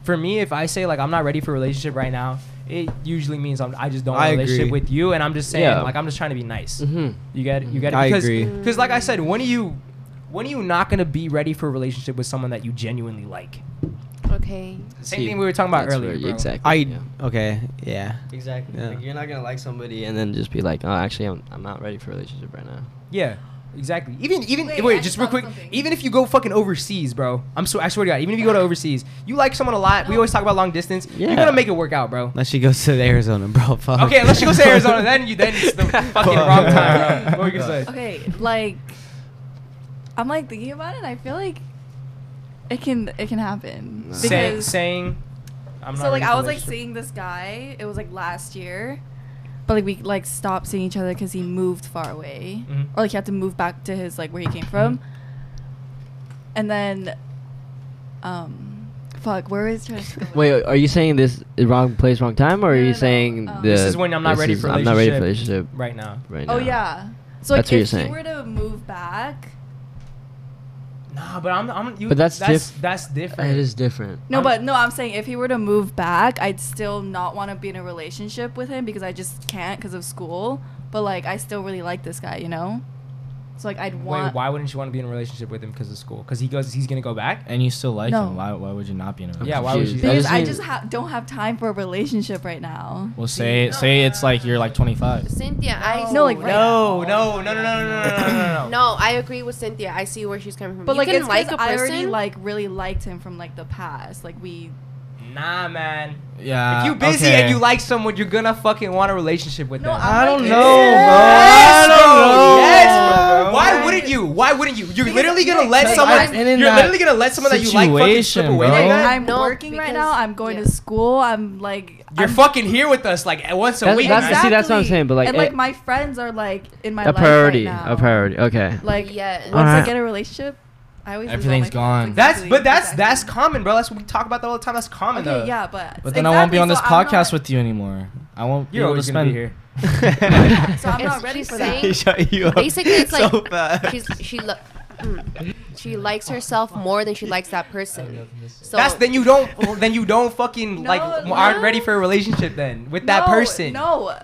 [SPEAKER 5] for me, if I say like I'm not ready for a relationship right now, it usually means I'm, I just don't want
[SPEAKER 8] I
[SPEAKER 5] a relationship
[SPEAKER 8] agree.
[SPEAKER 5] with you, and I'm just saying
[SPEAKER 2] Yeah.
[SPEAKER 5] like I'm just trying to be nice.
[SPEAKER 2] Mhm.
[SPEAKER 5] You get it? You get it?
[SPEAKER 8] I
[SPEAKER 5] Because,
[SPEAKER 8] agree.
[SPEAKER 5] Because like I said, when are you when are you not gonna be ready for a relationship with someone that you genuinely like?
[SPEAKER 6] Okay.
[SPEAKER 5] Same
[SPEAKER 2] See,
[SPEAKER 5] thing we were talking about
[SPEAKER 2] that's
[SPEAKER 5] earlier,
[SPEAKER 2] where-
[SPEAKER 5] bro.
[SPEAKER 2] Exactly.
[SPEAKER 8] I
[SPEAKER 2] yeah.
[SPEAKER 8] okay. Yeah.
[SPEAKER 2] Exactly.
[SPEAKER 8] Yeah.
[SPEAKER 2] Like, you're not gonna like somebody and then just be like, oh, actually, I'm, I'm not ready for a relationship right now.
[SPEAKER 5] Yeah, exactly. Even even wait,
[SPEAKER 7] Wait, I
[SPEAKER 5] just
[SPEAKER 7] just
[SPEAKER 5] real
[SPEAKER 7] thought
[SPEAKER 5] quick.
[SPEAKER 7] of something.
[SPEAKER 5] Even if you go fucking overseas, bro. I'm so I swear to God. Even if you go to overseas, you like someone a lot. We always talk about long distance. You're
[SPEAKER 2] Yeah.
[SPEAKER 5] gonna make it work out, bro.
[SPEAKER 8] Unless she goes to Arizona, bro. Fuck.
[SPEAKER 5] Okay, unless you go to Arizona, then you then it's the fucking wrong time, bro. What were you gonna say?
[SPEAKER 7] Okay, like I'm like thinking about it. and I feel like it can it can happen
[SPEAKER 5] Say,
[SPEAKER 7] because
[SPEAKER 5] saying, I'm not
[SPEAKER 7] so like
[SPEAKER 5] ready for
[SPEAKER 7] I was like
[SPEAKER 5] relationship.
[SPEAKER 7] seeing this guy. It was like last year, but like we like stopped seeing each other because he moved far away,
[SPEAKER 5] Mhm.
[SPEAKER 7] or like he had to move back to his like where he came from. And then, um, fuck, where is trying to
[SPEAKER 2] Wait, are you saying this is wrong place, wrong time, or are
[SPEAKER 7] No, no,
[SPEAKER 2] you
[SPEAKER 7] no,
[SPEAKER 2] saying
[SPEAKER 7] um,
[SPEAKER 2] the,
[SPEAKER 7] This
[SPEAKER 5] is when I'm not
[SPEAKER 2] this
[SPEAKER 5] ready
[SPEAKER 2] is-
[SPEAKER 5] for
[SPEAKER 2] I'm not ready for
[SPEAKER 5] relationship.
[SPEAKER 2] relationship
[SPEAKER 5] right now.
[SPEAKER 2] right now.
[SPEAKER 7] Oh yeah. So like,
[SPEAKER 2] That's what
[SPEAKER 7] if
[SPEAKER 2] you're
[SPEAKER 7] he
[SPEAKER 2] saying.
[SPEAKER 7] were to move back,
[SPEAKER 5] Nah, but I'm. I'm you,
[SPEAKER 2] But that's
[SPEAKER 5] that's,
[SPEAKER 2] diff-
[SPEAKER 5] that's different.
[SPEAKER 2] It is different.
[SPEAKER 7] No,
[SPEAKER 5] I'm-
[SPEAKER 7] but no, I'm saying if he were to move back, I'd still not want to be in a relationship with him because I just can't because of school. But like, I still really like this guy, you know. So like, I'd
[SPEAKER 5] Wait,
[SPEAKER 7] want.
[SPEAKER 5] why wouldn't you want to be in a relationship with him because of school? Because he goes, he's gonna go back.
[SPEAKER 1] and you still like
[SPEAKER 7] No.
[SPEAKER 1] him. Why, why would you not be in a relationship?
[SPEAKER 5] Yeah, why would
[SPEAKER 2] confused.
[SPEAKER 5] you-
[SPEAKER 2] I
[SPEAKER 7] Because I
[SPEAKER 2] mean-
[SPEAKER 7] just ha- don't have time for a relationship right now.
[SPEAKER 1] Well, say say it's like you're like 25.
[SPEAKER 6] Cynthia, I
[SPEAKER 7] No, like, right
[SPEAKER 5] No, no, no, no, no, no, no, no, no, no.
[SPEAKER 6] No, I agree with Cynthia. I see where she's coming from.
[SPEAKER 7] But
[SPEAKER 6] you
[SPEAKER 7] like,
[SPEAKER 6] can
[SPEAKER 7] it's
[SPEAKER 6] like
[SPEAKER 7] 'cause
[SPEAKER 6] a
[SPEAKER 7] I already
[SPEAKER 6] person.
[SPEAKER 7] like really liked him from like the past. Like we.
[SPEAKER 5] Nah, man.
[SPEAKER 1] Yeah.
[SPEAKER 5] If you busy
[SPEAKER 1] okay.
[SPEAKER 5] and you like someone, you're gonna fucking want a relationship with
[SPEAKER 7] No,
[SPEAKER 5] them.
[SPEAKER 7] I'm
[SPEAKER 1] I
[SPEAKER 7] like,
[SPEAKER 1] don't
[SPEAKER 7] it's-
[SPEAKER 1] know,
[SPEAKER 5] Yes,
[SPEAKER 1] bro. I don't
[SPEAKER 5] bro.
[SPEAKER 1] know.
[SPEAKER 5] Yes, bro. Why wouldn't you? Why wouldn't you? You're
[SPEAKER 7] Because-
[SPEAKER 5] literally gonna
[SPEAKER 7] no,
[SPEAKER 5] let
[SPEAKER 7] because
[SPEAKER 5] someone.
[SPEAKER 7] I'm-
[SPEAKER 1] And in
[SPEAKER 5] You're
[SPEAKER 1] that
[SPEAKER 5] literally gonna let someone that you like fucking slip
[SPEAKER 1] situation,
[SPEAKER 5] away
[SPEAKER 1] bro.
[SPEAKER 5] like
[SPEAKER 7] Like,
[SPEAKER 5] that.
[SPEAKER 7] I'm
[SPEAKER 6] No,
[SPEAKER 7] working right
[SPEAKER 6] because-
[SPEAKER 7] now. I'm going
[SPEAKER 6] yeah.
[SPEAKER 7] to school. I'm like.
[SPEAKER 5] You're
[SPEAKER 7] I'm-
[SPEAKER 5] fucking here with us like once a
[SPEAKER 2] That's-
[SPEAKER 5] week.
[SPEAKER 2] that's- see, that's what I'm saying, but, like,
[SPEAKER 7] and like
[SPEAKER 2] it-
[SPEAKER 7] my friends are like in my
[SPEAKER 2] a
[SPEAKER 7] life right
[SPEAKER 2] priority.
[SPEAKER 7] now.
[SPEAKER 2] a priority. Okay.
[SPEAKER 7] Like
[SPEAKER 6] Yes.
[SPEAKER 7] once I
[SPEAKER 2] Alright.
[SPEAKER 7] get a relationship, I always lose all my
[SPEAKER 1] Everything's
[SPEAKER 7] friends.
[SPEAKER 1] gone.
[SPEAKER 5] That's
[SPEAKER 7] Exactly,
[SPEAKER 5] but that's
[SPEAKER 7] exactly.
[SPEAKER 5] that's common, bro. That's what we talk about that all the time. That's common though.
[SPEAKER 7] Okay, yeah, but
[SPEAKER 1] But then I won't be on this podcast with you anymore. I won't be
[SPEAKER 5] You're
[SPEAKER 1] able to
[SPEAKER 5] always gonna
[SPEAKER 1] spend
[SPEAKER 5] be here.
[SPEAKER 7] with. So I'm
[SPEAKER 6] It's-
[SPEAKER 7] not ready
[SPEAKER 6] she's
[SPEAKER 7] for that.
[SPEAKER 8] He
[SPEAKER 6] saying-
[SPEAKER 8] shut you up.
[SPEAKER 6] Basically, it's
[SPEAKER 8] so
[SPEAKER 6] like-
[SPEAKER 8] fast.
[SPEAKER 6] she's she lo- mm. she likes herself more than she likes that person. So
[SPEAKER 5] That's then you don't then you don't fucking
[SPEAKER 7] No,
[SPEAKER 5] like w- aren't
[SPEAKER 7] no.
[SPEAKER 5] ready for a relationship then with that
[SPEAKER 7] No,
[SPEAKER 5] person.
[SPEAKER 7] No.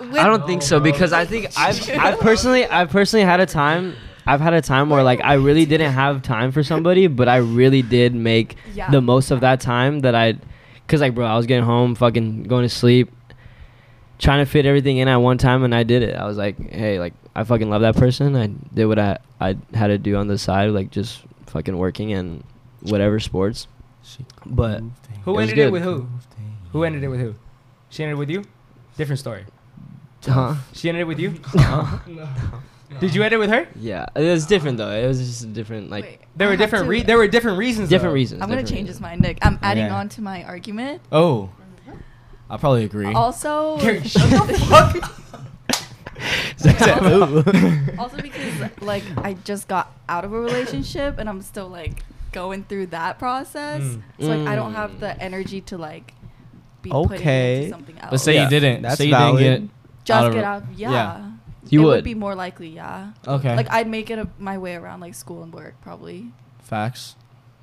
[SPEAKER 2] I don't think
[SPEAKER 5] Oh,
[SPEAKER 2] so because I think I've, I've personally I've personally had a time I've had a time where like I really didn't have time for somebody but I really did make
[SPEAKER 7] Yeah.
[SPEAKER 2] the most of that time that I cuz like bro I was getting home fucking going to sleep trying to fit everything in at one time and I did it. I was like, hey, like I fucking love that person. I did what I I had to do on the side like just fucking working and whatever sports. But
[SPEAKER 5] Who
[SPEAKER 2] It was
[SPEAKER 5] ended it
[SPEAKER 2] good.
[SPEAKER 5] with who? Who ended it with who? She ended it with you? Different story.
[SPEAKER 2] huh?
[SPEAKER 5] She ended it with you? Did you end it with her?
[SPEAKER 2] Yeah, it was different though. It was just a different like
[SPEAKER 7] Wait,
[SPEAKER 5] There
[SPEAKER 7] I
[SPEAKER 5] were
[SPEAKER 7] have
[SPEAKER 5] different
[SPEAKER 7] to-
[SPEAKER 5] re- there were different reasons.
[SPEAKER 2] different
[SPEAKER 5] though.
[SPEAKER 2] reasons.
[SPEAKER 7] I'm gonna
[SPEAKER 2] different
[SPEAKER 7] change
[SPEAKER 2] reasons.
[SPEAKER 7] this mind, Nick. I'm adding
[SPEAKER 1] Yeah.
[SPEAKER 7] on to my argument.
[SPEAKER 1] Oh, I probably agree.
[SPEAKER 7] Also,
[SPEAKER 5] Gary, shut the fuck up.
[SPEAKER 7] also because like I just got out of a relationship and I'm still like going through that process,
[SPEAKER 5] Mm.
[SPEAKER 7] so like I don't have
[SPEAKER 2] Mm.
[SPEAKER 7] the energy to like be putting it
[SPEAKER 8] Okay.
[SPEAKER 7] into something else.
[SPEAKER 1] But say
[SPEAKER 8] Yeah,
[SPEAKER 1] you didn't.
[SPEAKER 8] that's
[SPEAKER 1] say you
[SPEAKER 8] valid.
[SPEAKER 1] didn't
[SPEAKER 7] just
[SPEAKER 1] out of
[SPEAKER 7] get
[SPEAKER 1] a-
[SPEAKER 7] out. Yeah,
[SPEAKER 1] yeah.
[SPEAKER 2] You
[SPEAKER 7] it
[SPEAKER 2] would.
[SPEAKER 7] be more likely. Yeah,
[SPEAKER 1] get. Okay.
[SPEAKER 7] like I'd make it a, my way around like school and work probably.
[SPEAKER 1] Facts.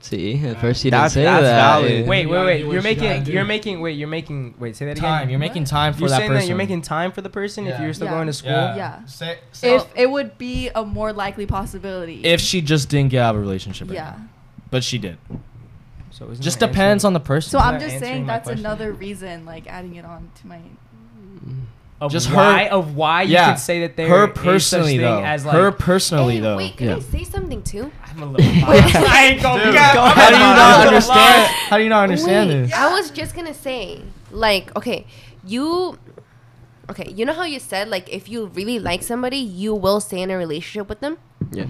[SPEAKER 2] See, at first you didn't
[SPEAKER 8] That's-
[SPEAKER 2] say
[SPEAKER 8] that's
[SPEAKER 2] that.
[SPEAKER 8] valid.
[SPEAKER 5] Wait, wait,
[SPEAKER 1] gotta
[SPEAKER 5] wait.
[SPEAKER 1] do what you
[SPEAKER 5] You're
[SPEAKER 1] gotta
[SPEAKER 5] making
[SPEAKER 1] do.
[SPEAKER 5] you're making wait, you're making wait, say that again.
[SPEAKER 1] Time. You're making time for
[SPEAKER 5] You're
[SPEAKER 1] that
[SPEAKER 5] saying
[SPEAKER 1] person.
[SPEAKER 5] that you're making time for the person if
[SPEAKER 1] Yeah.
[SPEAKER 5] you're still
[SPEAKER 7] Yeah.
[SPEAKER 5] going to school.
[SPEAKER 1] Yeah.
[SPEAKER 7] Yeah.
[SPEAKER 1] Say,
[SPEAKER 7] if it would be a more likely possibility.
[SPEAKER 1] if she just didn't get out of a relationship. Right
[SPEAKER 7] yeah.
[SPEAKER 1] now. But she did.
[SPEAKER 5] So isn't
[SPEAKER 1] Just
[SPEAKER 5] that
[SPEAKER 1] depends on
[SPEAKER 5] answering-
[SPEAKER 1] the person.
[SPEAKER 7] So
[SPEAKER 5] Is
[SPEAKER 7] I'm
[SPEAKER 5] that
[SPEAKER 7] just
[SPEAKER 5] answering
[SPEAKER 7] saying
[SPEAKER 5] my
[SPEAKER 7] that's
[SPEAKER 5] question?
[SPEAKER 7] another reason, like adding it on to my.
[SPEAKER 5] of
[SPEAKER 1] just
[SPEAKER 5] why
[SPEAKER 1] her-
[SPEAKER 5] of why you
[SPEAKER 1] yeah.
[SPEAKER 5] could say that they
[SPEAKER 1] her personally
[SPEAKER 5] such
[SPEAKER 1] though.
[SPEAKER 5] thing as like
[SPEAKER 1] her personally
[SPEAKER 6] Hey,
[SPEAKER 1] though.
[SPEAKER 6] Wait, can
[SPEAKER 2] Yeah.
[SPEAKER 6] I say something too?
[SPEAKER 5] I'm a little biased. I ain't gonna
[SPEAKER 1] Dude,
[SPEAKER 5] cap. I'm
[SPEAKER 1] how do you
[SPEAKER 5] not
[SPEAKER 1] not
[SPEAKER 5] gonna
[SPEAKER 1] understand?
[SPEAKER 5] lie.
[SPEAKER 1] How do you not understand
[SPEAKER 6] Wait,
[SPEAKER 1] this?
[SPEAKER 6] I was just gonna say, like, okay, you, okay, you know how you said like if you really like somebody, you will stay in a relationship with them.
[SPEAKER 2] Yeah.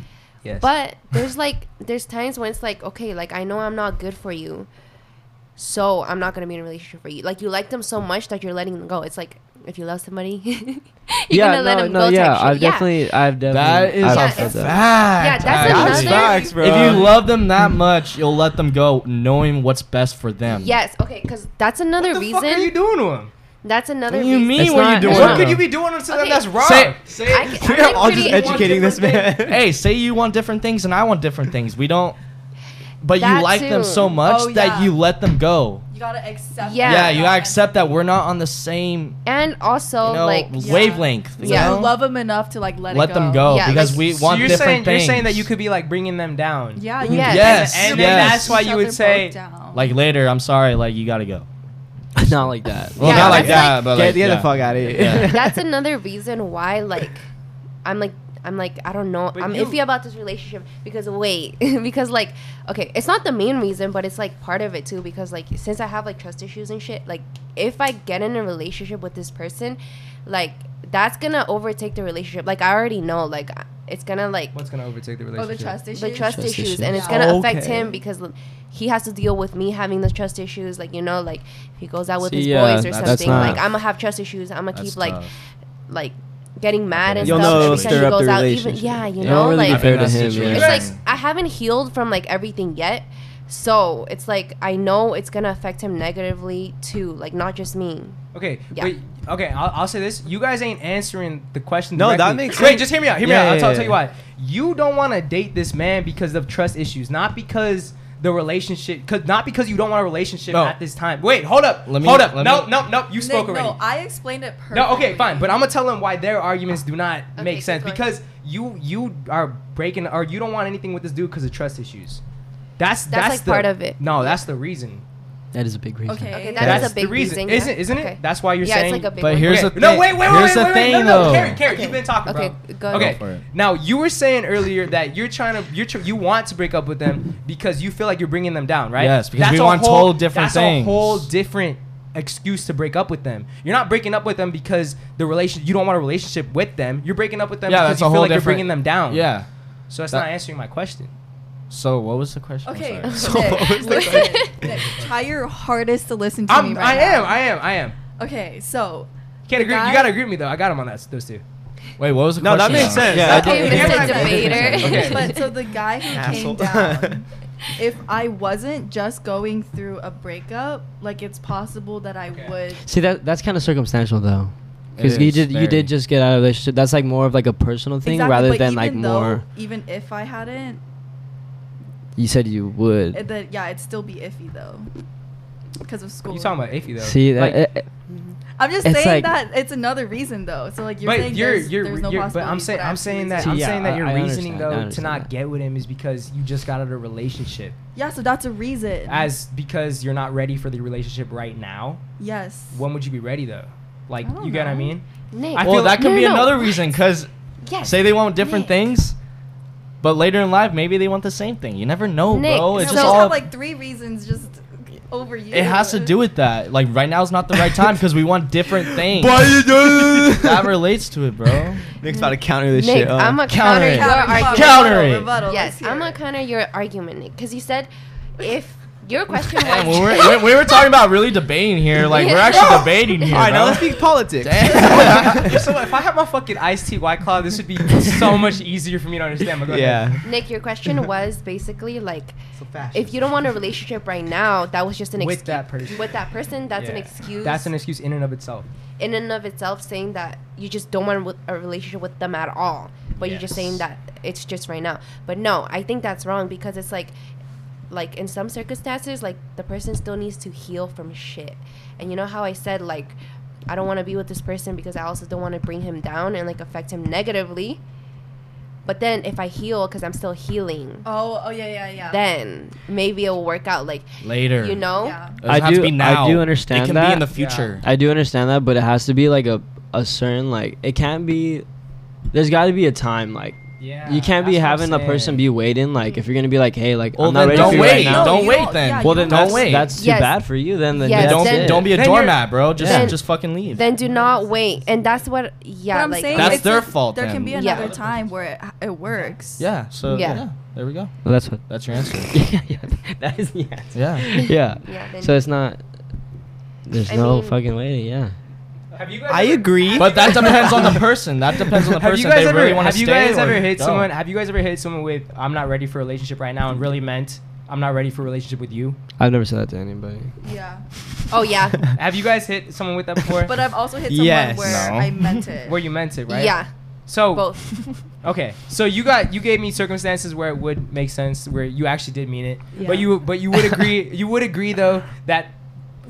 [SPEAKER 5] Yes.
[SPEAKER 6] But there's like there's times when it's like, okay, like I know I'm not good for you, so I'm not gonna be in a relationship for you. Like you like them so much that you're letting them go. It's like if you love somebody, you're
[SPEAKER 2] yeah,
[SPEAKER 6] gonna
[SPEAKER 2] no,
[SPEAKER 6] let them
[SPEAKER 2] no,
[SPEAKER 6] go.
[SPEAKER 2] yeah,
[SPEAKER 6] type shit.
[SPEAKER 2] I've
[SPEAKER 6] yeah.
[SPEAKER 2] definitely, I've
[SPEAKER 1] That
[SPEAKER 2] definitely,
[SPEAKER 1] is
[SPEAKER 6] Yeah,
[SPEAKER 2] I've
[SPEAKER 1] a
[SPEAKER 6] it's-
[SPEAKER 2] felt
[SPEAKER 1] fact.
[SPEAKER 2] that.
[SPEAKER 6] Yeah, that's
[SPEAKER 1] actually.
[SPEAKER 6] another-
[SPEAKER 8] facts, bro.
[SPEAKER 1] If you love them that much, you'll let them go, knowing what's best for them.
[SPEAKER 6] Yes, okay, because that's another
[SPEAKER 5] What the
[SPEAKER 6] reason.
[SPEAKER 5] fuck are you doing to him?
[SPEAKER 6] That's another.
[SPEAKER 1] What do you
[SPEAKER 6] reason.
[SPEAKER 1] mean?
[SPEAKER 2] It's
[SPEAKER 1] What are you
[SPEAKER 2] not-
[SPEAKER 1] doing?
[SPEAKER 2] it's
[SPEAKER 5] What
[SPEAKER 2] not-
[SPEAKER 5] could you be doing to them
[SPEAKER 6] Okay.
[SPEAKER 5] that's wrong?
[SPEAKER 1] Say-
[SPEAKER 6] I, am
[SPEAKER 8] We're all just educating this man.
[SPEAKER 1] hey, say you want different things and I want different things. We don't. But
[SPEAKER 6] That
[SPEAKER 1] you like them
[SPEAKER 6] too.
[SPEAKER 1] so much
[SPEAKER 7] Oh,
[SPEAKER 1] that
[SPEAKER 7] yeah.
[SPEAKER 1] you let them go.
[SPEAKER 7] You gotta accept.
[SPEAKER 6] Yeah.
[SPEAKER 1] Yeah,
[SPEAKER 7] that.
[SPEAKER 1] you gotta accept that we're not on the same
[SPEAKER 6] And also,
[SPEAKER 1] you know,
[SPEAKER 6] Oh, like,
[SPEAKER 7] Yeah.
[SPEAKER 1] wavelength. you
[SPEAKER 7] So
[SPEAKER 6] Yeah.
[SPEAKER 1] know?
[SPEAKER 7] you love them enough to like let
[SPEAKER 1] let,
[SPEAKER 7] it go.
[SPEAKER 1] them go
[SPEAKER 6] Yeah,
[SPEAKER 1] because
[SPEAKER 6] like-
[SPEAKER 1] we
[SPEAKER 5] So
[SPEAKER 1] want
[SPEAKER 5] you're
[SPEAKER 1] different
[SPEAKER 5] saying
[SPEAKER 1] things.
[SPEAKER 5] you're saying that you could be like bringing them down.
[SPEAKER 7] Yeah.
[SPEAKER 6] Yes.
[SPEAKER 7] can
[SPEAKER 1] Yes,
[SPEAKER 7] let
[SPEAKER 5] And
[SPEAKER 7] them
[SPEAKER 5] then
[SPEAKER 1] yes.
[SPEAKER 5] that's why
[SPEAKER 7] each
[SPEAKER 5] you would
[SPEAKER 7] other
[SPEAKER 5] say,
[SPEAKER 7] both down.
[SPEAKER 1] like later. I'm sorry. Like you gotta go.
[SPEAKER 2] not like that.
[SPEAKER 1] Well,
[SPEAKER 6] Yeah,
[SPEAKER 1] not like
[SPEAKER 6] that's
[SPEAKER 1] that. but
[SPEAKER 8] Get
[SPEAKER 1] like,
[SPEAKER 8] the other
[SPEAKER 1] yeah.
[SPEAKER 8] fuck out of here.
[SPEAKER 1] Yeah.
[SPEAKER 6] that's another reason why, like, I'm like, I'm like, I don't know,
[SPEAKER 5] But
[SPEAKER 6] I'm
[SPEAKER 5] you-
[SPEAKER 6] iffy about this relationship because wait, because like, okay, it's not the main reason, but it's like part of it too because like, since I have like trust issues and shit, like, if I get in a relationship with this person, like, that's gonna overtake the relationship. Like, I already know, like, it's gonna like
[SPEAKER 5] What's gonna overtake the
[SPEAKER 7] Oh, the
[SPEAKER 5] relationship?
[SPEAKER 7] trust issues.
[SPEAKER 6] the trust,
[SPEAKER 2] Trust
[SPEAKER 6] issues,
[SPEAKER 2] issues.
[SPEAKER 6] and it's
[SPEAKER 7] Yeah.
[SPEAKER 6] gonna
[SPEAKER 5] Oh.
[SPEAKER 6] affect
[SPEAKER 8] Okay.
[SPEAKER 6] him because l- he has to deal with me having the trust issues like you know like if he goes out with
[SPEAKER 2] See,
[SPEAKER 6] his
[SPEAKER 2] yeah,
[SPEAKER 6] boys or
[SPEAKER 2] that's
[SPEAKER 6] something
[SPEAKER 2] not-
[SPEAKER 6] like i'm gonna have trust issues i'm gonna
[SPEAKER 1] That's
[SPEAKER 6] keep like
[SPEAKER 1] tough.
[SPEAKER 6] like getting mad and
[SPEAKER 1] You'll
[SPEAKER 6] stuff
[SPEAKER 1] know
[SPEAKER 6] every
[SPEAKER 1] it'll
[SPEAKER 6] time
[SPEAKER 8] stir
[SPEAKER 6] he
[SPEAKER 8] up
[SPEAKER 6] goes
[SPEAKER 8] the
[SPEAKER 6] out even
[SPEAKER 8] relationship.
[SPEAKER 6] yeah you
[SPEAKER 2] It
[SPEAKER 6] know
[SPEAKER 2] don't really
[SPEAKER 6] like
[SPEAKER 2] fair to
[SPEAKER 1] I've been in that
[SPEAKER 2] him.
[SPEAKER 1] situation.
[SPEAKER 2] yeah.
[SPEAKER 6] it's like i haven't healed from like everything yet So it's like I know it's gonna affect him negatively too, like not just me.
[SPEAKER 5] Okay.
[SPEAKER 6] Yeah.
[SPEAKER 5] Wait. Okay. I'll, I'll say this. You guys ain't answering the question.
[SPEAKER 8] No, that
[SPEAKER 5] directly.
[SPEAKER 8] makes
[SPEAKER 5] Wait,
[SPEAKER 8] sense.
[SPEAKER 5] just hear me out. Hear me
[SPEAKER 8] Yeah,
[SPEAKER 5] out. I'll
[SPEAKER 8] yeah,
[SPEAKER 5] tell-
[SPEAKER 8] yeah.
[SPEAKER 5] tell you why. You don't want to date this man because of trust issues, not because the relationship, cause not because you don't want a relationship
[SPEAKER 1] No.
[SPEAKER 5] at this time. Wait. Hold up.
[SPEAKER 1] Let me-
[SPEAKER 5] hold up.
[SPEAKER 1] let
[SPEAKER 5] No.
[SPEAKER 1] me-
[SPEAKER 5] No. No. You spoke
[SPEAKER 7] Nick,
[SPEAKER 5] already.
[SPEAKER 7] No, I explained it perfectly.
[SPEAKER 5] No, okay, fine, but I'm gonna tell them why their arguments do not
[SPEAKER 6] Okay,
[SPEAKER 5] make
[SPEAKER 6] keep
[SPEAKER 5] sense
[SPEAKER 6] going.
[SPEAKER 5] because you you are breaking or you don't want anything with this dude because of trust issues. That's that's,
[SPEAKER 6] That's, like,
[SPEAKER 5] the-
[SPEAKER 6] part of it.
[SPEAKER 5] No, that's the reason.
[SPEAKER 2] That is a big reason.
[SPEAKER 7] Okay.
[SPEAKER 6] Okay,
[SPEAKER 5] That's
[SPEAKER 6] that is a
[SPEAKER 5] the
[SPEAKER 6] big
[SPEAKER 5] reason,
[SPEAKER 6] reason,
[SPEAKER 5] isn't
[SPEAKER 6] yeah.
[SPEAKER 5] isn't
[SPEAKER 6] Okay.
[SPEAKER 5] it? That's why you're
[SPEAKER 6] yeah,
[SPEAKER 5] saying.
[SPEAKER 6] it's like a big
[SPEAKER 1] but
[SPEAKER 6] one.
[SPEAKER 1] here's
[SPEAKER 5] Okay,
[SPEAKER 1] the
[SPEAKER 5] No,
[SPEAKER 1] thing-
[SPEAKER 5] wait, wait, wait,
[SPEAKER 1] here's
[SPEAKER 5] wait,
[SPEAKER 1] the
[SPEAKER 5] wait, wait,
[SPEAKER 1] thing,
[SPEAKER 5] no, no,
[SPEAKER 1] though.
[SPEAKER 5] Karen, Karen, you've
[SPEAKER 6] Okay.
[SPEAKER 5] been talking,
[SPEAKER 6] Okay, go
[SPEAKER 5] bro.
[SPEAKER 6] ahead.
[SPEAKER 5] Okay,
[SPEAKER 1] Go for it.
[SPEAKER 5] now you were saying earlier that you're trying to, you're tr- you want to break up with them because you feel like you're bringing them down, right?
[SPEAKER 1] Yes, because we
[SPEAKER 5] a
[SPEAKER 1] want
[SPEAKER 5] whole-
[SPEAKER 1] total different
[SPEAKER 5] that's
[SPEAKER 1] things.
[SPEAKER 5] a whole different excuse to break up with them. You're not breaking up with them because the relation you don't want a relationship with them. You're breaking up with them
[SPEAKER 1] Yeah,
[SPEAKER 5] because
[SPEAKER 1] that's a
[SPEAKER 5] you feel
[SPEAKER 1] whole
[SPEAKER 5] like you're
[SPEAKER 1] different-
[SPEAKER 5] bringing them down.
[SPEAKER 1] Yeah.
[SPEAKER 5] So that's
[SPEAKER 1] That-
[SPEAKER 5] not answering my question.
[SPEAKER 1] So what was the question? I'm
[SPEAKER 7] Okay.
[SPEAKER 1] sorry.
[SPEAKER 7] Nick, listen, Nick, try your hardest to listen to me
[SPEAKER 5] I'm,
[SPEAKER 7] right
[SPEAKER 5] I am,
[SPEAKER 7] now.
[SPEAKER 5] I am, I am.
[SPEAKER 7] Okay, so
[SPEAKER 5] Can't
[SPEAKER 7] The
[SPEAKER 5] agree.
[SPEAKER 7] guy-
[SPEAKER 5] you gotta agree with me though. I got him on that. Those two.
[SPEAKER 1] Wait, what was the
[SPEAKER 8] No, that
[SPEAKER 1] question?
[SPEAKER 8] makes sense.
[SPEAKER 1] Yeah.
[SPEAKER 8] That-
[SPEAKER 6] Okay,
[SPEAKER 5] Yeah,
[SPEAKER 6] Mr.
[SPEAKER 5] yeah, yeah.
[SPEAKER 6] Debater.
[SPEAKER 5] Okay.
[SPEAKER 7] but so the guy who came
[SPEAKER 8] Asshole.
[SPEAKER 7] down, if I wasn't just going through a breakup, like it's possible that I
[SPEAKER 5] Okay.
[SPEAKER 7] would.
[SPEAKER 2] See that that's kind of circumstantial though,
[SPEAKER 1] It
[SPEAKER 2] because you
[SPEAKER 1] is,
[SPEAKER 2] did you
[SPEAKER 1] very.
[SPEAKER 2] did just get out of a relationship. That's like more of like a personal thing
[SPEAKER 7] Exactly,
[SPEAKER 2] rather
[SPEAKER 7] but
[SPEAKER 2] than like
[SPEAKER 7] even though-
[SPEAKER 2] more.
[SPEAKER 7] Even if I hadn't,
[SPEAKER 2] You said you would.
[SPEAKER 7] it, the, yeah, it'd still be iffy though, because of school.
[SPEAKER 5] You talking about Ify though?
[SPEAKER 2] See that.
[SPEAKER 5] Like,
[SPEAKER 2] eh, eh,
[SPEAKER 7] I'm just
[SPEAKER 2] It's
[SPEAKER 7] saying
[SPEAKER 2] like-
[SPEAKER 7] that it's another reason though. So like you're
[SPEAKER 5] but
[SPEAKER 7] saying
[SPEAKER 5] you're
[SPEAKER 7] there's,
[SPEAKER 5] you're,
[SPEAKER 7] there's no
[SPEAKER 5] you're but I'm
[SPEAKER 7] possibilities,
[SPEAKER 5] saying
[SPEAKER 7] but
[SPEAKER 5] I'm
[SPEAKER 7] actually
[SPEAKER 5] saying
[SPEAKER 7] there's
[SPEAKER 5] that
[SPEAKER 2] See,
[SPEAKER 5] I'm
[SPEAKER 2] yeah,
[SPEAKER 5] saying that
[SPEAKER 2] I-
[SPEAKER 5] your
[SPEAKER 2] I
[SPEAKER 5] reasoning
[SPEAKER 2] understand, I
[SPEAKER 5] though to
[SPEAKER 2] understand
[SPEAKER 5] not
[SPEAKER 2] that.
[SPEAKER 5] get with him is because you just got out of a relationship.
[SPEAKER 7] Yeah, so that's a reason.
[SPEAKER 5] As because you're not ready for the relationship right now.
[SPEAKER 7] yes.
[SPEAKER 5] When would you be ready though? Like
[SPEAKER 7] I don't
[SPEAKER 5] you get what I
[SPEAKER 7] know.
[SPEAKER 5] mean?
[SPEAKER 6] Nick,
[SPEAKER 5] I
[SPEAKER 1] Well,
[SPEAKER 5] feel
[SPEAKER 1] that
[SPEAKER 5] like-
[SPEAKER 1] could
[SPEAKER 6] No,
[SPEAKER 1] be
[SPEAKER 6] no, no.
[SPEAKER 1] another reason because
[SPEAKER 6] Yes.
[SPEAKER 1] say they want different
[SPEAKER 6] Nick.
[SPEAKER 1] things, but later in life maybe they want the same thing. You never know,
[SPEAKER 6] Nick,
[SPEAKER 1] bro.
[SPEAKER 7] You
[SPEAKER 1] It's
[SPEAKER 7] know,
[SPEAKER 1] just
[SPEAKER 7] we
[SPEAKER 1] all
[SPEAKER 7] have like three reasons just over you.
[SPEAKER 1] it has to do with that. Like right now is not the right time because we want different things. that relates to it, bro.
[SPEAKER 8] Nick's about to counter this
[SPEAKER 6] Nick,
[SPEAKER 8] shit. up.
[SPEAKER 6] I'm a
[SPEAKER 1] uh, Counter
[SPEAKER 6] counter,
[SPEAKER 1] it.
[SPEAKER 6] your argument.
[SPEAKER 1] Counter it.
[SPEAKER 6] Yes, I'm gonna counter your argument, Nick, because you said if your question
[SPEAKER 1] Damn, we,
[SPEAKER 6] was
[SPEAKER 1] were, we, we were talking about really debating here. Like we're
[SPEAKER 6] Yeah.
[SPEAKER 1] actually debating here.
[SPEAKER 8] All right, now
[SPEAKER 1] bro.
[SPEAKER 8] let's speak politics.
[SPEAKER 1] Damn.
[SPEAKER 5] so if I had my fucking iced tea white claw, this would be so much easier for me to understand. But go ahead.
[SPEAKER 8] yeah.
[SPEAKER 6] Nick, your question was basically like if you don't want a relationship right now, that was just an
[SPEAKER 5] With
[SPEAKER 6] excu-
[SPEAKER 5] that person.
[SPEAKER 6] With that person, that's an
[SPEAKER 5] Yeah.
[SPEAKER 6] excuse.
[SPEAKER 5] That's an excuse in and of itself.
[SPEAKER 6] in and of itself saying that you just don't want with- a relationship with them at all but you're just saying
[SPEAKER 5] Yes.
[SPEAKER 6] that it's just right now but no i think that's wrong because it's like like in some circumstances like the person still needs to heal from shit and you know how i said like i don't want to be with this person because i also don't want to bring him down and like affect him negatively but then if i heal because i'm still healing
[SPEAKER 7] Oh, oh yeah, yeah, yeah.
[SPEAKER 6] then maybe it'll work out like
[SPEAKER 1] later.
[SPEAKER 6] you know
[SPEAKER 7] Yeah.
[SPEAKER 1] It doesn't
[SPEAKER 2] I
[SPEAKER 1] have to
[SPEAKER 2] do-
[SPEAKER 1] be
[SPEAKER 2] I
[SPEAKER 1] now.
[SPEAKER 2] do understand
[SPEAKER 1] It can be
[SPEAKER 2] that.
[SPEAKER 1] in the future.
[SPEAKER 2] I do understand that, but it has to be like a a certain like it can't be. There's got to be a time like
[SPEAKER 5] Yeah.
[SPEAKER 2] you can't be having a person be waiting. Like if you're gonna be like, hey, like
[SPEAKER 1] Well,
[SPEAKER 2] I'm not
[SPEAKER 1] then
[SPEAKER 2] ready
[SPEAKER 1] don't
[SPEAKER 2] for you
[SPEAKER 1] wait.
[SPEAKER 2] right now.
[SPEAKER 1] Don't
[SPEAKER 7] you
[SPEAKER 1] wait
[SPEAKER 7] don't-
[SPEAKER 1] then.
[SPEAKER 7] yeah,
[SPEAKER 2] well,
[SPEAKER 7] you
[SPEAKER 2] then
[SPEAKER 7] don't-
[SPEAKER 1] Don't
[SPEAKER 2] that's,
[SPEAKER 1] wait.
[SPEAKER 2] That's too
[SPEAKER 6] Yes.
[SPEAKER 2] bad for you. Then, then
[SPEAKER 6] Yes.
[SPEAKER 2] that's
[SPEAKER 1] don't
[SPEAKER 6] Then-
[SPEAKER 2] it.
[SPEAKER 1] don't be a
[SPEAKER 5] then you're-
[SPEAKER 1] doormat, bro. Just
[SPEAKER 6] Then-
[SPEAKER 1] just fucking leave.
[SPEAKER 6] then do not wait and that's what yeah
[SPEAKER 7] But I'm
[SPEAKER 6] like
[SPEAKER 7] saying
[SPEAKER 1] That's
[SPEAKER 7] it's
[SPEAKER 1] their
[SPEAKER 7] a-
[SPEAKER 1] fault
[SPEAKER 7] There
[SPEAKER 1] then.
[SPEAKER 7] can be
[SPEAKER 6] Yeah.
[SPEAKER 7] another time where it, it works.
[SPEAKER 1] yeah. So
[SPEAKER 6] Yeah.
[SPEAKER 1] yeah. There we go.
[SPEAKER 2] Well, that's what.
[SPEAKER 1] That's your answer.
[SPEAKER 2] yeah, yeah, that is the answer.
[SPEAKER 1] Yeah.
[SPEAKER 2] yeah.
[SPEAKER 6] Yeah, then-
[SPEAKER 2] so it's not. There's
[SPEAKER 6] I
[SPEAKER 2] no
[SPEAKER 6] mean-
[SPEAKER 2] fucking way. Yeah.
[SPEAKER 5] Have you guys
[SPEAKER 8] I
[SPEAKER 5] ever-
[SPEAKER 8] agree.
[SPEAKER 1] But that depends on the person. That depends on the
[SPEAKER 5] Have you
[SPEAKER 1] person.
[SPEAKER 5] guys
[SPEAKER 1] they
[SPEAKER 5] ever
[SPEAKER 1] really want to
[SPEAKER 5] have
[SPEAKER 1] stay.
[SPEAKER 5] you guys
[SPEAKER 1] or
[SPEAKER 5] ever hit
[SPEAKER 1] go.
[SPEAKER 5] someone? Have you guys ever hit someone with "I'm not ready for a relationship right now" and really meant "I'm not ready for a relationship with you"?
[SPEAKER 2] I've never said that to anybody.
[SPEAKER 7] Yeah.
[SPEAKER 6] oh yeah
[SPEAKER 5] Have you guys hit someone with that before?
[SPEAKER 7] But I've also hit someone
[SPEAKER 8] Yes.
[SPEAKER 7] where
[SPEAKER 1] No.
[SPEAKER 7] I meant it.
[SPEAKER 5] where you meant it, right?
[SPEAKER 6] Yeah,
[SPEAKER 5] So
[SPEAKER 6] both.
[SPEAKER 5] okay, so you got you gave me circumstances where it would make sense, where you actually did mean it,
[SPEAKER 7] Yeah.
[SPEAKER 5] but you but you would agree you would agree though that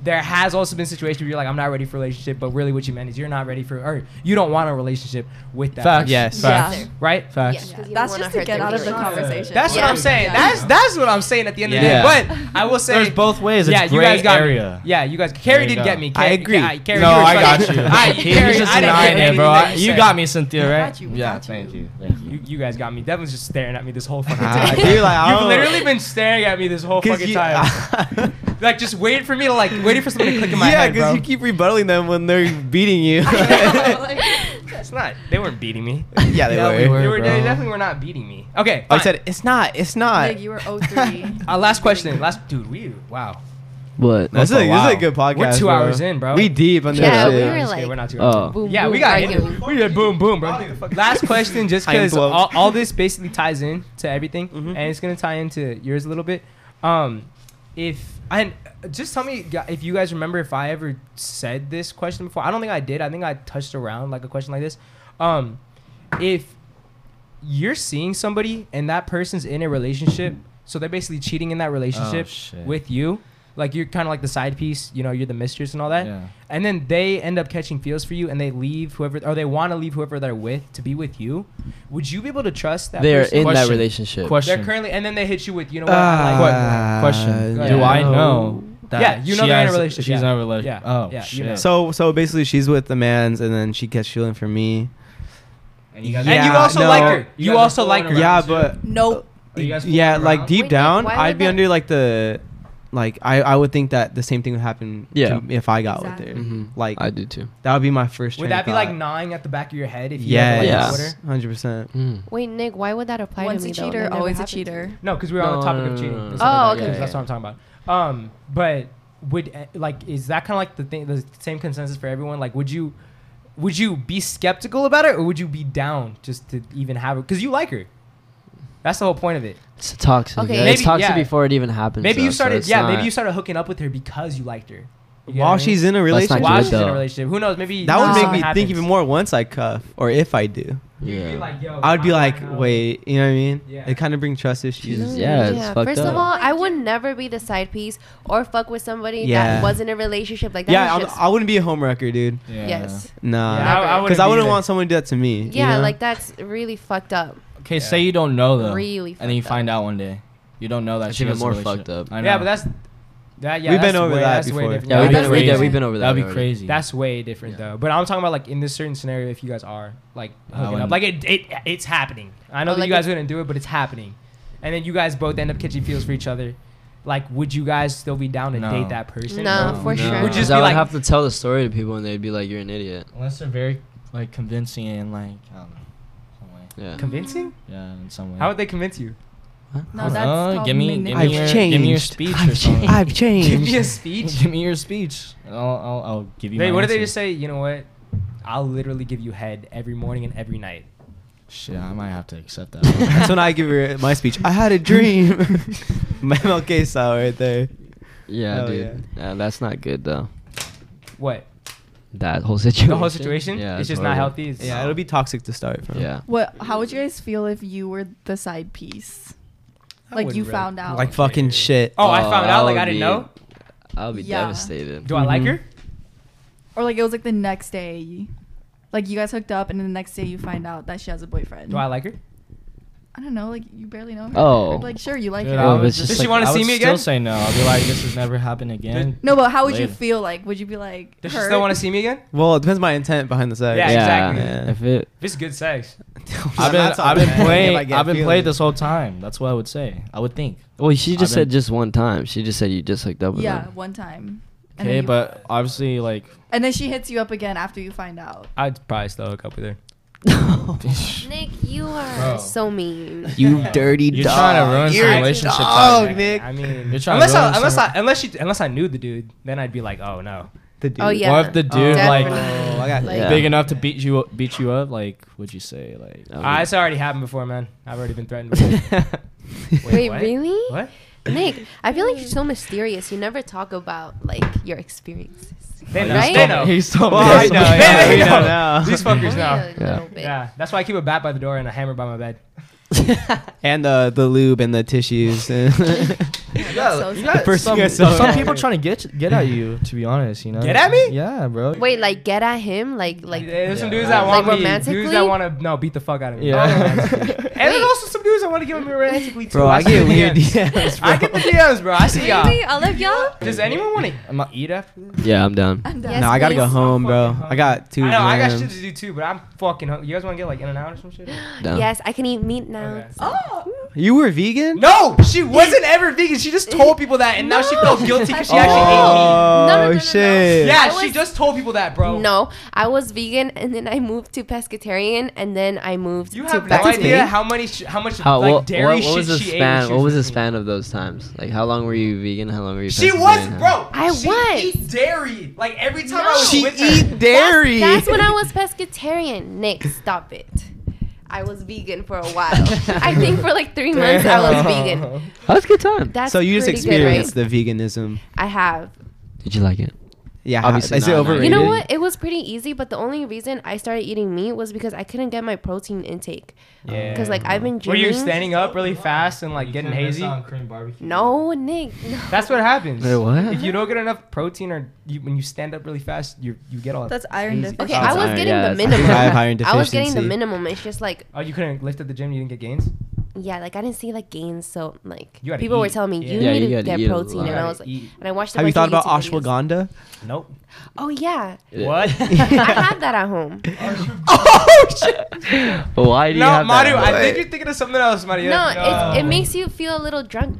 [SPEAKER 5] there has also been situations where you're like I'm not ready for a relationship, but really what you meant is you're not ready for or you don't want a relationship with that.
[SPEAKER 1] Facts.
[SPEAKER 5] person,
[SPEAKER 8] Yes.
[SPEAKER 7] Yeah.
[SPEAKER 8] Facts.
[SPEAKER 5] Right.
[SPEAKER 1] Facts.
[SPEAKER 6] Yeah. 'cause you don't
[SPEAKER 7] That's just
[SPEAKER 6] wanna
[SPEAKER 7] to get
[SPEAKER 6] hurt
[SPEAKER 7] out
[SPEAKER 6] their
[SPEAKER 7] of the
[SPEAKER 5] feelings.
[SPEAKER 7] conversation.
[SPEAKER 5] That's what I'm saying.
[SPEAKER 6] Yeah.
[SPEAKER 5] That's that's what I'm saying at the end
[SPEAKER 8] Yeah.
[SPEAKER 5] of the day. But I will say
[SPEAKER 1] There's both ways.
[SPEAKER 5] yeah,
[SPEAKER 1] it's
[SPEAKER 5] you
[SPEAKER 1] gray
[SPEAKER 5] guys got
[SPEAKER 1] area.
[SPEAKER 5] Me. Yeah, you guys. Carrie
[SPEAKER 1] you
[SPEAKER 5] didn't
[SPEAKER 1] go.
[SPEAKER 5] get me.
[SPEAKER 8] I
[SPEAKER 5] Carrie-
[SPEAKER 8] agree.
[SPEAKER 5] Yeah, Carrie,
[SPEAKER 1] no,
[SPEAKER 5] you were
[SPEAKER 1] I got
[SPEAKER 5] fucking-
[SPEAKER 1] you.
[SPEAKER 5] I,
[SPEAKER 1] He's
[SPEAKER 5] Carrie,
[SPEAKER 1] just
[SPEAKER 5] I didn't
[SPEAKER 1] denying
[SPEAKER 5] get
[SPEAKER 1] it, bro.
[SPEAKER 5] anything
[SPEAKER 1] I-
[SPEAKER 5] that
[SPEAKER 1] You
[SPEAKER 5] said.
[SPEAKER 1] got me, Cynthia,
[SPEAKER 7] got
[SPEAKER 1] right?
[SPEAKER 7] you, we
[SPEAKER 1] yeah,
[SPEAKER 7] got you.
[SPEAKER 1] thank you. Thank you.
[SPEAKER 5] You, you guys got me. Devin's just staring at me this whole fucking
[SPEAKER 8] Ah,
[SPEAKER 5] time.
[SPEAKER 8] dude, like, I
[SPEAKER 5] You've
[SPEAKER 8] don't-
[SPEAKER 5] literally been staring at me this whole
[SPEAKER 8] 'Cause
[SPEAKER 5] fucking
[SPEAKER 8] you-
[SPEAKER 5] time. like just waiting for me to like waiting for something to click in my
[SPEAKER 8] yeah,
[SPEAKER 5] head, bro.
[SPEAKER 8] because you keep rebuttaling them when they're beating you.
[SPEAKER 5] it's not. They weren't beating me.
[SPEAKER 8] yeah, they
[SPEAKER 1] Yeah,
[SPEAKER 8] were.
[SPEAKER 1] we
[SPEAKER 5] They,
[SPEAKER 1] were.
[SPEAKER 5] were, Oh,
[SPEAKER 1] bro.
[SPEAKER 5] they definitely were not beating me. Okay.
[SPEAKER 8] I
[SPEAKER 5] fine.
[SPEAKER 8] said it's not. It's not.
[SPEAKER 7] Like you were 03.
[SPEAKER 5] Uh, last question. Last dude. We wow.
[SPEAKER 2] What?
[SPEAKER 8] This is, a,
[SPEAKER 1] for a
[SPEAKER 8] this is
[SPEAKER 1] while.
[SPEAKER 8] a good podcast.
[SPEAKER 5] We're two
[SPEAKER 8] bro.
[SPEAKER 5] hours in, bro.
[SPEAKER 8] We deep on this
[SPEAKER 6] Yeah,
[SPEAKER 8] shit.
[SPEAKER 6] we were
[SPEAKER 5] I'm just
[SPEAKER 6] like-
[SPEAKER 5] kidding, we're not too
[SPEAKER 2] Oh.
[SPEAKER 6] Boom,
[SPEAKER 5] Yeah,
[SPEAKER 6] boom,
[SPEAKER 5] we got
[SPEAKER 6] arguing.
[SPEAKER 5] it. We did boom, boom, bro. Last question, just
[SPEAKER 8] I am
[SPEAKER 5] because
[SPEAKER 8] blown. Mm-hmm.
[SPEAKER 5] all, all this basically ties in to everything, and it's gonna tie into yours a little bit. Um, if and just tell me gu- if you guys remember if I ever said this question before. I don't think I did. I think I touched around like a question like this. Um, if you're seeing somebody and that person's in a relationship, so they're basically cheating in
[SPEAKER 6] Oh,
[SPEAKER 5] that relationship
[SPEAKER 1] shit.
[SPEAKER 5] with you. Like you're kind of like the side piece, you know, you're the mistress and all that.
[SPEAKER 1] Yeah.
[SPEAKER 5] And then they end up catching feels for you, and they leave whoever, or they want to leave whoever they're with to be with you. Would you be able to trust that?
[SPEAKER 2] They're
[SPEAKER 5] person?
[SPEAKER 2] in that
[SPEAKER 1] Question.
[SPEAKER 2] relationship.
[SPEAKER 1] Question.
[SPEAKER 5] They're currently, and then they hit you with, you know what? I like
[SPEAKER 8] Ah.
[SPEAKER 1] question.
[SPEAKER 5] Yeah.
[SPEAKER 1] Do I know that?
[SPEAKER 5] Yeah, you know
[SPEAKER 1] she
[SPEAKER 5] they're in a
[SPEAKER 1] has-
[SPEAKER 5] relationship.
[SPEAKER 1] She's
[SPEAKER 5] Yeah.
[SPEAKER 1] not in a relationship.
[SPEAKER 5] Yeah.
[SPEAKER 1] Oh
[SPEAKER 5] Yeah, you
[SPEAKER 1] shit.
[SPEAKER 5] know.
[SPEAKER 8] So so basically, she's with the man's, and then she gets feeling for me.
[SPEAKER 1] and you guys,
[SPEAKER 5] and you
[SPEAKER 8] Yeah,
[SPEAKER 5] also
[SPEAKER 8] no.
[SPEAKER 5] like her.
[SPEAKER 1] You
[SPEAKER 5] You,
[SPEAKER 1] guys are
[SPEAKER 5] also
[SPEAKER 1] fooling
[SPEAKER 5] like her.
[SPEAKER 1] around.
[SPEAKER 8] Yeah,
[SPEAKER 1] too.
[SPEAKER 8] but
[SPEAKER 7] Nope.
[SPEAKER 5] Oh,
[SPEAKER 1] Are you guys
[SPEAKER 8] yeah,
[SPEAKER 1] fooling
[SPEAKER 8] like
[SPEAKER 1] around?
[SPEAKER 8] deep
[SPEAKER 6] Wait,
[SPEAKER 8] down,
[SPEAKER 6] why would
[SPEAKER 8] I'd be
[SPEAKER 6] that-
[SPEAKER 8] under like the, like I I would think that the same thing would happen.
[SPEAKER 2] Yeah.
[SPEAKER 8] to, if I got
[SPEAKER 7] Exactly.
[SPEAKER 8] with her,
[SPEAKER 1] Mm-hmm.
[SPEAKER 2] Mhm.
[SPEAKER 8] like
[SPEAKER 2] I do too.
[SPEAKER 8] that would be my first.
[SPEAKER 5] Would
[SPEAKER 8] train
[SPEAKER 5] that
[SPEAKER 8] of
[SPEAKER 5] be like
[SPEAKER 8] thought.
[SPEAKER 5] gnawing at the back of your head if you
[SPEAKER 8] Yes,
[SPEAKER 5] ever
[SPEAKER 2] Yeah.
[SPEAKER 5] like Twitter?
[SPEAKER 8] hundred percent.
[SPEAKER 2] Mm.
[SPEAKER 6] Wait, Nick, why would that apply
[SPEAKER 7] Once
[SPEAKER 6] to me
[SPEAKER 7] a
[SPEAKER 6] though?
[SPEAKER 7] cheater,
[SPEAKER 6] That never
[SPEAKER 7] always a
[SPEAKER 6] happened to
[SPEAKER 7] cheater.
[SPEAKER 6] me.
[SPEAKER 5] No, because we were on the
[SPEAKER 2] No,
[SPEAKER 5] topic
[SPEAKER 2] no,
[SPEAKER 5] of
[SPEAKER 2] no,
[SPEAKER 5] cheating.
[SPEAKER 2] no,
[SPEAKER 5] and
[SPEAKER 2] no.
[SPEAKER 5] stuff like
[SPEAKER 6] Oh,
[SPEAKER 5] that,
[SPEAKER 6] okay,
[SPEAKER 5] 'cause
[SPEAKER 6] okay,
[SPEAKER 5] That's what I'm talking about. Um, but would eh, like is that kind of like the thing, the same consensus for everyone? Like, would you, would you be skeptical about it, or would you be down just to even have it? Because you like her. That's the whole point of it.
[SPEAKER 2] It's toxic.
[SPEAKER 6] Okay.
[SPEAKER 2] Okay,
[SPEAKER 5] Maybe-
[SPEAKER 2] it's toxic
[SPEAKER 5] yeah.
[SPEAKER 2] before it even happens.
[SPEAKER 5] Maybe
[SPEAKER 2] though,
[SPEAKER 5] you
[SPEAKER 2] so
[SPEAKER 5] started,
[SPEAKER 2] it's
[SPEAKER 5] yeah.
[SPEAKER 2] not-
[SPEAKER 5] Maybe you started hooking up with her because you liked her. You get what I
[SPEAKER 8] While
[SPEAKER 5] mean?
[SPEAKER 8] she's in a
[SPEAKER 2] Let's not
[SPEAKER 8] relationship,
[SPEAKER 2] do
[SPEAKER 5] while
[SPEAKER 2] it,
[SPEAKER 5] she's in a
[SPEAKER 2] though.
[SPEAKER 5] relationship, who knows? Maybe
[SPEAKER 8] that would
[SPEAKER 7] Nah.
[SPEAKER 8] make
[SPEAKER 5] something
[SPEAKER 8] me think
[SPEAKER 5] happens.
[SPEAKER 8] even more once I cuff or if I do.
[SPEAKER 5] You'd be
[SPEAKER 2] Yeah.
[SPEAKER 5] like, yo,
[SPEAKER 8] I would be
[SPEAKER 5] I'm
[SPEAKER 8] like,
[SPEAKER 5] not-
[SPEAKER 8] wait, you know what I mean?
[SPEAKER 5] Yeah.
[SPEAKER 8] It kind of brings trust issues.
[SPEAKER 2] Yeah. it's fucked
[SPEAKER 6] First
[SPEAKER 2] up.
[SPEAKER 6] of all, I would never be the side piece or fuck with somebody
[SPEAKER 8] Yeah.
[SPEAKER 6] that wasn't in a relationship like that.
[SPEAKER 8] Yeah,
[SPEAKER 6] was
[SPEAKER 8] I'm-
[SPEAKER 6] just-
[SPEAKER 8] I wouldn't be a homewrecker, dude.
[SPEAKER 1] Yeah.
[SPEAKER 6] yes.
[SPEAKER 8] Nah,
[SPEAKER 5] Yeah, I- I wouldn't
[SPEAKER 8] because I,
[SPEAKER 5] be
[SPEAKER 8] wouldn't
[SPEAKER 5] either.
[SPEAKER 8] want someone to do that to me. you
[SPEAKER 6] Yeah,
[SPEAKER 8] know?
[SPEAKER 6] like that's really fucked up.
[SPEAKER 1] Okay, say you don't know though,
[SPEAKER 6] Really
[SPEAKER 1] and then you
[SPEAKER 6] fucked
[SPEAKER 1] find out one day. You don't know that
[SPEAKER 2] That's
[SPEAKER 1] she
[SPEAKER 2] even
[SPEAKER 1] has a
[SPEAKER 2] more
[SPEAKER 1] relationship.
[SPEAKER 2] fucked up.
[SPEAKER 1] I know.
[SPEAKER 5] Yeah, but that's that. Yeah,
[SPEAKER 8] We've been
[SPEAKER 5] that's
[SPEAKER 8] over
[SPEAKER 5] way-
[SPEAKER 8] that
[SPEAKER 5] that's way
[SPEAKER 8] before.
[SPEAKER 5] different.
[SPEAKER 2] Yeah, we've
[SPEAKER 6] That's
[SPEAKER 2] been over, yeah,
[SPEAKER 6] crazy.
[SPEAKER 2] we've been over that.
[SPEAKER 1] that'd be
[SPEAKER 2] already.
[SPEAKER 1] crazy.
[SPEAKER 5] That's way different though. But I'm talking about like in this certain scenario, if you guys are like
[SPEAKER 1] I
[SPEAKER 5] hooking up,
[SPEAKER 1] wouldn't-
[SPEAKER 5] like it, it it's happening. I know
[SPEAKER 6] Oh,
[SPEAKER 5] that
[SPEAKER 6] like
[SPEAKER 5] you guys
[SPEAKER 6] it-
[SPEAKER 5] wouldn't do it, but it's happening. And then you guys both end up catching feels for each other. Like, would you guys still be down to
[SPEAKER 1] No.
[SPEAKER 5] date that person?
[SPEAKER 6] No,
[SPEAKER 1] No,
[SPEAKER 6] for
[SPEAKER 1] no.
[SPEAKER 6] sure.
[SPEAKER 1] Would
[SPEAKER 2] Which
[SPEAKER 1] just
[SPEAKER 2] is
[SPEAKER 5] be
[SPEAKER 2] I would
[SPEAKER 5] like-
[SPEAKER 2] have to tell the story to people and they'd be like, "You're an idiot."
[SPEAKER 1] unless they're very like convincing and like um, some way.
[SPEAKER 2] Yeah.
[SPEAKER 5] Convincing?
[SPEAKER 1] Yeah, in some way.
[SPEAKER 5] How would they convince you?
[SPEAKER 7] No,
[SPEAKER 1] Uh,
[SPEAKER 7] that's called
[SPEAKER 1] give me, give me
[SPEAKER 8] I've
[SPEAKER 1] your,
[SPEAKER 7] manipulation.
[SPEAKER 1] Give me your
[SPEAKER 8] changed.
[SPEAKER 1] speech
[SPEAKER 2] I've
[SPEAKER 1] or something.
[SPEAKER 2] changed.
[SPEAKER 8] I've changed.
[SPEAKER 5] Give me a speech.
[SPEAKER 1] Give me your speech. and I'll, I'll, I'll give you.
[SPEAKER 5] They,
[SPEAKER 1] my
[SPEAKER 5] what did they
[SPEAKER 1] answer.
[SPEAKER 5] just say? You know what? I'll literally give you head every morning and every night.
[SPEAKER 1] Shit, I might have to accept that.
[SPEAKER 8] That's when I give her my speech. I had a dream. my MLK style right there.
[SPEAKER 2] Yeah,
[SPEAKER 8] Hell
[SPEAKER 2] dude. Yeah, that's not good though.
[SPEAKER 5] What?
[SPEAKER 2] That whole situation.
[SPEAKER 5] The whole situation? it's just not
[SPEAKER 2] horrible.
[SPEAKER 5] healthy. It's,
[SPEAKER 8] Yeah, it'll be toxic to start from.
[SPEAKER 2] Yeah.
[SPEAKER 7] What? How would you guys feel if you were the side piece? Like
[SPEAKER 5] wouldn't
[SPEAKER 7] you
[SPEAKER 5] really-
[SPEAKER 7] found out.
[SPEAKER 8] Like fucking shit.
[SPEAKER 5] Oh, I found out. Like
[SPEAKER 2] would
[SPEAKER 5] I didn't
[SPEAKER 2] be-
[SPEAKER 5] know.
[SPEAKER 2] I would be
[SPEAKER 7] Yeah.
[SPEAKER 2] devastated.
[SPEAKER 5] Do I like her?
[SPEAKER 7] or like it was like the next day. Like you guys hooked up, and then the next day you find out that she has a boyfriend.
[SPEAKER 5] Do I like her?
[SPEAKER 7] I don't know. Like you barely know her.
[SPEAKER 2] Oh.
[SPEAKER 7] Like sure, you like
[SPEAKER 1] Dude,
[SPEAKER 7] her.
[SPEAKER 1] I
[SPEAKER 2] Oh,
[SPEAKER 1] would
[SPEAKER 2] it's
[SPEAKER 1] just
[SPEAKER 2] just
[SPEAKER 1] like,
[SPEAKER 5] like- wanna
[SPEAKER 1] I
[SPEAKER 5] see
[SPEAKER 1] would
[SPEAKER 5] me
[SPEAKER 1] still
[SPEAKER 5] again?
[SPEAKER 1] say no. I'll be like, this has never happened again.
[SPEAKER 7] No, but how would
[SPEAKER 1] Later.
[SPEAKER 7] you feel like? Would you be like
[SPEAKER 5] Does she
[SPEAKER 7] hurt?
[SPEAKER 5] still want to see me again?
[SPEAKER 8] Well, it depends my intent behind the sex.
[SPEAKER 5] Yeah, exactly.
[SPEAKER 8] Yeah.
[SPEAKER 2] If it.
[SPEAKER 5] If it's good sex.
[SPEAKER 1] I've been,
[SPEAKER 8] That's all
[SPEAKER 1] I've
[SPEAKER 8] I'm
[SPEAKER 1] been
[SPEAKER 8] saying, if
[SPEAKER 1] played.
[SPEAKER 8] I get
[SPEAKER 1] I've been
[SPEAKER 8] feelings.
[SPEAKER 1] played this whole time. That's what I would say. I would think.
[SPEAKER 2] Well, she just
[SPEAKER 1] I've been-
[SPEAKER 2] said just one time. She just said you just hooked up with
[SPEAKER 7] Yeah,
[SPEAKER 2] him.
[SPEAKER 7] one time. And then
[SPEAKER 1] Okay,
[SPEAKER 7] you-
[SPEAKER 1] but obviously, like,
[SPEAKER 7] and then she hits you up again after you find out.
[SPEAKER 5] I'd probably still hook up with her.
[SPEAKER 6] Nick, you are
[SPEAKER 1] Bro.
[SPEAKER 6] so mean.
[SPEAKER 2] You dirty
[SPEAKER 1] you're trying to ruin
[SPEAKER 6] Oh, You're
[SPEAKER 1] some
[SPEAKER 6] a
[SPEAKER 1] relationships.
[SPEAKER 8] dog,
[SPEAKER 1] already.
[SPEAKER 8] Nick.
[SPEAKER 5] I mean,
[SPEAKER 1] You're trying to
[SPEAKER 5] unless
[SPEAKER 1] ruin
[SPEAKER 5] I, unless
[SPEAKER 1] some-
[SPEAKER 5] I unless she unless I knew the dude, then I'd be like, oh no.
[SPEAKER 8] The dude.
[SPEAKER 6] Oh yeah.
[SPEAKER 1] What if the dude like
[SPEAKER 8] Oh, I got
[SPEAKER 6] Like-
[SPEAKER 2] Yeah.
[SPEAKER 1] big enough to beat you up, beat you up? Like, would you say like?
[SPEAKER 6] Oh,
[SPEAKER 2] I would-
[SPEAKER 5] I, it's already happened before, man. I've already been threatened. With it.
[SPEAKER 6] Wait,
[SPEAKER 5] what?
[SPEAKER 6] really?
[SPEAKER 5] What?
[SPEAKER 6] Nick, I feel like you're so mysterious. You never talk about like your experiences.
[SPEAKER 5] They know.
[SPEAKER 6] Right?
[SPEAKER 5] They know.
[SPEAKER 1] He's so
[SPEAKER 8] Well,
[SPEAKER 5] I
[SPEAKER 1] mad.
[SPEAKER 5] know, yeah,
[SPEAKER 1] They
[SPEAKER 5] we
[SPEAKER 1] know.
[SPEAKER 5] know.
[SPEAKER 8] now.
[SPEAKER 5] These fuckers know.
[SPEAKER 6] Only a
[SPEAKER 2] Yeah.
[SPEAKER 6] little bit.
[SPEAKER 5] Yeah, that's why I keep a bat by the door and a hammer by my bed.
[SPEAKER 8] And uh, the lube and the tissues.
[SPEAKER 6] Oh,
[SPEAKER 7] so sad.
[SPEAKER 8] The first
[SPEAKER 1] some,
[SPEAKER 8] thing I saw.
[SPEAKER 1] some people trying to get get at you. To be honest, you know.
[SPEAKER 5] Get at me?
[SPEAKER 1] Yeah, bro.
[SPEAKER 6] Wait, like get at him, like like.
[SPEAKER 5] There's some
[SPEAKER 1] Yeah.
[SPEAKER 5] dudes that
[SPEAKER 1] Like
[SPEAKER 5] want me.
[SPEAKER 6] romantically?
[SPEAKER 5] Dudes that want to no beat the fuck out of me.
[SPEAKER 1] Yeah.
[SPEAKER 5] And there's
[SPEAKER 6] Wait.
[SPEAKER 5] also some dudes that want to give me romantically too.
[SPEAKER 8] bro, I
[SPEAKER 5] see
[SPEAKER 8] get
[SPEAKER 5] the
[SPEAKER 8] weird
[SPEAKER 5] DMs.
[SPEAKER 8] DMs, bro.
[SPEAKER 5] I get the DMs, bro. I see
[SPEAKER 6] Really,
[SPEAKER 5] y'all.
[SPEAKER 6] all of y'all?
[SPEAKER 5] Does anyone want to
[SPEAKER 1] I'm not eat after.
[SPEAKER 2] yeah, I'm down.
[SPEAKER 7] I'm
[SPEAKER 6] Yes,
[SPEAKER 7] done.
[SPEAKER 8] no, I gotta go
[SPEAKER 6] please.
[SPEAKER 8] home, bro.
[SPEAKER 5] Fucking
[SPEAKER 8] I got two.
[SPEAKER 5] I know I got shit
[SPEAKER 8] jams.
[SPEAKER 5] to do too, but I'm fucking. Hungry. You guys want to get like in and out or some shit?
[SPEAKER 2] down.
[SPEAKER 6] Yes, I can eat meat now.
[SPEAKER 5] Okay.
[SPEAKER 7] Oh,
[SPEAKER 8] You were vegan?
[SPEAKER 5] No, she wasn't ever vegan. She just told people that, and now she
[SPEAKER 7] No.
[SPEAKER 5] felt guilty because she
[SPEAKER 7] Oh.
[SPEAKER 5] actually
[SPEAKER 8] Oh
[SPEAKER 6] No, no, no, no, no.
[SPEAKER 8] shit!
[SPEAKER 5] ate meat. Yeah,
[SPEAKER 6] I
[SPEAKER 5] she
[SPEAKER 6] was-
[SPEAKER 5] just told people that, bro.
[SPEAKER 6] No, I was vegan and then I moved to pescatarian and then I moved
[SPEAKER 5] you
[SPEAKER 6] to
[SPEAKER 5] have no
[SPEAKER 6] back
[SPEAKER 8] That's a
[SPEAKER 5] idea
[SPEAKER 8] thing.
[SPEAKER 5] how many, sh- how much
[SPEAKER 2] How,
[SPEAKER 5] like
[SPEAKER 2] what,
[SPEAKER 5] dairy
[SPEAKER 2] what,
[SPEAKER 5] shit
[SPEAKER 2] what was the
[SPEAKER 5] she ate. when
[SPEAKER 2] span?
[SPEAKER 5] she
[SPEAKER 2] What was the
[SPEAKER 5] vegan.
[SPEAKER 2] span of those times? Like, how long were you vegan? How long were you?
[SPEAKER 5] She was,
[SPEAKER 2] pescatarian?
[SPEAKER 5] bro.
[SPEAKER 6] I
[SPEAKER 5] she
[SPEAKER 6] was.
[SPEAKER 5] Eat dairy. Like every time I
[SPEAKER 6] No.
[SPEAKER 5] was
[SPEAKER 8] She
[SPEAKER 5] with her.
[SPEAKER 8] eat dairy.
[SPEAKER 6] That's, that's when I was pescatarian. Nick, stop it. I was vegan for a while. I think for like three months I was vegan.
[SPEAKER 2] That's a good time.
[SPEAKER 6] That's
[SPEAKER 8] so you just
[SPEAKER 6] pretty good, right?
[SPEAKER 8] experienced the veganism.
[SPEAKER 6] I have.
[SPEAKER 2] Did you like it?
[SPEAKER 8] Yeah,
[SPEAKER 2] Obviously
[SPEAKER 8] Is
[SPEAKER 2] not,
[SPEAKER 8] it
[SPEAKER 2] not
[SPEAKER 8] overrated?
[SPEAKER 6] You know what? It was pretty easy, but the only reason I started eating meat was because I couldn't get my protein intake.
[SPEAKER 5] Yeah.
[SPEAKER 6] Because like I've been
[SPEAKER 5] Were
[SPEAKER 6] gymming.
[SPEAKER 5] you standing up really fast and like getting hazy?
[SPEAKER 6] No, Nick. No.
[SPEAKER 5] That's what happens.
[SPEAKER 2] Wait, what?
[SPEAKER 5] If you don't get enough protein or you, when you stand up really fast, you you get all.
[SPEAKER 7] That's iron
[SPEAKER 5] Easy.
[SPEAKER 6] Okay,
[SPEAKER 7] deficiency.
[SPEAKER 2] Oh,
[SPEAKER 6] I was
[SPEAKER 2] sorry,
[SPEAKER 6] getting
[SPEAKER 2] yeah,
[SPEAKER 6] the
[SPEAKER 2] it's-
[SPEAKER 6] minimum.
[SPEAKER 8] I have iron
[SPEAKER 6] I was getting the
[SPEAKER 8] deficiency.
[SPEAKER 6] minimum. It's just like
[SPEAKER 5] oh, you couldn't lift at the gym. You didn't get gains.
[SPEAKER 6] yeah, like I didn't see like gains. So like
[SPEAKER 5] You gotta
[SPEAKER 6] people were
[SPEAKER 5] eat.
[SPEAKER 6] telling me
[SPEAKER 5] Yeah.
[SPEAKER 6] you
[SPEAKER 2] Yeah,
[SPEAKER 6] need
[SPEAKER 2] you
[SPEAKER 6] to
[SPEAKER 2] gotta
[SPEAKER 6] get
[SPEAKER 2] eat a
[SPEAKER 6] protein,
[SPEAKER 2] lot.
[SPEAKER 6] and I was like,
[SPEAKER 5] Eat.
[SPEAKER 6] and I watched. a
[SPEAKER 8] Have you thought
[SPEAKER 6] bunch
[SPEAKER 8] about
[SPEAKER 6] of YouTube videos.
[SPEAKER 8] ashwagandha?
[SPEAKER 5] Nope.
[SPEAKER 6] Oh yeah,
[SPEAKER 5] What?
[SPEAKER 6] I have that at home.
[SPEAKER 5] oh shit!
[SPEAKER 2] Why do you
[SPEAKER 5] No,
[SPEAKER 2] have that?
[SPEAKER 5] Madu, I think you're thinking of something else, Madu.
[SPEAKER 6] No, it's, it makes you feel a little drunk.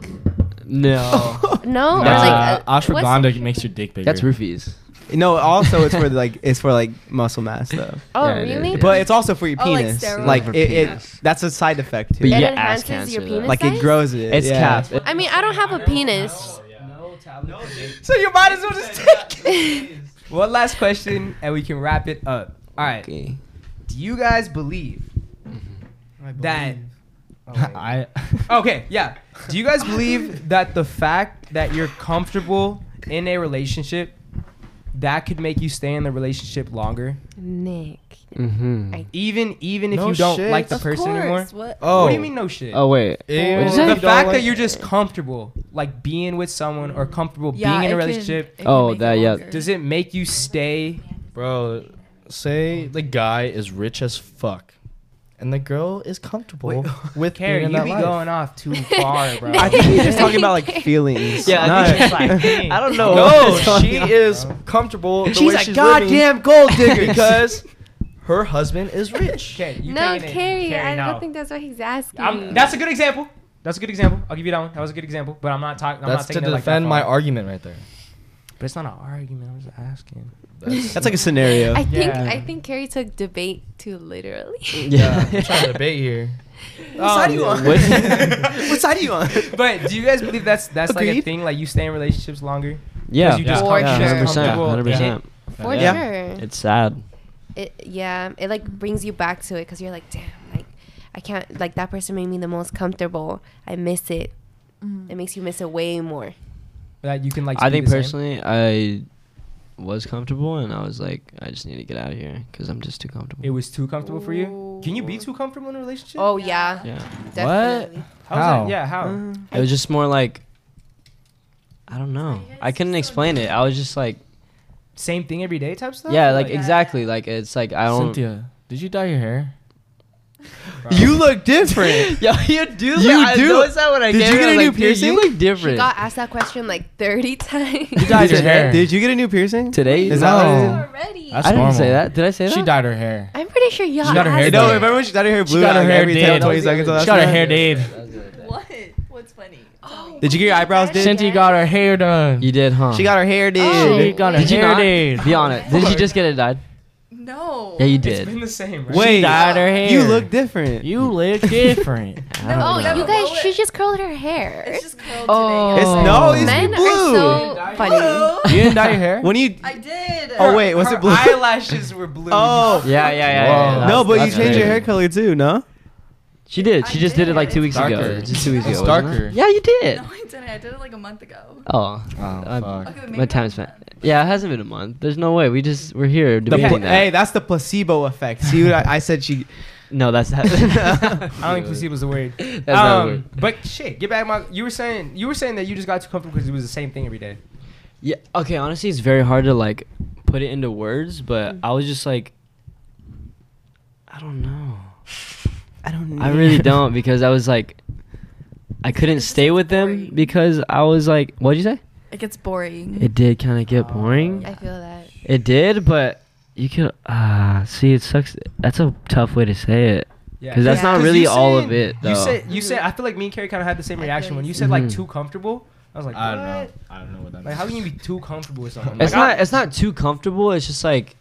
[SPEAKER 2] no.
[SPEAKER 6] No, or
[SPEAKER 1] Nah,
[SPEAKER 6] like uh, what's-
[SPEAKER 1] ashwagandha makes your dick bigger.
[SPEAKER 2] That's roofies.
[SPEAKER 8] No, also it's for like it's for like muscle mass though.
[SPEAKER 6] Oh
[SPEAKER 2] Yeah, it is,
[SPEAKER 6] really?
[SPEAKER 2] yeah.
[SPEAKER 8] But it's also for your
[SPEAKER 7] Oh, like
[SPEAKER 8] penis.
[SPEAKER 7] steroids.
[SPEAKER 8] like
[SPEAKER 2] For
[SPEAKER 8] it, it
[SPEAKER 2] penis.
[SPEAKER 8] that's a side effect too.
[SPEAKER 2] But
[SPEAKER 6] It
[SPEAKER 2] yeah, ass
[SPEAKER 6] enhances
[SPEAKER 2] cancer.
[SPEAKER 6] your
[SPEAKER 2] though.
[SPEAKER 6] penis?
[SPEAKER 8] Like it
[SPEAKER 6] size?
[SPEAKER 8] grows it.
[SPEAKER 2] It's
[SPEAKER 8] yeah.
[SPEAKER 2] cap.
[SPEAKER 6] I mean, I don't have a penis.
[SPEAKER 5] So you might as well just take it. One last question, and we can wrap it up. All right.
[SPEAKER 8] Okay.
[SPEAKER 5] Do you guys believe that?
[SPEAKER 1] I.
[SPEAKER 5] Okay, yeah. Do you guys believe that the fact that you're comfortable in a relationship that could make you stay in the relationship longer,
[SPEAKER 6] Nick.
[SPEAKER 2] Mm-hmm.
[SPEAKER 5] even even if
[SPEAKER 1] No
[SPEAKER 5] you don't
[SPEAKER 1] shit.
[SPEAKER 5] like the
[SPEAKER 7] Of
[SPEAKER 5] person
[SPEAKER 7] course,
[SPEAKER 5] anymore?
[SPEAKER 7] What?
[SPEAKER 1] Oh.
[SPEAKER 5] What do you mean no shit?
[SPEAKER 2] Oh wait.
[SPEAKER 1] Ew.
[SPEAKER 2] What'd you
[SPEAKER 5] the
[SPEAKER 2] say?
[SPEAKER 5] fact that you're just comfortable, like being with someone or comfortable being in
[SPEAKER 7] it
[SPEAKER 5] a
[SPEAKER 7] can-
[SPEAKER 5] relationship,
[SPEAKER 7] it can
[SPEAKER 2] Oh,
[SPEAKER 7] make it
[SPEAKER 2] that- yeah.
[SPEAKER 7] longer.
[SPEAKER 5] does it make you stay?
[SPEAKER 1] Bro, say the guy is rich as fuck, and the girl is comfortable with
[SPEAKER 5] Carrie,
[SPEAKER 1] being
[SPEAKER 5] you
[SPEAKER 1] in
[SPEAKER 5] be
[SPEAKER 1] that life.
[SPEAKER 5] going off too far, bro.
[SPEAKER 8] I think you're just talking about like feelings.
[SPEAKER 2] Yeah,
[SPEAKER 8] not-
[SPEAKER 2] I, think
[SPEAKER 5] Not-
[SPEAKER 2] she's like, I don't know.
[SPEAKER 1] No,
[SPEAKER 2] what's going
[SPEAKER 1] she
[SPEAKER 2] on.
[SPEAKER 1] is comfortable. The
[SPEAKER 5] She's
[SPEAKER 1] way
[SPEAKER 5] a
[SPEAKER 1] she's
[SPEAKER 5] goddamn
[SPEAKER 1] living gold digger because her husband is rich.
[SPEAKER 5] Okay, you
[SPEAKER 6] no,
[SPEAKER 5] taking it.
[SPEAKER 6] Carrie, I
[SPEAKER 5] no.
[SPEAKER 6] don't think that's what he's asking.
[SPEAKER 5] I'm, that's a good example. That's a good example. I'll give you that one. That was a good example, but I'm not talking. I'm
[SPEAKER 1] That's
[SPEAKER 5] not
[SPEAKER 1] to
[SPEAKER 5] taking it like that
[SPEAKER 1] defend my
[SPEAKER 5] far.
[SPEAKER 1] argument right there.
[SPEAKER 5] But it's not an argument. I'm just asking.
[SPEAKER 1] That's,
[SPEAKER 8] That's like a scenario.
[SPEAKER 6] I think
[SPEAKER 5] Yeah.
[SPEAKER 6] I think Carrie took debate too literally.
[SPEAKER 1] yeah, I'm trying to debate here.
[SPEAKER 8] what side are you on?
[SPEAKER 2] what-
[SPEAKER 8] what side are you on?
[SPEAKER 5] Oh, But do you guys believe that's that's like a
[SPEAKER 8] Agreed.
[SPEAKER 5] thing? Like you stay in relationships longer?
[SPEAKER 2] Yeah,
[SPEAKER 5] you just
[SPEAKER 6] For
[SPEAKER 5] come-
[SPEAKER 6] sure.
[SPEAKER 5] just
[SPEAKER 2] 100%,
[SPEAKER 5] comfortable.
[SPEAKER 2] 100%.
[SPEAKER 6] For
[SPEAKER 8] Yeah.
[SPEAKER 6] sure.
[SPEAKER 2] It's sad.
[SPEAKER 6] It, yeah, it like brings you back to it because you're like, damn, like I can't like that person made me the most comfortable. I miss it.
[SPEAKER 7] Mm-hmm.
[SPEAKER 6] It makes you miss it way more.
[SPEAKER 5] That you can like.
[SPEAKER 2] I
[SPEAKER 5] be
[SPEAKER 2] think
[SPEAKER 5] the same?
[SPEAKER 2] personally, I was comfortable, and I was like, I just need to get out of here because I'm just too comfortable.
[SPEAKER 5] it was too comfortable for you. Can you be too comfortable in a relationship?
[SPEAKER 6] Oh yeah,
[SPEAKER 2] yeah,
[SPEAKER 6] definitely.
[SPEAKER 5] How's
[SPEAKER 1] How?
[SPEAKER 5] That? Yeah, how?
[SPEAKER 8] Oh.
[SPEAKER 2] it was just more like, I don't know. I couldn't explain it. I was just like,
[SPEAKER 5] Same thing every day type stuff.
[SPEAKER 2] yeah, like exactly. Like it's like I don't.
[SPEAKER 1] Cynthia, did you dye your hair?
[SPEAKER 8] You look different.
[SPEAKER 2] Yo, you do. You
[SPEAKER 8] You
[SPEAKER 2] I
[SPEAKER 8] do-
[SPEAKER 2] noticed that when I
[SPEAKER 8] Did
[SPEAKER 2] came in,
[SPEAKER 8] you get
[SPEAKER 2] I was
[SPEAKER 8] a new
[SPEAKER 2] like, dude,
[SPEAKER 8] piercing?
[SPEAKER 2] You look
[SPEAKER 6] She
[SPEAKER 2] different
[SPEAKER 6] got asked that question like thirty times.
[SPEAKER 1] dyed
[SPEAKER 8] did,
[SPEAKER 1] your hair.
[SPEAKER 8] did you get a new piercing?
[SPEAKER 2] today.
[SPEAKER 8] Is that
[SPEAKER 1] No.
[SPEAKER 8] what it is?
[SPEAKER 7] already.
[SPEAKER 1] That's
[SPEAKER 2] I didn't
[SPEAKER 1] normal.
[SPEAKER 2] say that. Did I say that?
[SPEAKER 1] She dyed her hair.
[SPEAKER 6] I'm pretty sure y'all.
[SPEAKER 1] She got her hair
[SPEAKER 6] asked
[SPEAKER 1] done.
[SPEAKER 8] No,
[SPEAKER 6] that.
[SPEAKER 8] remember when she dyed her hair blue
[SPEAKER 1] got her
[SPEAKER 8] like,
[SPEAKER 1] hair
[SPEAKER 8] every 10
[SPEAKER 1] did.
[SPEAKER 8] 20 seconds?
[SPEAKER 2] She
[SPEAKER 8] She
[SPEAKER 2] got her
[SPEAKER 1] hair
[SPEAKER 2] did.
[SPEAKER 7] What? What's funny? Oh,
[SPEAKER 8] Did you get your eyebrows did?
[SPEAKER 1] Cynthia got her hair done.
[SPEAKER 2] You did, huh?
[SPEAKER 8] She got her hair did.
[SPEAKER 6] Oh. She got her
[SPEAKER 2] Did you
[SPEAKER 1] hair
[SPEAKER 2] not?
[SPEAKER 1] dyed.
[SPEAKER 2] Be honest. Did you just get it dyed?
[SPEAKER 7] no.
[SPEAKER 2] Yeah, you
[SPEAKER 5] It's been
[SPEAKER 2] did.
[SPEAKER 5] the same. Right?
[SPEAKER 8] Wait,
[SPEAKER 1] dyed her
[SPEAKER 8] you
[SPEAKER 1] hair.
[SPEAKER 8] look different.
[SPEAKER 1] You look different.
[SPEAKER 2] I don't
[SPEAKER 6] Oh,
[SPEAKER 2] know.
[SPEAKER 6] you guys, she just curled her hair.
[SPEAKER 7] It's just curled
[SPEAKER 2] Oh.
[SPEAKER 7] today.
[SPEAKER 8] it's no, it's
[SPEAKER 6] Men
[SPEAKER 8] blue.
[SPEAKER 6] are so funny.
[SPEAKER 1] you didn't dye your hair?
[SPEAKER 8] when you
[SPEAKER 7] I did.
[SPEAKER 8] oh wait, was
[SPEAKER 5] Her
[SPEAKER 8] it blue?
[SPEAKER 5] eyelashes were blue.
[SPEAKER 8] Oh.
[SPEAKER 2] Yeah, yeah, yeah. yeah, yeah.
[SPEAKER 8] no, but you
[SPEAKER 2] That's-
[SPEAKER 8] changed
[SPEAKER 2] that's
[SPEAKER 8] your
[SPEAKER 2] crazy.
[SPEAKER 8] hair color too, no?
[SPEAKER 2] She did. She
[SPEAKER 7] I
[SPEAKER 2] just did it like
[SPEAKER 7] did.
[SPEAKER 2] two weeks
[SPEAKER 1] Darker.
[SPEAKER 2] ago. Just two weeks
[SPEAKER 1] It's
[SPEAKER 2] ago. wasn't it?
[SPEAKER 1] darker.
[SPEAKER 2] Yeah, you did.
[SPEAKER 7] No, I didn't. I did it like a month ago.
[SPEAKER 2] Oh,
[SPEAKER 1] fuck.
[SPEAKER 7] Okay,
[SPEAKER 2] my
[SPEAKER 7] maybe
[SPEAKER 2] time
[SPEAKER 7] not.
[SPEAKER 2] spent. Yeah, it hasn't been a month. There's no way. We just we're here
[SPEAKER 8] The
[SPEAKER 2] debating
[SPEAKER 8] pla-
[SPEAKER 2] that.
[SPEAKER 8] hey, that's the placebo effect. See what I, I said? She
[SPEAKER 2] No, that's that.
[SPEAKER 5] I don't think placebo is the word.
[SPEAKER 2] That's not a
[SPEAKER 5] Um,
[SPEAKER 2] word.
[SPEAKER 5] but shit, get back. My, you were saying you were saying that you just got too comfortable because it was the same thing every day.
[SPEAKER 2] Yeah. Okay. Honestly, it's very hard to like put it into words,
[SPEAKER 5] Mm.
[SPEAKER 2] but I was just like, I don't know.
[SPEAKER 8] I don't.
[SPEAKER 2] I really don't because I was like, I couldn't stay with them
[SPEAKER 7] boring.
[SPEAKER 2] because I was like, what'd you say?
[SPEAKER 7] It gets boring.
[SPEAKER 2] It did kind of get
[SPEAKER 5] Oh,
[SPEAKER 2] boring.
[SPEAKER 6] I feel that.
[SPEAKER 2] It did, but you could ah see it sucks. That's a tough way to say it.
[SPEAKER 5] Yeah,
[SPEAKER 2] 'Cause that's
[SPEAKER 5] yeah.
[SPEAKER 2] not
[SPEAKER 5] 'Cause
[SPEAKER 2] really
[SPEAKER 5] you
[SPEAKER 2] all
[SPEAKER 5] said-
[SPEAKER 2] of it,
[SPEAKER 5] You
[SPEAKER 2] though.
[SPEAKER 5] said you said I feel like me and Carrie kind of had the same
[SPEAKER 6] I
[SPEAKER 5] reaction
[SPEAKER 6] feel
[SPEAKER 5] when
[SPEAKER 6] you.
[SPEAKER 5] you said like
[SPEAKER 2] Mhm.
[SPEAKER 5] too comfortable. I was like,
[SPEAKER 1] I don't know.
[SPEAKER 5] what?
[SPEAKER 1] I don't know what that
[SPEAKER 5] Like, how can you
[SPEAKER 1] means.
[SPEAKER 5] be too comfortable with someone?
[SPEAKER 2] It's
[SPEAKER 5] Like,
[SPEAKER 2] not. It's not too comfortable. It's just like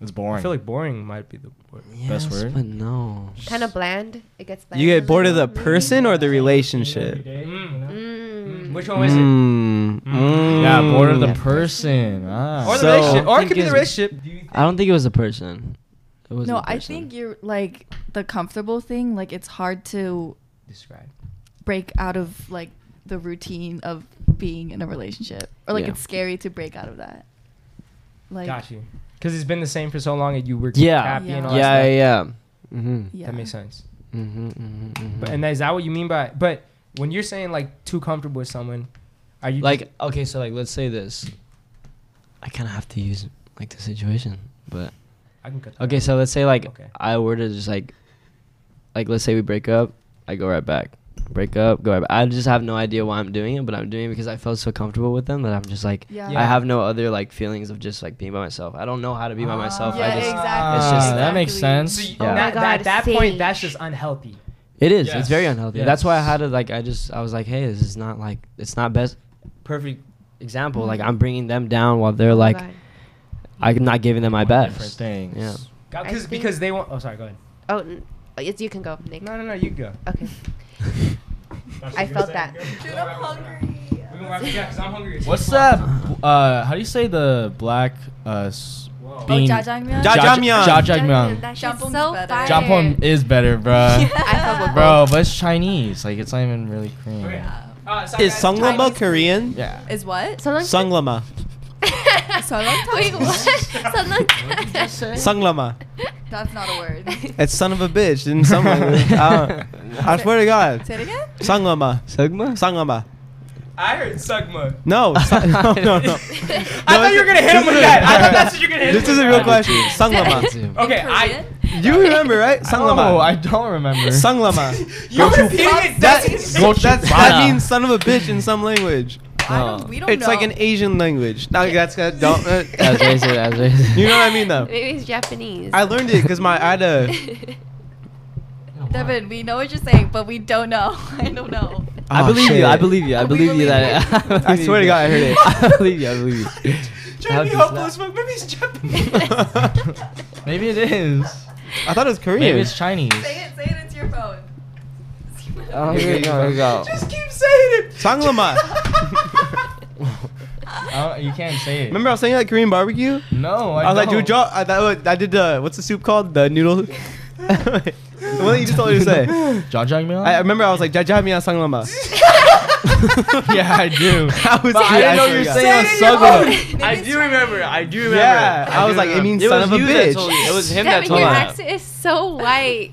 [SPEAKER 1] It's
[SPEAKER 5] I,
[SPEAKER 1] boring.
[SPEAKER 5] I feel like boring might be the word.
[SPEAKER 2] yes,
[SPEAKER 1] word?
[SPEAKER 2] but no.
[SPEAKER 6] Kind of bland. It gets bland.
[SPEAKER 8] You get bored of the
[SPEAKER 6] Mm.
[SPEAKER 8] person or the relationship?
[SPEAKER 5] Mm.
[SPEAKER 6] Mm.
[SPEAKER 5] Which one was it?
[SPEAKER 2] Hmm,
[SPEAKER 5] Mm.
[SPEAKER 1] yeah, bored of the
[SPEAKER 8] Mm.
[SPEAKER 1] person.
[SPEAKER 5] Or the Ah.
[SPEAKER 8] So-
[SPEAKER 5] relationship? Ah. Or it could be
[SPEAKER 2] I
[SPEAKER 5] the
[SPEAKER 2] think it's-
[SPEAKER 5] relationship.
[SPEAKER 2] I don't think it was a person. It wasn't
[SPEAKER 7] No,
[SPEAKER 2] a
[SPEAKER 7] I
[SPEAKER 2] person.
[SPEAKER 7] think you're like the comfortable thing. Like it's hard to
[SPEAKER 5] Describe.
[SPEAKER 7] break out of like the routine of being in a relationship, or like
[SPEAKER 2] Yeah.
[SPEAKER 7] it's scary to break out of that. Like,
[SPEAKER 5] Got you. Because it's been the same for so long, and you were
[SPEAKER 2] Yeah.
[SPEAKER 5] happy and all
[SPEAKER 2] Yeah,
[SPEAKER 5] that.
[SPEAKER 2] yeah,
[SPEAKER 5] stuff.
[SPEAKER 2] yeah. Mm-hmm.
[SPEAKER 7] yeah,
[SPEAKER 5] That makes sense.
[SPEAKER 2] Mm-hmm, mm-hmm,
[SPEAKER 5] But, and is that what you mean by? But when you're saying like too comfortable with someone, are you
[SPEAKER 2] like okay, so like let's say this. I kind of have to use like the situation, but
[SPEAKER 5] I can cut that
[SPEAKER 2] okay,
[SPEAKER 5] out.
[SPEAKER 2] so let's say like
[SPEAKER 5] Okay.
[SPEAKER 2] I were to just like, like let's say we break up, I go right back. Break up, go right back. I just have no idea why I'm doing it, but I'm doing it because I felt so comfortable with them that I'm just like
[SPEAKER 7] Yeah.
[SPEAKER 2] I
[SPEAKER 5] Yeah.
[SPEAKER 2] have no other like feelings of just like being by myself. I don't know how to be by myself.
[SPEAKER 7] Ah, Yeah,
[SPEAKER 2] I just
[SPEAKER 7] exactly.
[SPEAKER 2] it's just- that
[SPEAKER 1] makes
[SPEAKER 7] exactly.
[SPEAKER 1] sense.
[SPEAKER 5] So you-
[SPEAKER 2] Yeah. Oh my
[SPEAKER 5] that- that-
[SPEAKER 6] God,
[SPEAKER 5] that point,
[SPEAKER 6] Sage.
[SPEAKER 5] that's just unhealthy.
[SPEAKER 2] It is.
[SPEAKER 1] Yes.
[SPEAKER 2] It's very unhealthy. That's why I
[SPEAKER 1] Yes.
[SPEAKER 2] had to like. I just I was like, hey, this is not like it's not best. Perfect example. Like I'm bringing them down while they're like
[SPEAKER 6] God.
[SPEAKER 2] I'm not giving them my
[SPEAKER 1] Different
[SPEAKER 2] best.
[SPEAKER 1] things.
[SPEAKER 2] Yeah.
[SPEAKER 5] God,
[SPEAKER 6] I
[SPEAKER 5] 'cause-
[SPEAKER 6] think-
[SPEAKER 5] because they want. Oh, sorry. Go ahead.
[SPEAKER 6] Oh, n- it's, you can go, Nick.
[SPEAKER 5] No, no, no. You go.
[SPEAKER 6] Okay. I felt that.
[SPEAKER 7] Dude, I'm hungry.
[SPEAKER 5] because I'm hungry. as
[SPEAKER 1] What's
[SPEAKER 5] fuck.
[SPEAKER 1] that? Uh, how do you say the black uh, s-
[SPEAKER 5] Whoa.
[SPEAKER 1] bean?
[SPEAKER 7] Oh, jajangmyeon.
[SPEAKER 8] Ja- Jajangmyeon.
[SPEAKER 1] Jajangmyeon.
[SPEAKER 6] That shit's
[SPEAKER 7] Jumpon's
[SPEAKER 6] so
[SPEAKER 7] better.
[SPEAKER 6] fire.
[SPEAKER 1] Japan is better, bruh.
[SPEAKER 6] I fuck with
[SPEAKER 1] Bro, but it's Chinese. Like it's not even really Korean.
[SPEAKER 5] Okay. Uh, sorry,
[SPEAKER 8] Is
[SPEAKER 5] guys.
[SPEAKER 8] Sunglama Korean?
[SPEAKER 1] Yeah.
[SPEAKER 7] Is what?
[SPEAKER 6] Sunlong-
[SPEAKER 8] Sunglama.
[SPEAKER 7] Sunlong-
[SPEAKER 6] Wait, what? Sunlong-
[SPEAKER 8] Sunglama.
[SPEAKER 7] That's not a word.
[SPEAKER 8] It's son of a bitch. Didn't someone?
[SPEAKER 2] Uh,
[SPEAKER 8] I, don't- I swear to God.
[SPEAKER 7] Say it again.
[SPEAKER 8] Sunglama.
[SPEAKER 2] Sugma?
[SPEAKER 8] Sunglama.
[SPEAKER 5] I heard Sugma.
[SPEAKER 8] No, sun, no, no,
[SPEAKER 5] I
[SPEAKER 8] no.
[SPEAKER 5] thought you were gonna hit him with that. I thought that's what you're gonna hit. him
[SPEAKER 8] This is
[SPEAKER 5] with. Oh,
[SPEAKER 8] a real question. Sunglama.
[SPEAKER 5] Okay, I.
[SPEAKER 7] Korean?
[SPEAKER 8] You remember, right?
[SPEAKER 1] Oh, I
[SPEAKER 8] Sunglama.
[SPEAKER 1] don't remember.
[SPEAKER 8] Sunglama.
[SPEAKER 5] You repeated it.
[SPEAKER 8] That,
[SPEAKER 5] That's
[SPEAKER 8] that's, that means son of a bitch in some language.
[SPEAKER 7] I don't, we don't
[SPEAKER 8] It's
[SPEAKER 7] know.
[SPEAKER 8] like an Asian language. No, that's that don't. Uh,
[SPEAKER 2] That's racist. That's racist.
[SPEAKER 8] you know what I mean, though.
[SPEAKER 6] Maybe it's Japanese.
[SPEAKER 8] I learned it because my I had a
[SPEAKER 7] Devin, we know what you're saying, but we don't know. I don't know.
[SPEAKER 2] I
[SPEAKER 8] Oh,
[SPEAKER 2] believe
[SPEAKER 8] shit.
[SPEAKER 2] you. I believe you. I believe you. That
[SPEAKER 8] I swear to God, I heard it.
[SPEAKER 2] I believe you. I believe you.
[SPEAKER 5] trying to be
[SPEAKER 2] How does
[SPEAKER 5] hopeless, but maybe it's Japanese.
[SPEAKER 8] I
[SPEAKER 1] Maybe it is.
[SPEAKER 8] thought it was
[SPEAKER 1] Maybe
[SPEAKER 8] Korean.
[SPEAKER 1] it's Chinese.
[SPEAKER 7] Say it. Say it. It's your phone.
[SPEAKER 2] Oh, here we go. Here we go.
[SPEAKER 5] Just keep saying it.
[SPEAKER 1] I
[SPEAKER 8] Sanglama.
[SPEAKER 1] don't- Oh, you can't say it.
[SPEAKER 8] Remember I was saying that Korean barbecue?
[SPEAKER 1] No, I,
[SPEAKER 8] I was like,
[SPEAKER 1] don't.
[SPEAKER 8] dude, draw. I, that, I did the what's the soup called? The noodle. the one that you just told me to say.
[SPEAKER 1] Jajangmyeon?
[SPEAKER 8] I I remember I was like jajangmyeon sanglama.
[SPEAKER 1] yeah, I do.
[SPEAKER 8] I was
[SPEAKER 1] But I
[SPEAKER 8] here,
[SPEAKER 1] didn't know
[SPEAKER 8] swear
[SPEAKER 1] you were
[SPEAKER 8] to God.
[SPEAKER 1] saying
[SPEAKER 6] Oh,
[SPEAKER 1] Sunglama.
[SPEAKER 2] I do remember. I do remember.
[SPEAKER 8] Yeah, I was like, it means son of a bitch.
[SPEAKER 2] It was him that
[SPEAKER 6] Devin,
[SPEAKER 2] told
[SPEAKER 6] your
[SPEAKER 2] me. that.
[SPEAKER 6] accent is so white.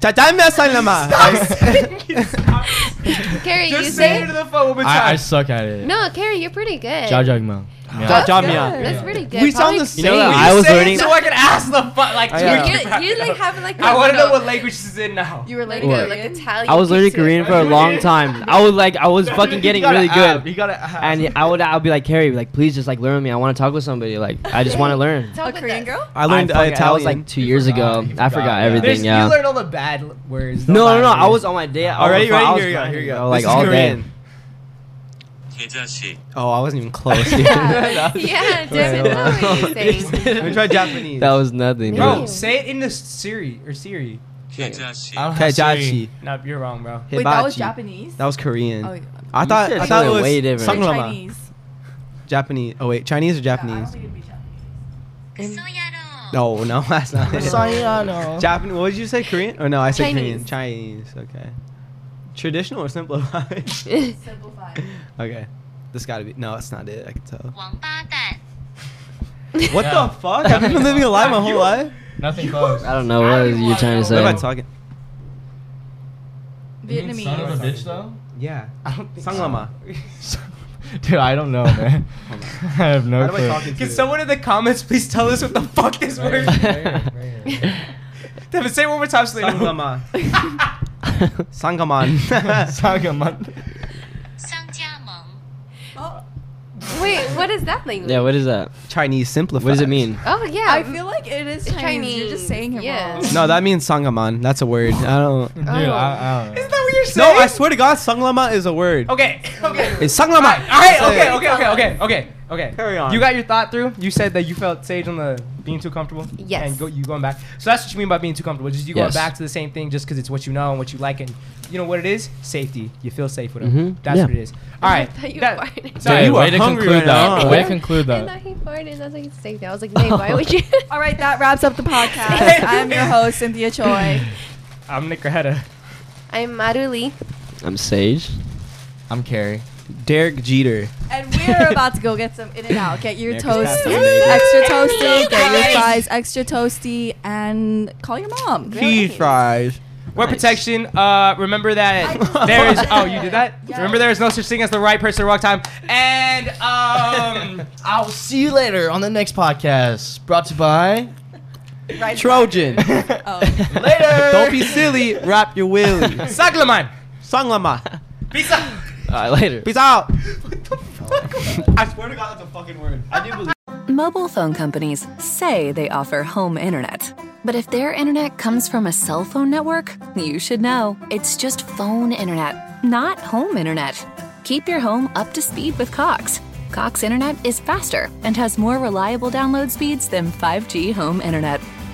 [SPEAKER 8] Jajangmyeon sanglama.
[SPEAKER 6] Carrie, you
[SPEAKER 5] Just say it
[SPEAKER 6] say
[SPEAKER 5] to the phone one more
[SPEAKER 1] I, I
[SPEAKER 5] time.
[SPEAKER 1] suck at it.
[SPEAKER 6] no. Carrie, you're pretty good.
[SPEAKER 1] Jajangmyeon.
[SPEAKER 8] Ja-
[SPEAKER 1] Yeah.
[SPEAKER 6] That's good.
[SPEAKER 8] Jajangmyeon.
[SPEAKER 6] That's pretty good.
[SPEAKER 8] We sound the
[SPEAKER 6] Probably-
[SPEAKER 8] same.
[SPEAKER 2] You know that
[SPEAKER 5] Will
[SPEAKER 2] I
[SPEAKER 5] you
[SPEAKER 2] was
[SPEAKER 5] say it
[SPEAKER 2] learning-
[SPEAKER 5] So I can ask the fu- like.
[SPEAKER 8] I,
[SPEAKER 5] to
[SPEAKER 8] uh,
[SPEAKER 5] keep
[SPEAKER 6] You're,
[SPEAKER 5] wrapping
[SPEAKER 6] you're like
[SPEAKER 5] up.
[SPEAKER 6] having like.
[SPEAKER 5] I want to
[SPEAKER 6] no,
[SPEAKER 5] know what language she's in now.
[SPEAKER 7] You were
[SPEAKER 6] Like,
[SPEAKER 7] learning
[SPEAKER 6] no,
[SPEAKER 2] What?
[SPEAKER 6] like
[SPEAKER 7] Korean?
[SPEAKER 6] Italian.
[SPEAKER 2] I was learning
[SPEAKER 6] pizza.
[SPEAKER 2] Korean for a long time. I was like, I was fucking getting really good.
[SPEAKER 1] You gotta ask.
[SPEAKER 2] And I would, I'd be like, Carrie, like, please just like learn with me. I want to talk with somebody. Like, I just want to learn.
[SPEAKER 7] A
[SPEAKER 6] Talk with
[SPEAKER 7] Korean
[SPEAKER 6] us.
[SPEAKER 7] girl?
[SPEAKER 8] I learned uh,
[SPEAKER 2] fucking-
[SPEAKER 8] Italian.
[SPEAKER 2] That was like two years ago.
[SPEAKER 1] forgot, you
[SPEAKER 2] I
[SPEAKER 1] forgot,
[SPEAKER 2] forgot
[SPEAKER 1] yeah.
[SPEAKER 2] everything.
[SPEAKER 5] There's-
[SPEAKER 2] Yeah.
[SPEAKER 5] You learned all the bad l- words. the
[SPEAKER 2] no, no,
[SPEAKER 5] bad
[SPEAKER 2] no. I
[SPEAKER 5] words.
[SPEAKER 2] was on my day. I
[SPEAKER 8] All right,
[SPEAKER 2] was-
[SPEAKER 8] ready?
[SPEAKER 2] I was
[SPEAKER 8] Here we go.
[SPEAKER 2] grinding,
[SPEAKER 8] Here we
[SPEAKER 2] bro,
[SPEAKER 8] go.
[SPEAKER 2] Like
[SPEAKER 8] This is
[SPEAKER 2] all day.
[SPEAKER 8] Korean. Oh, I wasn't even close. dude.
[SPEAKER 6] Yeah, yeah Devin,
[SPEAKER 2] Wait,
[SPEAKER 6] that's
[SPEAKER 2] hold on.
[SPEAKER 6] what you're saying.
[SPEAKER 8] Let me try Japanese.
[SPEAKER 2] That was nothing,
[SPEAKER 5] Bro,
[SPEAKER 2] bro.
[SPEAKER 6] No.
[SPEAKER 5] say it in the Siri or Siri.
[SPEAKER 1] I don't have
[SPEAKER 8] Kajachi.
[SPEAKER 5] No, you're wrong, bro.
[SPEAKER 7] Wait, that was
[SPEAKER 8] Hibachi.
[SPEAKER 7] Japanese.
[SPEAKER 8] That was Korean.
[SPEAKER 7] oh, yeah.
[SPEAKER 8] I
[SPEAKER 2] You
[SPEAKER 8] thought
[SPEAKER 2] said
[SPEAKER 8] I thought it
[SPEAKER 2] something
[SPEAKER 8] was
[SPEAKER 2] way different.
[SPEAKER 8] Sanglama.
[SPEAKER 7] Chinese.
[SPEAKER 8] Japanese. Oh wait, Chinese or
[SPEAKER 7] Yeah, I don't
[SPEAKER 8] Japanese?
[SPEAKER 7] think it'd be Japanese.
[SPEAKER 8] No, no, that's not it.
[SPEAKER 1] Sayano.
[SPEAKER 8] Japanese. What did you say? Korean? Or no, I said Korean.
[SPEAKER 6] Chinese.
[SPEAKER 8] Chinese. Okay. Traditional or simplified?
[SPEAKER 7] Simplified.
[SPEAKER 8] okay. This gotta be. No, that's not it. I can tell.
[SPEAKER 1] What
[SPEAKER 8] What the fuck? I've been living a lie my whole life.
[SPEAKER 1] Nothing close.
[SPEAKER 2] I don't know what was you trying to
[SPEAKER 8] What am I
[SPEAKER 2] say.
[SPEAKER 8] talking?
[SPEAKER 1] Son of
[SPEAKER 7] Vietnamese.
[SPEAKER 1] a bitch, though?
[SPEAKER 8] Yeah.
[SPEAKER 5] I don't think
[SPEAKER 8] Sanglama.
[SPEAKER 1] Dude, I don't know, man. I have no
[SPEAKER 8] What am
[SPEAKER 1] clue.
[SPEAKER 8] I talking to?
[SPEAKER 5] Can someone in the comments please tell us what the fuck this word is? Devin, say it one more time so they know.
[SPEAKER 8] Sangama. Sangaman.
[SPEAKER 1] Sangamon.
[SPEAKER 7] Oh,
[SPEAKER 6] Wait, what is that language?
[SPEAKER 2] Yeah, what is that?
[SPEAKER 8] Chinese simplified.
[SPEAKER 2] What does it mean?
[SPEAKER 6] Oh yeah.
[SPEAKER 7] I feel like it is
[SPEAKER 6] It's
[SPEAKER 7] Chinese. You're just
[SPEAKER 6] Chinese,
[SPEAKER 7] saying him
[SPEAKER 6] yeah.
[SPEAKER 7] wrong.
[SPEAKER 8] No, that means Sangaman. That's a word. I don't.
[SPEAKER 1] Dude, I, I don't know.
[SPEAKER 5] Oh. Isn't that what you're saying?
[SPEAKER 8] No, I swear to God, Sunglama is a word.
[SPEAKER 5] Okay. Okay.
[SPEAKER 8] It's Sunglama.
[SPEAKER 5] All right. Okay. Okay. Okay. Okay. Okay. Okay.
[SPEAKER 8] Carry on.
[SPEAKER 5] You got your thought through. You said that you felt sage on the being too comfortable.
[SPEAKER 6] Yes.
[SPEAKER 5] And go, you going back. So that's what you mean by being too comfortable. Just you going
[SPEAKER 2] Yes.
[SPEAKER 5] back to the same thing just because it's what you know and what you like and you know what it is. Safety. You feel safe with it.
[SPEAKER 2] Mhm.
[SPEAKER 5] That's
[SPEAKER 2] Yeah.
[SPEAKER 5] what it is. All right.
[SPEAKER 6] thought you
[SPEAKER 5] That-
[SPEAKER 6] farted.
[SPEAKER 5] Sorry.
[SPEAKER 8] Dude, you
[SPEAKER 9] way
[SPEAKER 8] are
[SPEAKER 9] to
[SPEAKER 8] hungry
[SPEAKER 9] conclude
[SPEAKER 8] right
[SPEAKER 5] Oh,
[SPEAKER 9] that.
[SPEAKER 8] now.
[SPEAKER 9] Way to conclude
[SPEAKER 6] I
[SPEAKER 9] that.
[SPEAKER 6] thought he farted. That's like it's safety. I was like, Nate, why would you?
[SPEAKER 7] All right, that wraps up the podcast. Um, I'm your host, Cynthia Choi.
[SPEAKER 5] I'm Nick Rahetta.
[SPEAKER 6] I'm Maruli.
[SPEAKER 2] I'm Sage.
[SPEAKER 1] I'm Carrie.
[SPEAKER 8] Derek Jeter.
[SPEAKER 7] And we're about to go get some in and out. Get your
[SPEAKER 8] Nick is
[SPEAKER 7] toast
[SPEAKER 8] back, baby.
[SPEAKER 7] extra toasty. Get
[SPEAKER 6] Guys.
[SPEAKER 7] your fries extra toasty, and call your mom.
[SPEAKER 8] Cheese fries.
[SPEAKER 5] Wear
[SPEAKER 2] Nice.
[SPEAKER 5] protection. Uh, remember that
[SPEAKER 7] I
[SPEAKER 5] there is.
[SPEAKER 7] did
[SPEAKER 5] Oh,
[SPEAKER 7] it.
[SPEAKER 5] you did that.
[SPEAKER 7] Yes.
[SPEAKER 5] Remember there is no such thing as the right person at the wrong time. And um,
[SPEAKER 1] I'll see you later on the next podcast. Brought to you by.
[SPEAKER 7] Right
[SPEAKER 8] Trojan.
[SPEAKER 7] Oh.
[SPEAKER 5] later.
[SPEAKER 8] Don't be silly. Wrap your willy.
[SPEAKER 5] Saglaman.
[SPEAKER 8] Sunglama.
[SPEAKER 5] Peace out.
[SPEAKER 2] All right, later.
[SPEAKER 8] Peace out.
[SPEAKER 5] I swear to God, that's a fucking word. I do believe.
[SPEAKER 4] Mobile phone companies say they offer home internet. But if their internet comes from a cell phone network, you should know. It's just phone internet, not home internet. Keep your home up to speed with Cox. Cox Internet is faster and has more reliable download speeds than 5G home internet.